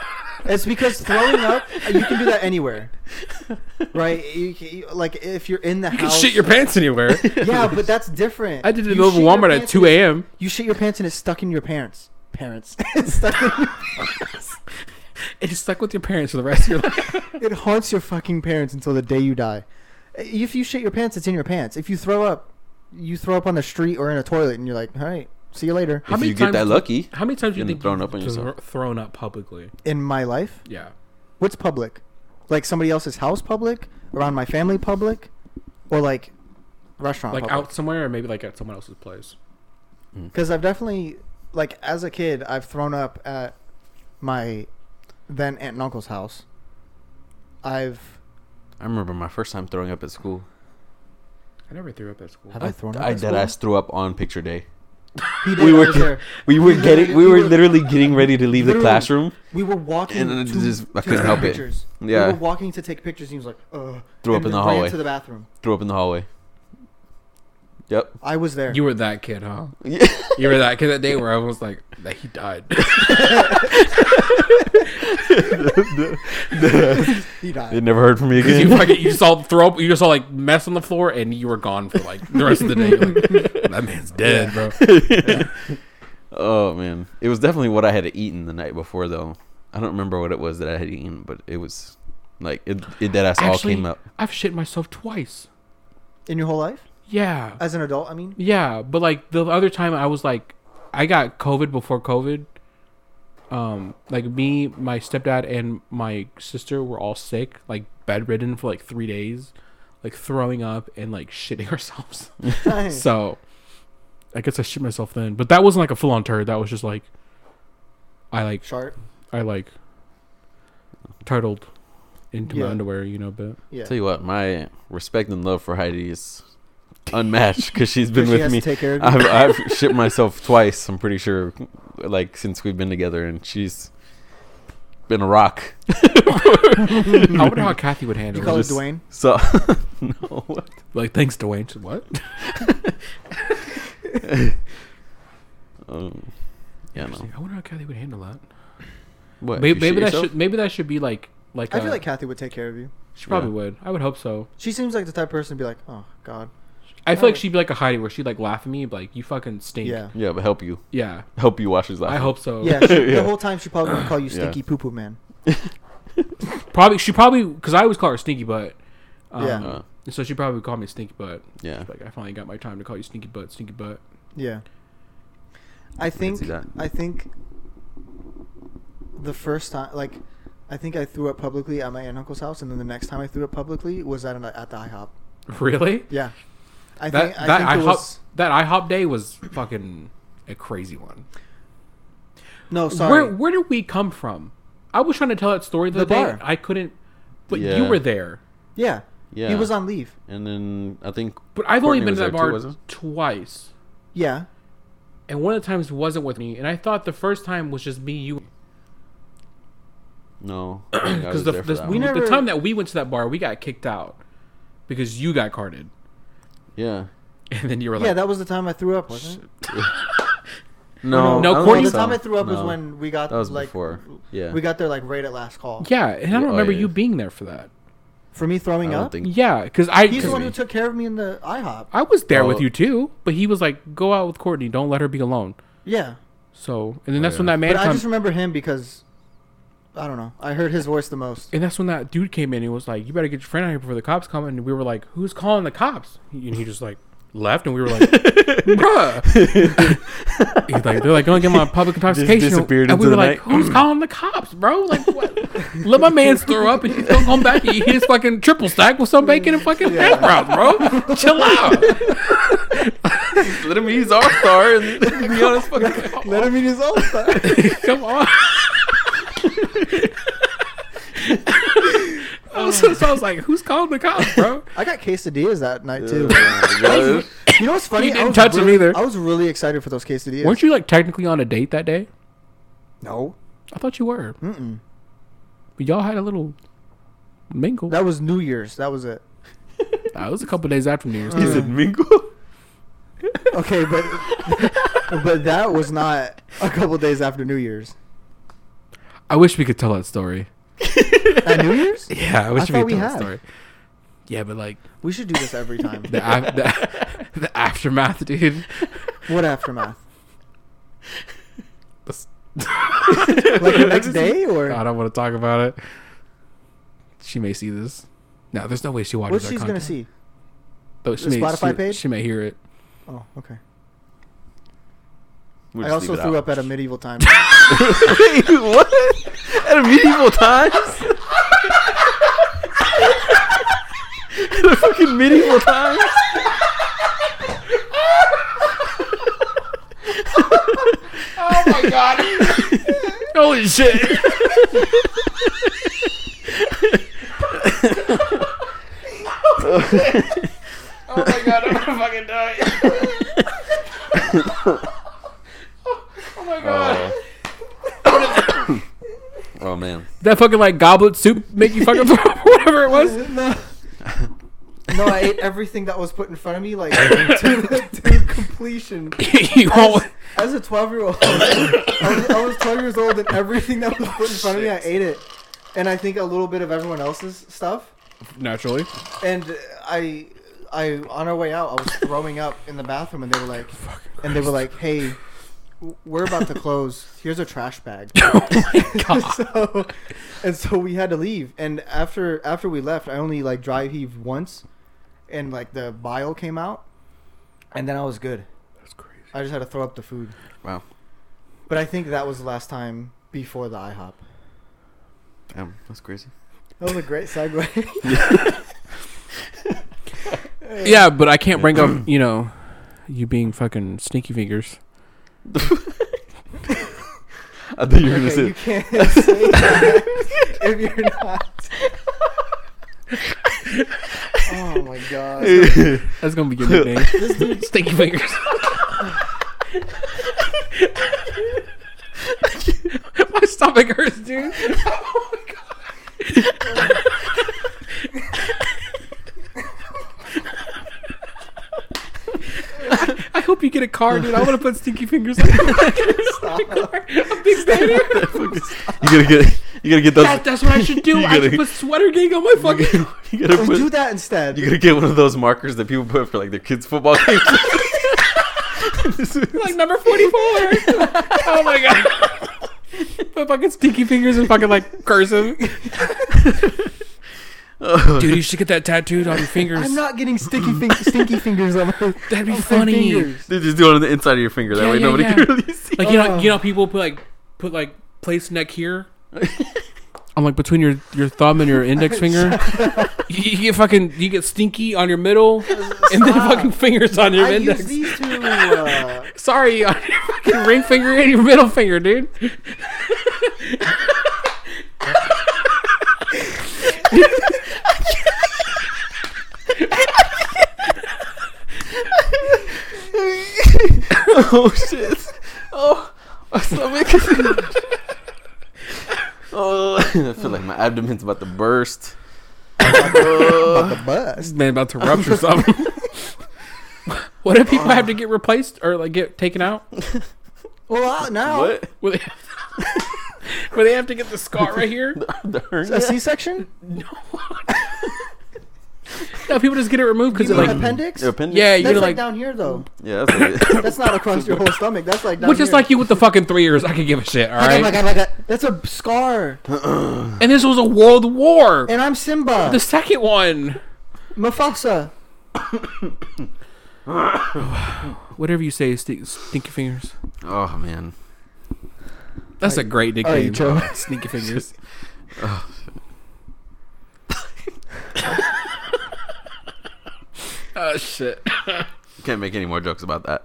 Speaker 2: It's because throwing up, uh, you can do that anywhere, right? You, can, you like if you're in the
Speaker 3: you can
Speaker 2: house.
Speaker 3: shit your pants anywhere.
Speaker 2: yeah, but that's different.
Speaker 3: I did it in
Speaker 2: You
Speaker 3: the middle
Speaker 2: shit
Speaker 3: of
Speaker 2: your
Speaker 3: Walmart at
Speaker 2: pants
Speaker 3: 2
Speaker 2: and it's-
Speaker 3: a.m.
Speaker 2: You shit your pants and it's stuck in your parents. Parents, it's stuck in.
Speaker 3: It is stuck with your parents for the rest of your life.
Speaker 2: It haunts your fucking parents until the day you die. If you shit your pants, it's in your pants. If you throw up, you throw up on the street or in a toilet, and you're like, all right, see you later.
Speaker 3: How
Speaker 1: if
Speaker 3: many
Speaker 1: you get
Speaker 3: times
Speaker 1: that
Speaker 3: do-
Speaker 1: lucky,
Speaker 3: How many times do you
Speaker 1: Getting
Speaker 3: think
Speaker 1: thrown
Speaker 3: you've
Speaker 1: up on
Speaker 3: thro-
Speaker 1: yourself.
Speaker 3: Thrown up publicly.
Speaker 2: In my life,
Speaker 3: Yeah.
Speaker 2: what's public? Like somebody else's house, public around my family, public, or like restaurant,
Speaker 3: like
Speaker 2: public?
Speaker 3: out somewhere or maybe like at someone else's place.
Speaker 2: Because I've definitely, like, as a kid, I've thrown up at my then aunt and uncle's house. I've
Speaker 1: I remember my first time throwing up at school.
Speaker 3: I never threw up at school.
Speaker 2: have I,
Speaker 1: I,
Speaker 2: thrown up?
Speaker 1: I
Speaker 2: at
Speaker 1: deadass threw up on picture day.
Speaker 2: school? He
Speaker 1: We
Speaker 2: I
Speaker 1: were
Speaker 2: was
Speaker 1: kid-
Speaker 2: there.
Speaker 1: We were getting, we
Speaker 2: We
Speaker 1: were
Speaker 2: were-
Speaker 1: literally getting ready to leave the
Speaker 2: Literally.
Speaker 1: classroom.
Speaker 2: We were walking.
Speaker 1: And then
Speaker 2: to,
Speaker 1: just- I
Speaker 2: to
Speaker 1: couldn't
Speaker 2: take
Speaker 1: help it.
Speaker 2: pictures.
Speaker 1: Yeah.
Speaker 2: We were walking to take pictures. And he was like, "Uh."
Speaker 1: Threw up
Speaker 2: and
Speaker 1: in the
Speaker 2: ran
Speaker 1: hallway.
Speaker 2: To the bathroom.
Speaker 1: Threw up in the hallway. Yep.
Speaker 2: I was there.
Speaker 3: You were that kid, huh?
Speaker 1: Yeah.
Speaker 3: You were that kid that day where I was like, that he died.
Speaker 2: he died.
Speaker 1: It never heard from me
Speaker 3: Because you
Speaker 1: again.
Speaker 3: fucking, you saw throw up, you just saw like mess on the floor, and you were gone for like the rest of the day. You're like, that man's dead, bro.
Speaker 1: Oh man, it was definitely what I had eaten the night before though. I don't remember what it was that I had eaten, but it was like it, it that ass all
Speaker 3: Actually-
Speaker 1: came up.
Speaker 3: I've shit myself twice.
Speaker 2: In your whole life,
Speaker 3: Yeah,
Speaker 2: as an adult, I mean,
Speaker 3: yeah, but like the other time, I was like, I got COVID before COVID. Um, like me, my stepdad, and my sister were all sick, like bedridden for like three days, like throwing up and like shitting ourselves.
Speaker 2: Hmm.
Speaker 3: So I guess I shit myself then. But that wasn't like a full on turd. That was just like I like
Speaker 2: sharp.
Speaker 3: I like turtled into
Speaker 2: Yeah.
Speaker 3: my underwear, you know, but
Speaker 2: Yeah.
Speaker 1: Tell you what, my respect and love for Heidi is unmatched because she's
Speaker 2: Because
Speaker 1: been with
Speaker 2: she has
Speaker 1: me.
Speaker 2: To take care of you.
Speaker 1: I've, I've shit myself twice. I'm pretty sure, like since we've been together, and she's been a rock.
Speaker 3: I wonder how Kathy would
Speaker 2: you
Speaker 3: handle
Speaker 2: call
Speaker 3: it.
Speaker 2: it
Speaker 1: just-
Speaker 2: Dwayne.
Speaker 1: So no,
Speaker 3: Like, thanks, Dwayne. She's, What?
Speaker 1: um, yeah, no.
Speaker 3: I wonder how Kathy would handle that.
Speaker 1: What?
Speaker 3: maybe
Speaker 1: you shit
Speaker 3: maybe that
Speaker 1: yourself?
Speaker 3: should maybe that should be like like
Speaker 2: I feel
Speaker 1: uh,
Speaker 3: a-
Speaker 2: like Kathy would take care of you.
Speaker 3: she probably
Speaker 1: Yeah.
Speaker 3: would. I would hope so.
Speaker 2: She seems like the type of person to be like, "Oh God,
Speaker 3: I feel like
Speaker 2: Alright.
Speaker 3: she'd be like a Heidi where she'd like laugh at me, be like you fucking stink.
Speaker 2: yeah,
Speaker 1: Yeah, but help you,
Speaker 3: Yeah.
Speaker 1: help you wash his life.
Speaker 3: I hope so.
Speaker 2: yeah." She,
Speaker 1: Oh. Yeah.
Speaker 2: The whole time she probably would call you
Speaker 1: Yeah.
Speaker 2: stinky poo poo man.
Speaker 3: Probably she probably because I always call her Stinky Butt. Um,
Speaker 2: Yeah.
Speaker 1: Uh,
Speaker 3: So she probably would call me Stinky Butt.
Speaker 1: yeah,
Speaker 3: Like I finally got my time to call you Stinky Butt, Stinky Butt.
Speaker 2: Yeah. I think
Speaker 1: see that.
Speaker 2: I think the first time, like, I think I threw up publicly at my aunt and uncle's house, and then the next time I threw up publicly was at an, at the IHOP.
Speaker 3: Really?
Speaker 2: Yeah. I
Speaker 3: that
Speaker 2: think I
Speaker 3: that
Speaker 2: think
Speaker 3: IHOP
Speaker 2: it was
Speaker 3: that IHOP day was fucking a crazy one.
Speaker 2: no sorry.
Speaker 3: Where where did we come from? I was trying to tell that story the,
Speaker 2: The
Speaker 3: other day.
Speaker 2: bar.
Speaker 3: I couldn't, but you
Speaker 1: Yeah.
Speaker 3: were there.
Speaker 2: yeah.
Speaker 1: yeah.
Speaker 2: He was on leave.
Speaker 1: and then I think
Speaker 3: But I've
Speaker 1: Courtney
Speaker 3: only been
Speaker 1: was
Speaker 3: to
Speaker 1: there
Speaker 3: that
Speaker 1: too,
Speaker 3: bar
Speaker 1: wasn't
Speaker 3: twice,
Speaker 2: Yeah.
Speaker 3: and one of the times wasn't with me. And I thought the first time was just me, you.
Speaker 1: no, because
Speaker 3: Because the, the,
Speaker 2: We
Speaker 3: the
Speaker 2: never-
Speaker 3: time that we went to that bar, we got kicked out because you got carded,
Speaker 1: yeah.
Speaker 3: and then you were like,
Speaker 2: yeah, that was the time I threw up, wasn't it?
Speaker 1: No,
Speaker 3: no,
Speaker 1: I don't
Speaker 3: Courtney-
Speaker 1: think
Speaker 2: the time
Speaker 1: so.
Speaker 2: I threw up was
Speaker 1: No.
Speaker 2: when we got
Speaker 1: that was
Speaker 2: like
Speaker 1: before. Yeah,
Speaker 2: we got there like right at last call.
Speaker 3: yeah," and I
Speaker 1: Yeah,
Speaker 3: don't
Speaker 1: oh,
Speaker 3: remember
Speaker 1: yeah.
Speaker 3: you being there for that.
Speaker 2: For me
Speaker 1: I
Speaker 2: throwing
Speaker 1: don't
Speaker 2: up.
Speaker 1: think
Speaker 3: Yeah, because I
Speaker 2: He's the one who
Speaker 1: me.
Speaker 2: took care of me in the IHOP.
Speaker 3: I was there with
Speaker 1: Oh.
Speaker 3: you too, but he was like, "Go out with Courtney. Don't let her be alone."
Speaker 2: Yeah.
Speaker 3: So, and then
Speaker 1: Oh,
Speaker 3: that's when
Speaker 1: yeah.
Speaker 3: that man
Speaker 2: But I
Speaker 3: comes,
Speaker 2: just remember him because I don't know. I heard his voice the most.
Speaker 3: and that's when that dude came in. and was like, "You better get your friend out here before the cops come." And we were like, "Who's calling the cops?" And he just like left, and we were like, "Bruh." He's like, "They're like, going to get my public intoxication."
Speaker 1: disappeared
Speaker 3: and we
Speaker 1: into
Speaker 3: were
Speaker 1: the
Speaker 3: like, "Who's calling the cops, bro? Like, what? let my man's throw up, and he's gonna come back and eat his fucking triple stack with some bacon and fucking hash browns, bro. Chill out."
Speaker 1: let him he's our star and be on his fucking.
Speaker 2: Let him in his own stuff.
Speaker 3: Come on. I was, so I was like, who's calling the cops, bro?
Speaker 2: I got quesadillas that night too.
Speaker 1: Yeah.
Speaker 2: You know what's funny?
Speaker 3: He didn't
Speaker 2: I was
Speaker 3: touch them
Speaker 2: really,
Speaker 3: either.
Speaker 2: I was really excited for those quesadillas.
Speaker 3: Weren't you like technically on a date that day?
Speaker 2: No.
Speaker 3: I thought you were.
Speaker 2: Mm-mm.
Speaker 3: But y'all had a little mingle. That,
Speaker 2: That was New Year's. That was it.
Speaker 3: was a couple days after New Year's.
Speaker 1: He
Speaker 3: too.
Speaker 1: said mingle.
Speaker 2: Okay, but but that was not a couple days after New Year's.
Speaker 3: I wish we could tell that story.
Speaker 2: At New Year's,
Speaker 3: Yeah, I
Speaker 2: I
Speaker 3: wish we
Speaker 2: thought
Speaker 3: could
Speaker 2: we
Speaker 3: tell that
Speaker 2: had.
Speaker 3: story. Yeah, but like
Speaker 2: we should do this every time.
Speaker 3: the, af- the, the aftermath, dude.
Speaker 2: What aftermath?
Speaker 3: That's-
Speaker 2: Like the next day,
Speaker 3: I
Speaker 2: or
Speaker 3: don't want to talk about it. She may see this. No, there's no way she
Speaker 2: what
Speaker 3: watches our
Speaker 2: she's gonna
Speaker 3: content.
Speaker 2: see?
Speaker 3: Though she
Speaker 2: The
Speaker 3: may,
Speaker 2: Spotify
Speaker 3: she,
Speaker 2: page?
Speaker 3: She may hear it.
Speaker 2: Oh, okay.
Speaker 1: We'll
Speaker 2: I
Speaker 1: just
Speaker 2: also
Speaker 1: leave it
Speaker 2: threw
Speaker 1: out.
Speaker 2: up at a medieval time.
Speaker 1: Wait, what? At a medieval times? At a fucking medieval times?
Speaker 3: Oh my god! Holy shit! oh my god! I'm gonna fucking die. my
Speaker 1: Oh. oh man.
Speaker 3: that fucking like goblet soup make you fucking throw up, whatever it was.
Speaker 2: no. no, I ate everything that was put in front of me, like to, to completion.
Speaker 3: you all,
Speaker 2: As, as a twelve-year-old, I, was- I was twelve years old, and everything that was put in front of me, I ate it, and I think a little bit of everyone else's stuff.
Speaker 3: naturally.
Speaker 2: And I, I on our way out, I was throwing up in the bathroom, and they were like, and they were like, "Hey, w- we're about to close. Here's a trash bag."
Speaker 3: oh my god.
Speaker 2: so, and so we had to leave. And after after we left, I only like dry heaved once, and like the bile came out, and then I was good.
Speaker 3: That's crazy.
Speaker 2: I just had to throw up the food.
Speaker 1: Wow.
Speaker 2: But I think that was the last time before the IHOP.
Speaker 1: Damn, that's crazy.
Speaker 2: That was a great segue.
Speaker 3: Yeah, but I can't bring up you know you being fucking sneaky fingers.
Speaker 1: I thought you were gonna
Speaker 2: okay,
Speaker 1: say
Speaker 2: you can't say that if you're not. oh my god!
Speaker 3: That's gonna be your nickname.
Speaker 2: This dude
Speaker 3: stinky fingers. my stomach hurts, dude. Oh my god. I hope you get a car, dude. I want to put stinky fingers on your a big banner.
Speaker 1: you gotta get you gotta get those
Speaker 3: That, that's what I should do.
Speaker 1: You
Speaker 3: I should
Speaker 1: gotta-
Speaker 3: put sweater gang on my fucking.
Speaker 1: you gotta
Speaker 2: Let's do
Speaker 1: put,
Speaker 2: that instead.
Speaker 1: you gotta get one of those markers that people put for like their kids football games.
Speaker 3: like number 44. oh my god. Put fucking stinky fingers and fucking like cursive. Dude, you should get that tattooed on your fingers.
Speaker 2: I'm not getting sticky fin- stinky fingers on my.
Speaker 3: That'd be
Speaker 2: on my
Speaker 3: funny.
Speaker 2: fingers.
Speaker 1: They just do it on the inside of your finger. That
Speaker 3: Yeah,
Speaker 1: way
Speaker 3: yeah,
Speaker 1: nobody
Speaker 3: yeah.
Speaker 1: can really see.
Speaker 3: Like you know,
Speaker 2: Oh.
Speaker 3: you know, people put like put like place neck here. I'm like between your your thumb and your index finger. you, you get fucking you get stinky on your middle, and then
Speaker 2: Stop.
Speaker 3: fucking fingers on your
Speaker 2: I
Speaker 3: index.
Speaker 2: use these two. Uh,
Speaker 3: Sorry, on your fucking ring finger and your middle finger, dude.
Speaker 1: oh shit! Oh, my stomach. oh, I feel like my abdomen's about to burst.
Speaker 2: the bus.
Speaker 3: This man about to rupture something. what if people have to get replaced or like get taken out?
Speaker 2: Well, uh, now
Speaker 1: What?
Speaker 3: Will they, will they have to get the scar right here?
Speaker 1: The
Speaker 2: a
Speaker 1: hernia?
Speaker 2: C-section?
Speaker 3: No, people just get it removed because
Speaker 2: You mean
Speaker 3: like
Speaker 2: appendix?
Speaker 1: Your appendix?
Speaker 3: yeah,
Speaker 2: That's
Speaker 3: you're
Speaker 2: like,
Speaker 3: like,
Speaker 2: down here though.
Speaker 1: Yeah, that's like it.
Speaker 2: That's not across your whole stomach. That's like down
Speaker 3: which is
Speaker 2: here.
Speaker 3: like you with the fucking three years. I could give a shit. All
Speaker 2: Like,
Speaker 3: right.
Speaker 2: oh my god, like that. That's a scar.
Speaker 3: And this was a world war.
Speaker 2: And I'm Simba.
Speaker 3: the second one.
Speaker 2: Mufasa.
Speaker 3: Whatever you say, st- stinky fingers.
Speaker 1: Oh man.
Speaker 3: That's a great
Speaker 2: oh, you
Speaker 3: nickname.
Speaker 2: chose.
Speaker 3: stinky fingers. oh shit.
Speaker 1: You can't make any more jokes about that.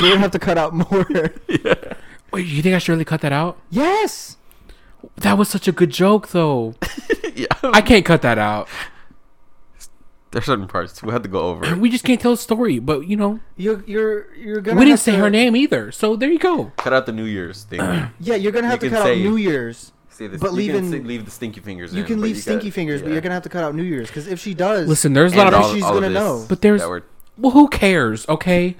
Speaker 2: We're gonna have to cut out more.
Speaker 3: Wait, you think I should really cut that out?
Speaker 2: yes.
Speaker 3: That was such a good joke, though.
Speaker 1: yeah,
Speaker 3: I can't cut that out.
Speaker 1: there's certain parts we had to go over.
Speaker 3: We just can't tell a story. But you know,
Speaker 2: You're you're you're gonna.
Speaker 3: we didn't
Speaker 2: have
Speaker 3: say
Speaker 2: to-
Speaker 3: her name either. So there you go.
Speaker 1: Cut out the New Year's thing.
Speaker 2: Yeah, you're gonna have
Speaker 1: You
Speaker 2: to
Speaker 1: can
Speaker 2: cut out
Speaker 1: say-
Speaker 2: New Year's.
Speaker 1: See this,
Speaker 2: But
Speaker 1: you can
Speaker 2: leaving-
Speaker 1: si- leave the stinky fingers.
Speaker 2: You
Speaker 1: in,
Speaker 2: can
Speaker 1: but
Speaker 2: leave
Speaker 1: got-
Speaker 2: stinky fingers, but
Speaker 1: yeah.
Speaker 2: you're gonna have to cut out New Year's because if she does,
Speaker 3: Listen, there's a
Speaker 1: And
Speaker 3: lot of
Speaker 1: all-
Speaker 2: she's
Speaker 1: all of
Speaker 2: gonna
Speaker 1: this.
Speaker 2: know.
Speaker 3: But there's-
Speaker 1: That word.
Speaker 3: Well, who cares? Okay,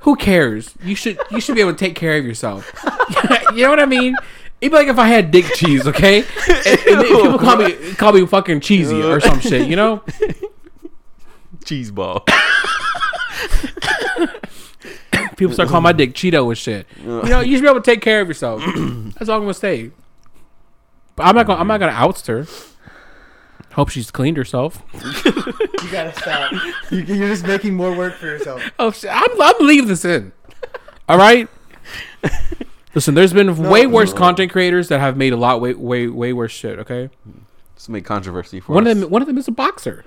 Speaker 3: who cares? You should you should be able to take care of yourself. you know what I mean? It'd be like if I had dick cheese, okay? And, and people call me call me fucking cheesy or some shit. You know?
Speaker 1: cheese ball.
Speaker 3: People start calling my dick Cheeto and shit. You know? You should be able to take care of yourself. That's all I'm gonna say. But I'm not gonna I'm not gonna oust her. Hope she's cleaned herself.
Speaker 2: you gotta stop. you, you're just making more work for yourself.
Speaker 3: Oh shit! I'm, I'm leaving this in. All right. Listen, there's been way worse content creators that have made a lot way way way worse shit. Okay.
Speaker 1: Just make controversy for
Speaker 3: One
Speaker 1: us.
Speaker 3: of them one of them is a boxer.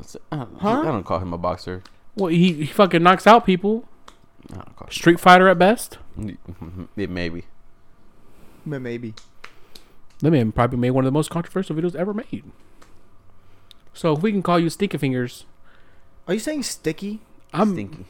Speaker 1: I don't,
Speaker 2: Uh, Huh?
Speaker 1: I don't call him a boxer.
Speaker 3: Well, he, he fucking knocks out people.
Speaker 1: I don't call
Speaker 3: Street fighter at best.
Speaker 1: him. It maybe.
Speaker 2: But Maybe.
Speaker 3: That man probably made one of the most controversial videos ever made. So if we can call you stinky fingers,
Speaker 2: Are you saying sticky?
Speaker 3: I'm
Speaker 1: Stinky.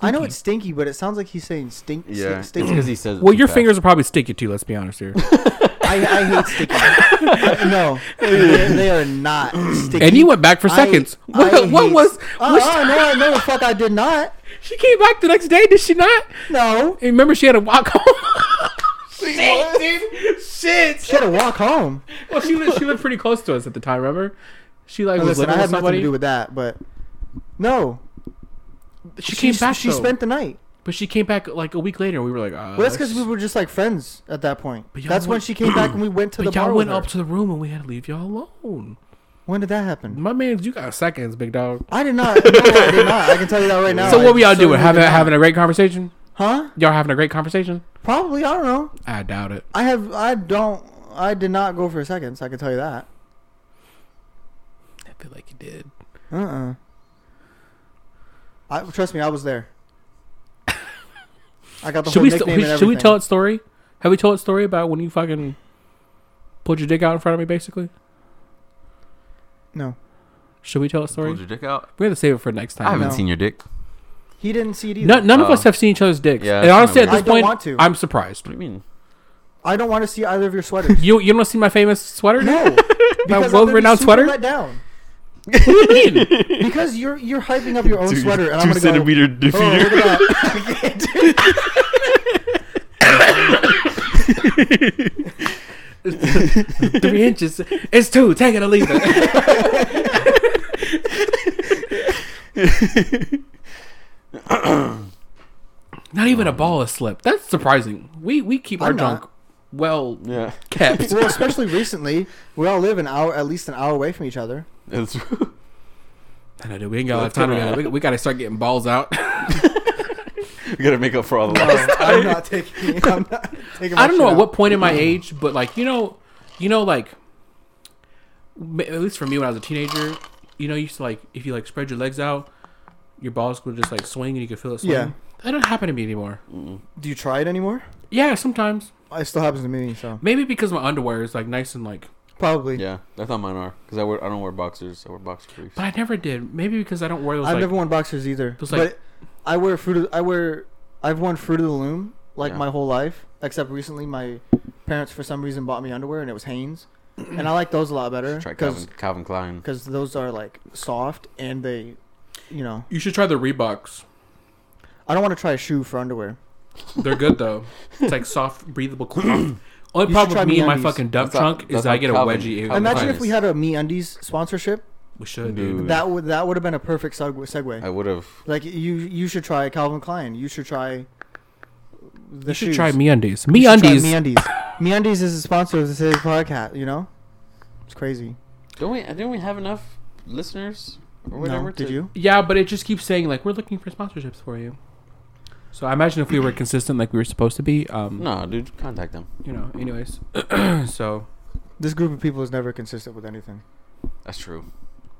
Speaker 2: I know
Speaker 3: Stinky.
Speaker 2: it's stinky, but it sounds like he's saying stink.
Speaker 1: Yeah,
Speaker 2: Yeah.
Speaker 1: it's
Speaker 2: Stinky.
Speaker 1: because he says. it
Speaker 3: Well,
Speaker 1: too
Speaker 3: your
Speaker 1: fast.
Speaker 3: fingers are probably sticky too. Let's be honest here.
Speaker 2: I, I hate sticky. no, they, they are not sticky.
Speaker 3: and you went back for
Speaker 2: I-
Speaker 3: seconds.
Speaker 2: I
Speaker 3: what what
Speaker 2: hate-
Speaker 3: was?
Speaker 2: Uh,
Speaker 3: was-
Speaker 2: uh, no, no, the fuck, I did not.
Speaker 3: she came back the next day, did she not?
Speaker 2: No,
Speaker 3: And remember, she had to walk home. Shit, dude. Shit.
Speaker 2: she had to walk home.
Speaker 3: Well, she lived, she lived pretty close to us at the time. Remember, she like
Speaker 2: Now,
Speaker 3: was
Speaker 2: listen, I
Speaker 3: living
Speaker 2: had
Speaker 3: with
Speaker 2: nothing
Speaker 3: somebody.
Speaker 2: to do with that, but no,
Speaker 3: she, came
Speaker 2: s-
Speaker 3: back.
Speaker 2: She
Speaker 3: though.
Speaker 2: spent the night.
Speaker 3: but she came back like a week later. and We were like,
Speaker 2: Well,
Speaker 3: uh,
Speaker 2: that's because we were just like friends at that point.
Speaker 3: But y'all
Speaker 2: That's when
Speaker 3: went-
Speaker 2: she came back and we went to the
Speaker 3: But
Speaker 2: bar.
Speaker 3: y'all
Speaker 2: with
Speaker 3: went
Speaker 2: her.
Speaker 3: up to the room and we had to leave y'all alone.
Speaker 2: When did that happen?
Speaker 3: My man, you got seconds, big dog.
Speaker 2: I did not. No, I did not. I can tell you that right now.
Speaker 3: so
Speaker 2: I
Speaker 3: what we all doing?
Speaker 2: certainly
Speaker 3: Having
Speaker 2: did not.
Speaker 3: having a great conversation?
Speaker 2: Huh?
Speaker 3: Y'all having a great conversation?
Speaker 2: Probably. I don't know.
Speaker 3: I doubt it.
Speaker 2: I have. I don't. I did not go for seconds. I can tell you that.
Speaker 3: I feel like you did.
Speaker 2: Uh. uh I trust me. I was there. I got the
Speaker 3: Should
Speaker 2: whole nickname
Speaker 3: we, st-
Speaker 2: and
Speaker 3: we-
Speaker 2: everything.
Speaker 3: should we tell it story? Have we told a story about when you fucking pulled your dick out in front of me? Basically,
Speaker 2: No,
Speaker 3: should we tell a
Speaker 1: Pulled
Speaker 3: story?
Speaker 1: your dick out.
Speaker 3: We have to save it for next
Speaker 1: I
Speaker 3: time.
Speaker 1: haven't
Speaker 2: No.
Speaker 1: seen your dick.
Speaker 2: he didn't see it either.
Speaker 3: No, none of
Speaker 1: Oh.
Speaker 3: us have seen each other's dicks,
Speaker 1: Yeah,
Speaker 3: and
Speaker 1: that's
Speaker 3: honestly, at
Speaker 1: kinda
Speaker 3: this
Speaker 2: weird. I don't
Speaker 3: point,
Speaker 2: want to.
Speaker 3: I'm surprised.
Speaker 1: What do you mean?
Speaker 2: I don't want to see either of your sweaters.
Speaker 3: You you don't see my famous sweater? dude?
Speaker 2: no, because
Speaker 3: well
Speaker 2: I'm gonna be
Speaker 3: written out
Speaker 2: super
Speaker 3: sweater?
Speaker 2: Let down
Speaker 3: What do you mean?
Speaker 2: because you're you're hyping up your own sweater, and I'm
Speaker 1: two
Speaker 2: gonna go.
Speaker 1: centimeter
Speaker 2: Oh,
Speaker 1: defeater.
Speaker 2: look at that.
Speaker 3: Three inches. It's two. Take it or leave it. Not even a ball has slipped. That's surprising. We we keep our
Speaker 2: I'm not.
Speaker 3: junk well
Speaker 1: yeah,
Speaker 3: kept.
Speaker 2: well, especially recently, we all live an hour, at least an hour away from each other.
Speaker 1: that's
Speaker 3: I know, dude. We ain't got a lot of time. We gotta, we, we gotta start getting balls out.
Speaker 1: we gotta make up for all the
Speaker 2: No,
Speaker 1: loss.
Speaker 2: Oh, I'm not taking. I'm not taking my
Speaker 3: I don't
Speaker 2: shit
Speaker 3: know at
Speaker 2: out.
Speaker 3: what point in my age, but like you know, you know, like m- at least for me when I was a teenager, you know, you used to like if you like spread your legs out, your balls would just like swing and you could feel it swing.
Speaker 2: Yeah.
Speaker 3: That don't happen to me anymore.
Speaker 2: Do you try it anymore?
Speaker 3: Yeah, sometimes
Speaker 2: It still happens to me, so
Speaker 3: maybe because my underwear is like nice and like,
Speaker 2: probably.
Speaker 1: yeah, that's how mine are. Cause I wear, I don't wear boxers. I wear boxer briefs.
Speaker 3: but I never did. Maybe because I don't wear those.
Speaker 2: I've
Speaker 3: like,
Speaker 2: never worn boxers either.
Speaker 3: Those,
Speaker 2: but
Speaker 3: like-
Speaker 2: I wear fruit. Of, I wear. I've worn fruit of the loom like
Speaker 1: Yeah.
Speaker 2: my whole life, except recently my parents for some reason bought me underwear and it was Hanes, and I like those a lot better
Speaker 1: Try
Speaker 2: because
Speaker 1: Calvin, Calvin Klein.
Speaker 2: those are like soft and they, you know,
Speaker 3: You should try the Reeboks.
Speaker 2: I don't want to try a shoe for underwear.
Speaker 3: They're good though. it's like soft, breathable cloth. Only
Speaker 2: should
Speaker 3: problem
Speaker 2: try
Speaker 3: with me and my
Speaker 2: MeUndies.
Speaker 3: fucking dump
Speaker 1: That's not-
Speaker 3: trunk
Speaker 1: that's
Speaker 3: is I
Speaker 1: not
Speaker 3: get a
Speaker 1: Calvin.
Speaker 3: wedgie.
Speaker 1: Calvin
Speaker 3: every
Speaker 2: Imagine
Speaker 3: time.
Speaker 2: if we had a Me Undies sponsorship.
Speaker 3: we should,
Speaker 1: Dude.
Speaker 3: dude.
Speaker 2: That would that would have been a perfect seg- segue.
Speaker 1: I would have.
Speaker 2: Like you, you should try Calvin Klein. You should try. The
Speaker 3: You should
Speaker 2: shoes.
Speaker 3: try MeUndies.
Speaker 2: You should try
Speaker 3: MeUndies.
Speaker 2: MeUndies. MeUndies is a sponsor of today's podcast. You know, it's crazy.
Speaker 1: Don't we? Didn't we have enough listeners or whatever?
Speaker 2: no, did
Speaker 1: to-
Speaker 2: you?
Speaker 3: Yeah, but it just keeps saying like we're looking for sponsorships for you. So I imagine if we were consistent like we were supposed to be, um,
Speaker 1: No, dude. Contact them.
Speaker 3: you know. Anyways, so
Speaker 2: This group of people is never consistent with anything.
Speaker 1: That's true.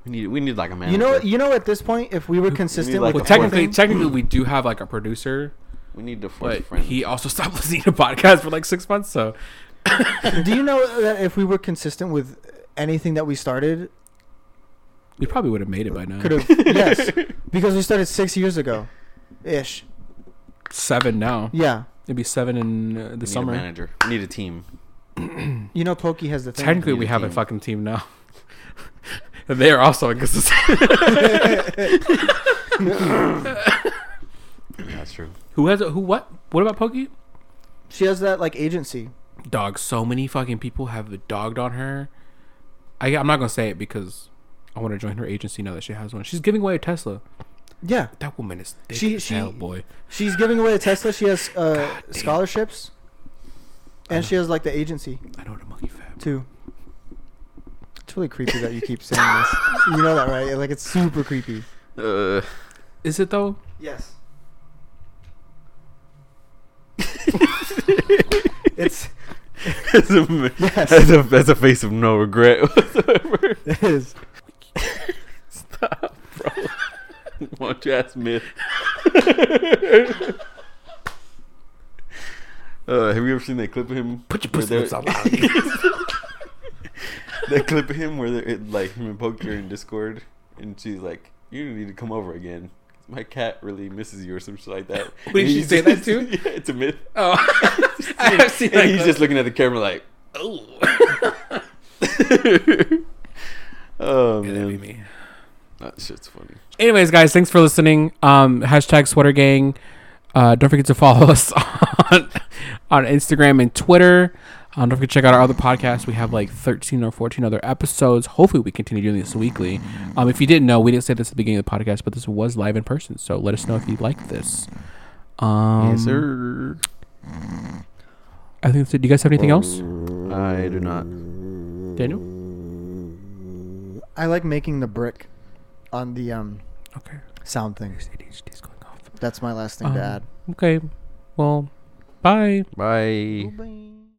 Speaker 1: We need. We need like a man.
Speaker 2: You know, you know, at this point, if we were consistent
Speaker 1: like
Speaker 2: with
Speaker 1: a
Speaker 3: well,
Speaker 1: fourth
Speaker 2: the
Speaker 3: technically,
Speaker 2: thing-
Speaker 3: technically we do have like a producer,
Speaker 1: We need to force
Speaker 3: but
Speaker 1: a friend.
Speaker 3: he also stopped listening to podcasts for like six months. So
Speaker 2: do you know that if we were consistent with anything that we started,
Speaker 3: we probably would have made it by now.
Speaker 2: could have yes, because we started six years ago, ish.
Speaker 3: seven now.
Speaker 2: Yeah,
Speaker 3: It'd be seven in uh, the
Speaker 1: we Need a
Speaker 3: summer.
Speaker 1: manager. We need a team.
Speaker 2: you know, Pokey has the thing.
Speaker 3: Technically,
Speaker 1: need
Speaker 3: we
Speaker 1: a
Speaker 3: have a
Speaker 1: team.
Speaker 3: fucking team now. And they are also inconsistent.
Speaker 1: Yeah, that's true.
Speaker 3: Who has a, who? What? What about Pokey?
Speaker 2: she has that like agency.
Speaker 3: dog so many fucking people have dogged on her I, i'm not gonna say it because i want to join her agency now that she has one she's giving away a tesla
Speaker 2: Yeah,
Speaker 3: that woman is thick
Speaker 2: She-
Speaker 3: as
Speaker 2: she-
Speaker 3: hell boy
Speaker 2: she's giving away a Tesla. She has uh, scholarships, and she has like the agency.
Speaker 3: i know what a monkey fab
Speaker 2: Two. It's really creepy that you keep saying this. You know that, right? Like it's super creepy.
Speaker 1: Uh,
Speaker 3: is it though
Speaker 2: Yes. it's
Speaker 1: that's, a,
Speaker 2: Yes.
Speaker 1: that's, a, that's a face of no regret whatsoever.
Speaker 2: it is.
Speaker 1: Stop, bro. Won't you ask me? Uh, have you ever seen that clip of him?
Speaker 3: put your
Speaker 1: where
Speaker 3: pussy
Speaker 1: they're-
Speaker 3: lips out loud.
Speaker 1: That clip of him where they're it, like him and Poke are in Discord, and she's like, "You need to come over again." my cat really misses you or some shit like that.
Speaker 3: Wait,
Speaker 1: And
Speaker 3: she
Speaker 1: he's
Speaker 3: say
Speaker 1: just-
Speaker 3: that too?
Speaker 1: yeah, it's a myth.
Speaker 3: Oh, I have seen that.
Speaker 1: and he's
Speaker 3: clip.
Speaker 1: just looking at the camera like,
Speaker 3: oh,
Speaker 1: oh
Speaker 3: that'd be
Speaker 1: man,
Speaker 3: me.
Speaker 1: that shit's funny.
Speaker 3: Anyways, guys, thanks for listening. Um, hashtag Sweater Gang. Uh, don't forget to follow us on on Instagram and Twitter. Um, don't forget to check out our other podcasts. We have like 13 or 14 other episodes. Hopefully, we continue doing this weekly. Um, if you didn't know, we didn't say this at the beginning of the podcast, but this was live in person. So let us know if you like this. Um,
Speaker 1: yes, sir.
Speaker 3: I think that's it. Do you guys have anything else,
Speaker 1: I do not.
Speaker 3: Daniel?
Speaker 2: I like making the brick on the um
Speaker 3: Okay.
Speaker 2: sound thing.
Speaker 3: ADHD's going off.
Speaker 2: That's my last thing
Speaker 3: Um,
Speaker 2: to add.
Speaker 3: Okay. Well, bye.
Speaker 1: Bye.
Speaker 2: Bye-bye.